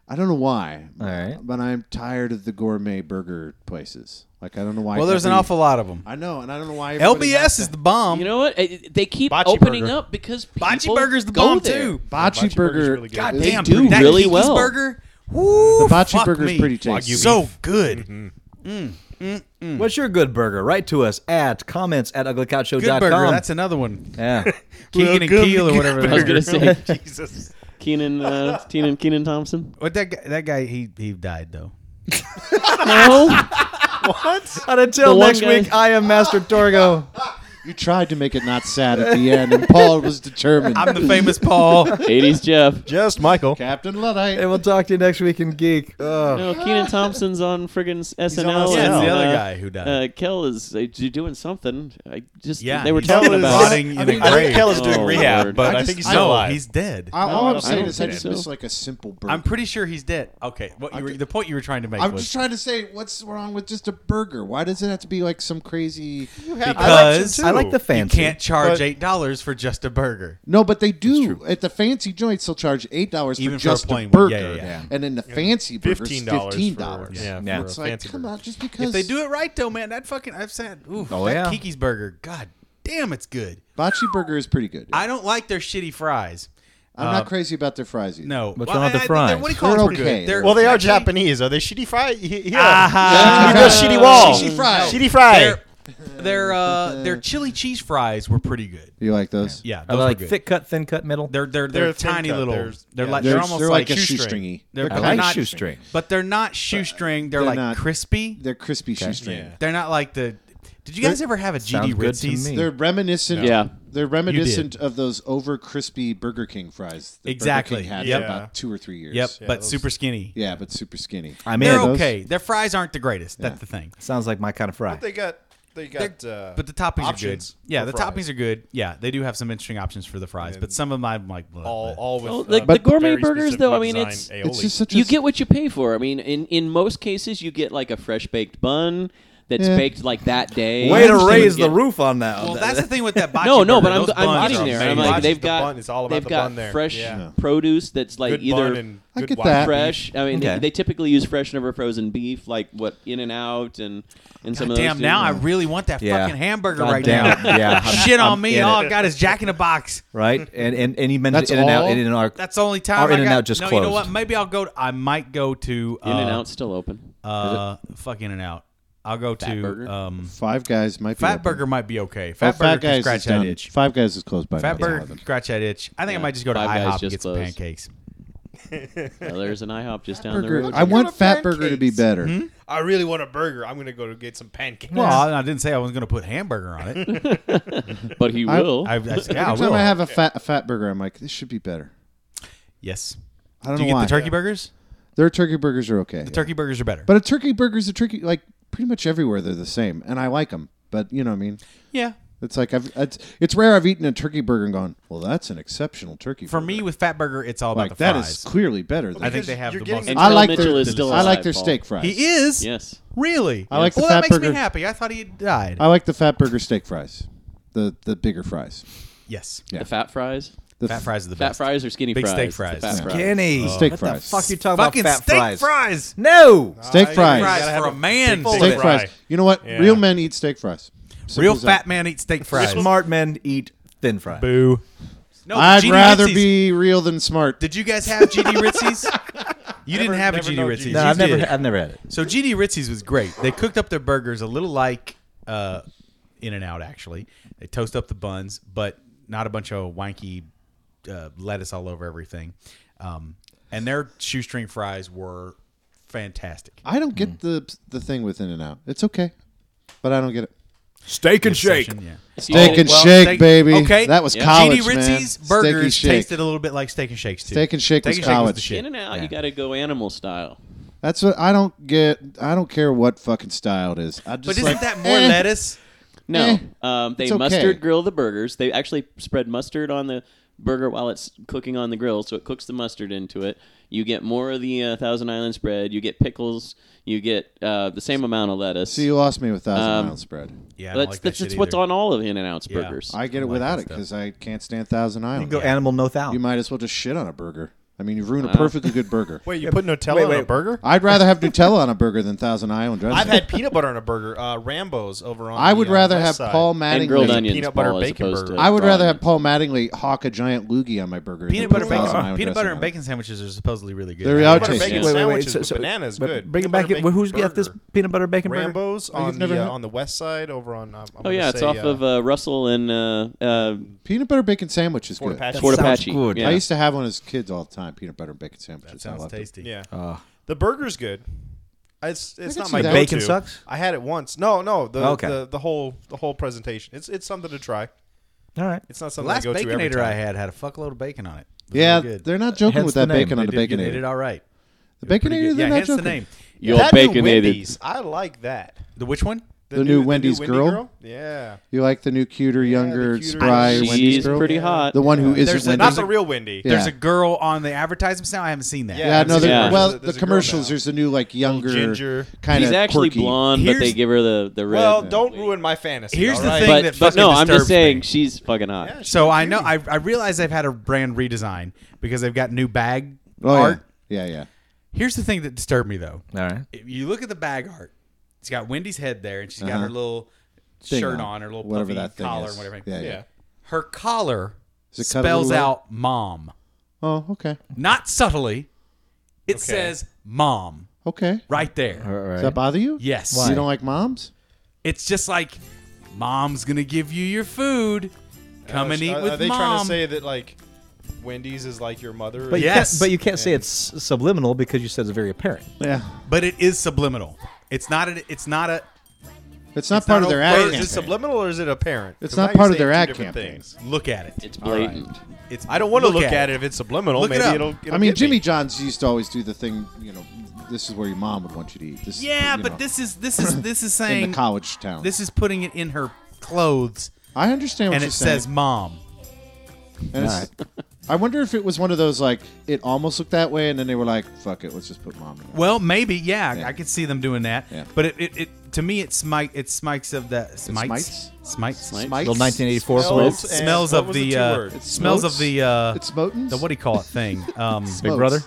Speaker 4: I don't know why.
Speaker 5: All right.
Speaker 4: But I'm tired of the gourmet burger places. Like I don't know why.
Speaker 3: Well, there's an
Speaker 4: every-
Speaker 3: awful lot of them.
Speaker 4: I know, and I don't know why. everybody
Speaker 3: LBS
Speaker 4: has
Speaker 3: is
Speaker 4: that.
Speaker 3: the bomb.
Speaker 7: You know what? Eh, eh, They keep
Speaker 8: Bocce
Speaker 7: opening
Speaker 8: burger.
Speaker 7: up because people
Speaker 3: Bocce burger's the
Speaker 7: go
Speaker 3: bomb
Speaker 7: there.
Speaker 3: too.
Speaker 4: Bocce,
Speaker 8: Bocce burger's
Speaker 4: burger.
Speaker 8: really good.
Speaker 3: God
Speaker 4: is-
Speaker 3: damn,
Speaker 7: do
Speaker 3: that
Speaker 7: really
Speaker 3: Kiki's
Speaker 7: well.
Speaker 3: burger. Woo,
Speaker 4: The bocce
Speaker 3: fuck
Speaker 4: burger's
Speaker 3: me. Mm-hmm.
Speaker 4: pretty tasty.
Speaker 3: So good.
Speaker 5: What's your good burger? Write to us at comments at
Speaker 3: Good
Speaker 5: uglycouchshow.com.
Speaker 3: burger. That's another one.
Speaker 5: yeah.
Speaker 3: Keegan and
Speaker 8: good
Speaker 3: Keel or whatever.
Speaker 7: I was
Speaker 3: they
Speaker 7: gonna
Speaker 3: are.
Speaker 7: say
Speaker 8: Jesus.
Speaker 7: Keenan, uh, Keenan, Keenan Thompson.
Speaker 3: What that guy, that guy? He he died though.
Speaker 7: No,
Speaker 5: And until
Speaker 7: The one
Speaker 5: next
Speaker 7: guy-
Speaker 5: week, I am Master Torgo.
Speaker 4: You tried to make it not sad at the end, and Paul was determined.
Speaker 3: I'm the famous Paul.
Speaker 7: 80s Jeff.
Speaker 8: Just Michael.
Speaker 4: Captain Luddite.
Speaker 5: and we'll talk to you next week in Geek.
Speaker 7: No, Keenan Thompson.'s on friggin' s-
Speaker 3: SNL.
Speaker 7: SNL. and,
Speaker 3: That's the other
Speaker 7: uh,
Speaker 3: guy who died.
Speaker 7: Uh, Kel is uh, d- doing something. I just
Speaker 3: Yeah,
Speaker 7: they were
Speaker 3: he's
Speaker 7: talking
Speaker 8: Kel is
Speaker 7: about. it.
Speaker 3: rotting in
Speaker 8: I
Speaker 3: a
Speaker 8: mean, I think
Speaker 3: grave.
Speaker 8: Kel is doing
Speaker 7: Oh,
Speaker 8: rehab,
Speaker 7: Lord.
Speaker 8: but
Speaker 4: I
Speaker 8: I,
Speaker 4: just-
Speaker 8: think he's
Speaker 4: I
Speaker 8: still
Speaker 4: don't-
Speaker 8: alive.
Speaker 3: He's dead.
Speaker 4: I, all
Speaker 7: I
Speaker 4: I'm
Speaker 7: don't
Speaker 4: saying
Speaker 7: think
Speaker 4: is I just
Speaker 7: so.
Speaker 4: miss like a simple burger.
Speaker 3: I'm pretty sure he's dead. Okay, what you were, the point you were trying to make
Speaker 4: I'm
Speaker 3: was
Speaker 4: just trying to say, what's wrong with just a burger? Why does it have to be like some crazy?
Speaker 3: because
Speaker 5: I like the fancy.
Speaker 3: you can't charge
Speaker 8: But-
Speaker 3: eight dollars for just a burger.
Speaker 4: No, but they do at the fancy joints. They'll charge eight dollars for
Speaker 3: Even for a
Speaker 4: just a,
Speaker 3: plain one.
Speaker 4: burger,
Speaker 3: Yeah, yeah, yeah.
Speaker 4: and then the fancy burger is
Speaker 8: Fifteen dollars.
Speaker 4: fifteen dollars.
Speaker 8: Yeah,
Speaker 5: Yeah.
Speaker 8: for
Speaker 4: It's
Speaker 8: a
Speaker 4: like,
Speaker 8: fancy
Speaker 4: come
Speaker 8: burger.
Speaker 4: on, just because
Speaker 3: If they do it right though, man, that fucking I've said. Ooh,
Speaker 5: Oh,
Speaker 3: that
Speaker 5: yeah.
Speaker 3: Kiki's burger. God damn, it's good.
Speaker 4: bocce burger is pretty good. I,
Speaker 3: I don't like their shitty fries.
Speaker 4: am not crazy about their fries either.
Speaker 3: Uh, No,
Speaker 5: What's wrong with the
Speaker 3: I- I-
Speaker 5: fries?
Speaker 3: What do you call
Speaker 4: They're
Speaker 3: them?
Speaker 4: okay.
Speaker 3: They're-
Speaker 8: Well, they are
Speaker 3: actually-
Speaker 8: Japanese. Are they shitty fried? Yeah.
Speaker 3: Ah.
Speaker 8: Shitty real shitty wall.
Speaker 4: Shishi fry.
Speaker 8: Shitty fried.
Speaker 3: Their their uh, their chili cheese fries were pretty good.
Speaker 4: You like those?
Speaker 3: Yeah,
Speaker 5: Are
Speaker 3: those
Speaker 5: they like
Speaker 3: were good.
Speaker 5: thick cut, thin cut, middle?
Speaker 3: They're they're they're,
Speaker 8: They're thin
Speaker 3: tiny
Speaker 8: cut.
Speaker 3: little. They're,
Speaker 8: They're- yeah.
Speaker 3: like
Speaker 4: They're,
Speaker 3: they're, almost
Speaker 4: they're
Speaker 3: like,
Speaker 4: like, a
Speaker 8: shoestring.
Speaker 4: shoestringy.
Speaker 3: They're,
Speaker 5: I
Speaker 3: they're
Speaker 5: like
Speaker 3: not
Speaker 5: shoestring.
Speaker 3: but they're not shoestring. They're,
Speaker 4: They're
Speaker 3: like
Speaker 4: not-
Speaker 3: crispy. They're,
Speaker 4: They're crispy shoestring.
Speaker 3: not like the. Did you guys ever have a
Speaker 5: Sounds
Speaker 3: GD
Speaker 5: good to
Speaker 3: Ritzy's?
Speaker 5: me.
Speaker 4: They're reminiscent.
Speaker 7: Yeah.
Speaker 4: They're reminiscent of those over crispy Burger King fries. That
Speaker 3: Exactly.
Speaker 4: Burger King had
Speaker 8: Yep.
Speaker 4: for about two or three years.
Speaker 3: Yep, but
Speaker 8: those-
Speaker 3: super skinny.
Speaker 4: Yeah, but super skinny.
Speaker 5: I'm
Speaker 3: They're
Speaker 5: in.
Speaker 3: okay. Their fries aren't the greatest. That's the thing.
Speaker 5: Sounds like my kind of fry.
Speaker 8: They got. They got. Uh,
Speaker 3: But the toppings
Speaker 8: options
Speaker 3: are good. Yeah, the
Speaker 8: for fries.
Speaker 3: toppings are good. Yeah, they do have some interesting options for the fries, but some of them I'm like, blah,
Speaker 8: all
Speaker 3: blah.
Speaker 8: all with.
Speaker 7: Well,
Speaker 8: uh,
Speaker 7: like the gourmet
Speaker 8: very
Speaker 7: burgers, though, I mean,
Speaker 8: specifically
Speaker 7: it's-
Speaker 8: designed
Speaker 4: It's
Speaker 8: aioli.
Speaker 4: just such a
Speaker 7: You get what you pay for. I mean, in in most cases, you get like a fresh baked bun that's
Speaker 4: Yeah.
Speaker 7: baked like that day.
Speaker 5: Way to
Speaker 7: You
Speaker 5: raise
Speaker 7: get-
Speaker 5: the roof on that.
Speaker 3: Well, that's the thing with that. Bocce
Speaker 7: No, no, but
Speaker 3: burger.
Speaker 7: I'm,
Speaker 3: Those
Speaker 7: I'm
Speaker 3: buns
Speaker 7: getting
Speaker 3: are
Speaker 7: there. I'm
Speaker 3: amazing.
Speaker 7: like,
Speaker 8: Bocce's
Speaker 7: they've
Speaker 8: the
Speaker 7: got
Speaker 8: bun. It's all about
Speaker 7: they've
Speaker 8: the
Speaker 7: got
Speaker 8: bun there.
Speaker 7: fresh
Speaker 8: Yeah.
Speaker 7: produce that's like
Speaker 8: good
Speaker 7: either
Speaker 8: bun and
Speaker 4: I
Speaker 8: good
Speaker 4: get
Speaker 8: wine.
Speaker 4: that.
Speaker 7: fresh. I mean,
Speaker 5: Okay.
Speaker 7: they, they typically use fresh, never frozen beef, like what In and Out and and some of those.
Speaker 3: Damn!
Speaker 7: do.
Speaker 3: Now I really want that
Speaker 5: Yeah.
Speaker 3: fucking hamburger
Speaker 5: God
Speaker 3: right
Speaker 5: damn.
Speaker 3: now.
Speaker 5: Yeah.
Speaker 3: Shit on
Speaker 5: I'm
Speaker 3: me!
Speaker 5: in
Speaker 3: All
Speaker 5: it.
Speaker 3: I got is Jack in a Box.
Speaker 5: right? And and, and he mentioned
Speaker 4: That's
Speaker 5: In and Out
Speaker 4: all?
Speaker 5: and in our
Speaker 3: That's the only time
Speaker 5: Our
Speaker 3: I
Speaker 5: In-N-Out
Speaker 3: got-
Speaker 5: just
Speaker 3: no, You know
Speaker 5: closed.
Speaker 3: what? Maybe I'll go. I might go to uh,
Speaker 7: In and Out's still open.
Speaker 3: Uh, fuck In and Out. I'll go to
Speaker 7: Burger?
Speaker 3: um,
Speaker 4: Five Guys might be
Speaker 3: Fat
Speaker 4: open.
Speaker 3: Burger. Might be okay.
Speaker 4: Oh,
Speaker 3: Fat Burger
Speaker 4: Fat
Speaker 3: can
Speaker 4: Guys
Speaker 3: scratch
Speaker 4: is
Speaker 3: that
Speaker 4: done.
Speaker 3: itch.
Speaker 4: Five Guys is closed by
Speaker 3: Fat
Speaker 4: now.
Speaker 3: Burger can scratch that itch. I think I
Speaker 7: Yeah.
Speaker 3: might just go to
Speaker 7: Five Guys
Speaker 3: IHOP and
Speaker 7: just
Speaker 3: get some
Speaker 7: closed.
Speaker 3: pancakes.
Speaker 7: Well, there's an IHOP just down the
Speaker 4: Burger.
Speaker 7: road.
Speaker 4: I want
Speaker 8: a
Speaker 4: Fat Burger to be
Speaker 8: pancakes.
Speaker 4: better.
Speaker 3: Hmm?
Speaker 8: I really want a burger. I'm gonna go to get some pancakes.
Speaker 3: Well, I I didn't say I was going to put hamburger on it.
Speaker 7: but he will.
Speaker 3: I, I, yeah, I
Speaker 4: Every time
Speaker 3: will.
Speaker 4: I have a fat a fat burger, I'm like, this should be better.
Speaker 3: yes.
Speaker 4: I don't
Speaker 3: Do you
Speaker 4: know
Speaker 3: get
Speaker 4: why.
Speaker 3: the turkey burgers?
Speaker 4: Their turkey burgers are okay,
Speaker 3: Turkey burgers are better.
Speaker 4: but a turkey burger's a turkey. Like pretty much everywhere, they're the same, and I like them. But you know what I mean.
Speaker 3: yeah.
Speaker 4: It's like I've it's, it's rare I've eaten a turkey burger and gone, well, that's an exceptional turkey.
Speaker 3: For
Speaker 4: burger."
Speaker 3: me, with Fat Burger, it's all about
Speaker 4: like
Speaker 3: the
Speaker 4: that is
Speaker 3: fries.
Speaker 4: clearly better. Than
Speaker 3: I think
Speaker 8: Because
Speaker 3: they have
Speaker 8: you're
Speaker 3: the
Speaker 8: getting
Speaker 3: most.
Speaker 7: the-
Speaker 4: I like
Speaker 7: Mitchell
Speaker 4: their
Speaker 7: is still
Speaker 4: I like their
Speaker 7: alive,
Speaker 4: steak
Speaker 7: Paul.
Speaker 4: fries.
Speaker 3: he is
Speaker 7: yes.
Speaker 3: really.
Speaker 4: I like the
Speaker 3: Well,
Speaker 4: Fat
Speaker 3: that makes
Speaker 4: Burger. Uh,
Speaker 3: me happy. I thought he had died.
Speaker 4: I like the fat burger steak fries, the the bigger fries.
Speaker 3: yes.
Speaker 4: Yeah.
Speaker 7: The fat fries.
Speaker 4: The
Speaker 3: Fat
Speaker 4: f-
Speaker 3: fries are the
Speaker 7: Fat
Speaker 3: best.
Speaker 7: fries or skinny
Speaker 3: Big
Speaker 7: fries?
Speaker 3: steak
Speaker 7: The
Speaker 3: fries.
Speaker 7: Fat fries.
Speaker 5: Kenny.
Speaker 4: Steak
Speaker 5: what
Speaker 4: fries.
Speaker 5: the fuck you talking
Speaker 3: Fucking
Speaker 5: about? Fat
Speaker 3: steak
Speaker 5: fries.
Speaker 3: fries.
Speaker 5: No.
Speaker 4: steak
Speaker 8: I-
Speaker 4: fries.
Speaker 3: Fries
Speaker 8: gotta have
Speaker 3: for a man.
Speaker 8: big
Speaker 4: steak
Speaker 8: fry.
Speaker 4: fries. You know what?
Speaker 8: Yeah.
Speaker 4: Real men eat steak fries. Simple
Speaker 3: Real
Speaker 4: as
Speaker 3: fat
Speaker 4: that.
Speaker 3: man eats steak fries.
Speaker 5: Smart men eat thin fries.
Speaker 3: Boo. No,
Speaker 4: I'd
Speaker 3: GD
Speaker 4: rather
Speaker 3: Ritzy's.
Speaker 4: be real than smart.
Speaker 3: Did you guys have GD Ritzy's? You didn't have a
Speaker 8: never
Speaker 3: GD
Speaker 8: know
Speaker 3: Ritzy's.
Speaker 8: GD.
Speaker 5: No,
Speaker 3: You
Speaker 5: I've never
Speaker 3: did.
Speaker 5: I've never had it.
Speaker 3: So GD Ritzy's was great. They cooked up their burgers a little like uh, in and out actually. They toast up the buns, but not a bunch of wanky uh, lettuce all over everything. Um, and their shoestring fries were fantastic.
Speaker 4: I don't
Speaker 7: Mm.
Speaker 4: get the the thing with In and Out. It's okay, but I don't get it.
Speaker 11: Steak and shake.
Speaker 3: Session, yeah.
Speaker 4: Steak and shake,
Speaker 3: steak-
Speaker 4: baby.
Speaker 3: Okay,
Speaker 4: that was
Speaker 3: yeah.
Speaker 4: college,
Speaker 3: GD Ritzy's
Speaker 4: man. Steak and
Speaker 3: burgers
Speaker 4: shake.
Speaker 3: tasted a little bit like steak and shakes too.
Speaker 4: Steak and shake was college.
Speaker 3: the
Speaker 7: In and out, you got to go animal style.
Speaker 4: That's what I don't get. I don't care what fucking style it is. I just
Speaker 3: But isn't
Speaker 4: like,
Speaker 3: that more
Speaker 4: eh.
Speaker 3: lettuce?
Speaker 7: No,
Speaker 4: Eh,
Speaker 7: um, they
Speaker 4: it's okay.
Speaker 7: mustard grill the burgers. They actually spread mustard on the burger while it's cooking on the grill, so it cooks the mustard into it. You get more of the uh, Thousand Island spread. You get pickles. You get uh, the same amount of lettuce.
Speaker 4: So you lost me with thousand
Speaker 7: Um,
Speaker 4: island spread.
Speaker 3: Yeah, I
Speaker 7: that's
Speaker 3: don't like that
Speaker 7: that's,
Speaker 3: shit
Speaker 7: that's what's
Speaker 3: either.
Speaker 7: on all of In and Out's
Speaker 3: Yeah.
Speaker 7: burgers.
Speaker 4: I get it
Speaker 3: like
Speaker 4: without
Speaker 3: that
Speaker 4: it
Speaker 3: stuff.
Speaker 4: because I can't stand thousand
Speaker 5: You
Speaker 4: island.
Speaker 5: can go animal, no thou.
Speaker 4: You might as well just shit on a burger. I mean, you've ruined a perfectly good burger.
Speaker 8: Wait, you put Nutella
Speaker 5: wait,
Speaker 8: on a
Speaker 5: wait.
Speaker 8: burger?
Speaker 4: I'd rather have Nutella on a burger than Thousand Island dressing.
Speaker 8: I've had peanut butter on a burger. Uh, Rambo's over on.
Speaker 4: I
Speaker 8: the,
Speaker 4: would
Speaker 8: uh,
Speaker 4: rather
Speaker 8: west
Speaker 4: have
Speaker 8: side.
Speaker 4: Paul
Speaker 7: and grilled
Speaker 4: Mattingly.
Speaker 7: onions,
Speaker 8: peanut butter
Speaker 7: Paul, as
Speaker 8: bacon
Speaker 7: opposed to
Speaker 8: burger.
Speaker 4: I would
Speaker 7: raw
Speaker 4: rather have
Speaker 7: onions.
Speaker 4: Paul Mattingly hawk a giant loogie on my burger.
Speaker 3: Peanut
Speaker 4: than
Speaker 3: butter,
Speaker 4: put
Speaker 3: bacon,
Speaker 4: Thousand Island
Speaker 3: peanut butter,
Speaker 4: dressing
Speaker 3: and
Speaker 4: on it.
Speaker 3: bacon sandwiches are supposedly really good.
Speaker 4: They're
Speaker 3: Yeah.
Speaker 4: out
Speaker 8: Butter
Speaker 4: tasty.
Speaker 8: bacon
Speaker 5: Wait, wait, wait.
Speaker 8: sandwiches
Speaker 5: So,
Speaker 8: with
Speaker 5: so,
Speaker 8: banana is
Speaker 5: but
Speaker 8: good.
Speaker 5: Bring it
Speaker 8: Peanut
Speaker 5: back.
Speaker 8: butter
Speaker 5: in-
Speaker 8: bacon
Speaker 5: Who's got this
Speaker 8: burger.
Speaker 5: peanut butter bacon burger?
Speaker 8: Rambo's
Speaker 4: you've
Speaker 8: on
Speaker 4: never
Speaker 8: the
Speaker 4: had
Speaker 8: uh,
Speaker 4: it?
Speaker 8: on the west side over on. Um, I'm
Speaker 7: oh
Speaker 8: gonna
Speaker 7: yeah, it's
Speaker 8: say,
Speaker 7: off
Speaker 8: uh,
Speaker 7: of uh, Russell and uh, uh,
Speaker 4: Peanut butter bacon sandwich is
Speaker 8: Fort
Speaker 4: good.
Speaker 8: Apache.
Speaker 7: Fort
Speaker 5: sounds
Speaker 7: Apache.
Speaker 5: good.
Speaker 7: Yeah.
Speaker 4: I used to have one as kids all the time. Peanut butter and bacon sandwiches.
Speaker 3: That
Speaker 4: I
Speaker 3: sounds
Speaker 4: loved it.
Speaker 3: tasty.
Speaker 8: Yeah. the burger's good. It's it's
Speaker 4: can
Speaker 8: not
Speaker 4: see
Speaker 8: my
Speaker 4: that.
Speaker 8: go-to.
Speaker 5: Bacon sucks?
Speaker 8: I had it once. No, no.
Speaker 3: Oh,
Speaker 8: The,
Speaker 5: Okay.
Speaker 8: the the whole the whole presentation. It's it's something to try.
Speaker 5: All right.
Speaker 8: It's not
Speaker 3: The
Speaker 8: something
Speaker 3: last
Speaker 8: I go to every
Speaker 3: baconator
Speaker 8: time.
Speaker 3: I had had a fuckload of bacon on it. It was
Speaker 4: Yeah,
Speaker 3: really good.
Speaker 4: they're not joking
Speaker 5: Hence
Speaker 4: with
Speaker 5: the
Speaker 4: that
Speaker 5: name.
Speaker 4: bacon on
Speaker 3: They
Speaker 4: the
Speaker 3: did- They did
Speaker 4: baconator.
Speaker 3: all right.
Speaker 4: The
Speaker 3: It was pretty
Speaker 4: baconator,
Speaker 3: good.
Speaker 4: they're
Speaker 3: yeah,
Speaker 4: not
Speaker 3: hence the
Speaker 4: joking.
Speaker 3: name.
Speaker 7: Yo,
Speaker 8: that new
Speaker 7: baconated.
Speaker 8: Wendy's, I like that.
Speaker 3: The which one?
Speaker 4: The new Wendy's
Speaker 8: Wendy
Speaker 4: girl?
Speaker 8: Yeah.
Speaker 4: You like the new, cuter, younger,
Speaker 8: the cuter-
Speaker 4: spry
Speaker 8: She's
Speaker 4: Wendy's girl?
Speaker 7: pretty hot.
Speaker 4: The one who
Speaker 3: There's
Speaker 4: isn't
Speaker 3: a-
Speaker 4: Wendy's.
Speaker 8: Not
Speaker 3: There's
Speaker 8: the real Wendy.
Speaker 4: Yeah.
Speaker 3: There's a girl on the advertisements now. I haven't seen that.
Speaker 8: Yeah.
Speaker 4: Yeah, no.
Speaker 8: There's
Speaker 4: There,
Speaker 8: a
Speaker 7: girl
Speaker 4: Well,
Speaker 8: now.
Speaker 4: the
Speaker 8: There's a girl
Speaker 4: commercials.
Speaker 8: now.
Speaker 4: There's the new like younger,
Speaker 8: ginger.
Speaker 4: kind of
Speaker 7: She's actually
Speaker 4: quirky.
Speaker 7: blonde, but
Speaker 3: Here's-
Speaker 7: they give her the the red.
Speaker 8: Well, don't ruin my fantasy.
Speaker 3: Here's
Speaker 8: all
Speaker 3: the
Speaker 8: right?
Speaker 3: thing that
Speaker 7: But but
Speaker 3: fucking
Speaker 7: no, I'm just
Speaker 3: disturbs me.
Speaker 7: saying she's fucking hot.
Speaker 8: Yeah, she's
Speaker 3: So I
Speaker 8: cute.
Speaker 3: know I, I realize they've had a brand redesign because they've got new bag
Speaker 4: Oh, yeah.
Speaker 3: art.
Speaker 4: Yeah, yeah.
Speaker 3: Here's the thing that disturbed me though.
Speaker 5: All right.
Speaker 3: If you look at the bag art, it's got Wendy's head there, and she's got
Speaker 4: Uh-huh.
Speaker 3: her little
Speaker 4: Thing
Speaker 3: shirt
Speaker 4: on.
Speaker 3: on. her little
Speaker 4: Whatever
Speaker 3: puffy
Speaker 4: that thing
Speaker 3: collar
Speaker 4: is.
Speaker 3: and whatever.
Speaker 4: Yeah, yeah.
Speaker 8: Yeah.
Speaker 3: Her collar
Speaker 4: Is it cut a
Speaker 3: spells
Speaker 4: little
Speaker 3: out mom,
Speaker 4: Oh, okay,
Speaker 3: not subtly. It says mom
Speaker 4: okay.
Speaker 3: right there.
Speaker 4: Does that bother you?
Speaker 3: Yes.
Speaker 4: You don't like moms?
Speaker 3: It's just like mom's gonna give you your food. Come and eat
Speaker 8: are,
Speaker 3: with
Speaker 8: are they
Speaker 3: mom.
Speaker 8: trying to say that like Wendy's is like your mother?
Speaker 5: But you
Speaker 3: Yes.
Speaker 5: can't- but you can't say it's subliminal because you said it's very apparent.
Speaker 4: Yeah.
Speaker 3: but it is subliminal. It's not a. It's not a.
Speaker 4: It's not part
Speaker 8: Not
Speaker 4: of their
Speaker 8: a-
Speaker 4: ad
Speaker 8: wait,
Speaker 4: campaign.
Speaker 8: Is it subliminal or is it apparent?
Speaker 4: It's
Speaker 8: 'Cause
Speaker 4: not
Speaker 8: now you're
Speaker 4: part of their
Speaker 8: saying
Speaker 4: ad
Speaker 8: two different
Speaker 4: campaign.
Speaker 8: things.
Speaker 3: Look at it.
Speaker 7: It's blatant.
Speaker 3: It's.
Speaker 8: I don't want to
Speaker 3: look
Speaker 8: look,
Speaker 3: at
Speaker 8: at
Speaker 3: it.
Speaker 8: it if it's subliminal.
Speaker 3: Look it
Speaker 8: Maybe
Speaker 3: up.
Speaker 8: will it'll
Speaker 4: I mean,
Speaker 8: get me.
Speaker 4: Jimmy John's used to always do the thing. You know, this is where your mom would want you to eat. This is,
Speaker 3: Yeah,
Speaker 4: you
Speaker 3: but
Speaker 4: know,
Speaker 3: this is this is this is saying
Speaker 4: in the college town.
Speaker 3: This is putting it in her clothes,
Speaker 4: I understand what
Speaker 3: and
Speaker 4: you're
Speaker 3: it
Speaker 4: saying.
Speaker 3: says mom.
Speaker 4: And it's- I wonder if it was one of those like it almost looked that way, and then they were like, "Fuck it, let's just put mom." In it.
Speaker 3: Well, maybe, yeah,
Speaker 4: Yeah.
Speaker 3: I could see them doing that.
Speaker 4: Yeah.
Speaker 3: But it, it, it to me, it smite it smikes of that smites smites,
Speaker 7: Smites?
Speaker 4: Mites?
Speaker 5: Little 1984
Speaker 8: Smells
Speaker 5: flavor.
Speaker 8: and-
Speaker 3: smells
Speaker 8: what
Speaker 3: of
Speaker 8: was the
Speaker 3: the,
Speaker 8: two
Speaker 3: uh,
Speaker 8: words?
Speaker 4: It's
Speaker 3: smells of
Speaker 4: smotes?
Speaker 3: the uh,
Speaker 4: It's Smotens.
Speaker 3: the what do you call it thing? Um,
Speaker 5: Big Brother.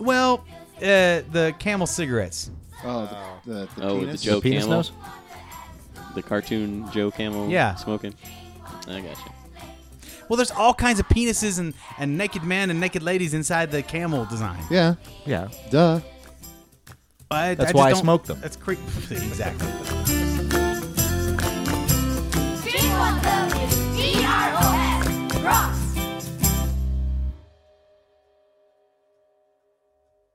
Speaker 3: well, uh, the Camel cigarettes.
Speaker 4: Oh, the, the, the
Speaker 7: Oh, with the
Speaker 4: penis.
Speaker 7: joke.
Speaker 5: Penis
Speaker 7: Camel.
Speaker 5: nose?
Speaker 7: The cartoon Joe Camel.
Speaker 3: Yeah.
Speaker 7: Smoking. I got you.
Speaker 3: Well, there's all kinds of penises and and naked men and naked ladies inside the camel design.
Speaker 4: Yeah,
Speaker 5: Yeah.
Speaker 4: duh.
Speaker 3: I- I
Speaker 5: That's
Speaker 3: just
Speaker 5: why I
Speaker 3: don't-
Speaker 5: smoke them.
Speaker 3: That's creepy. exactly.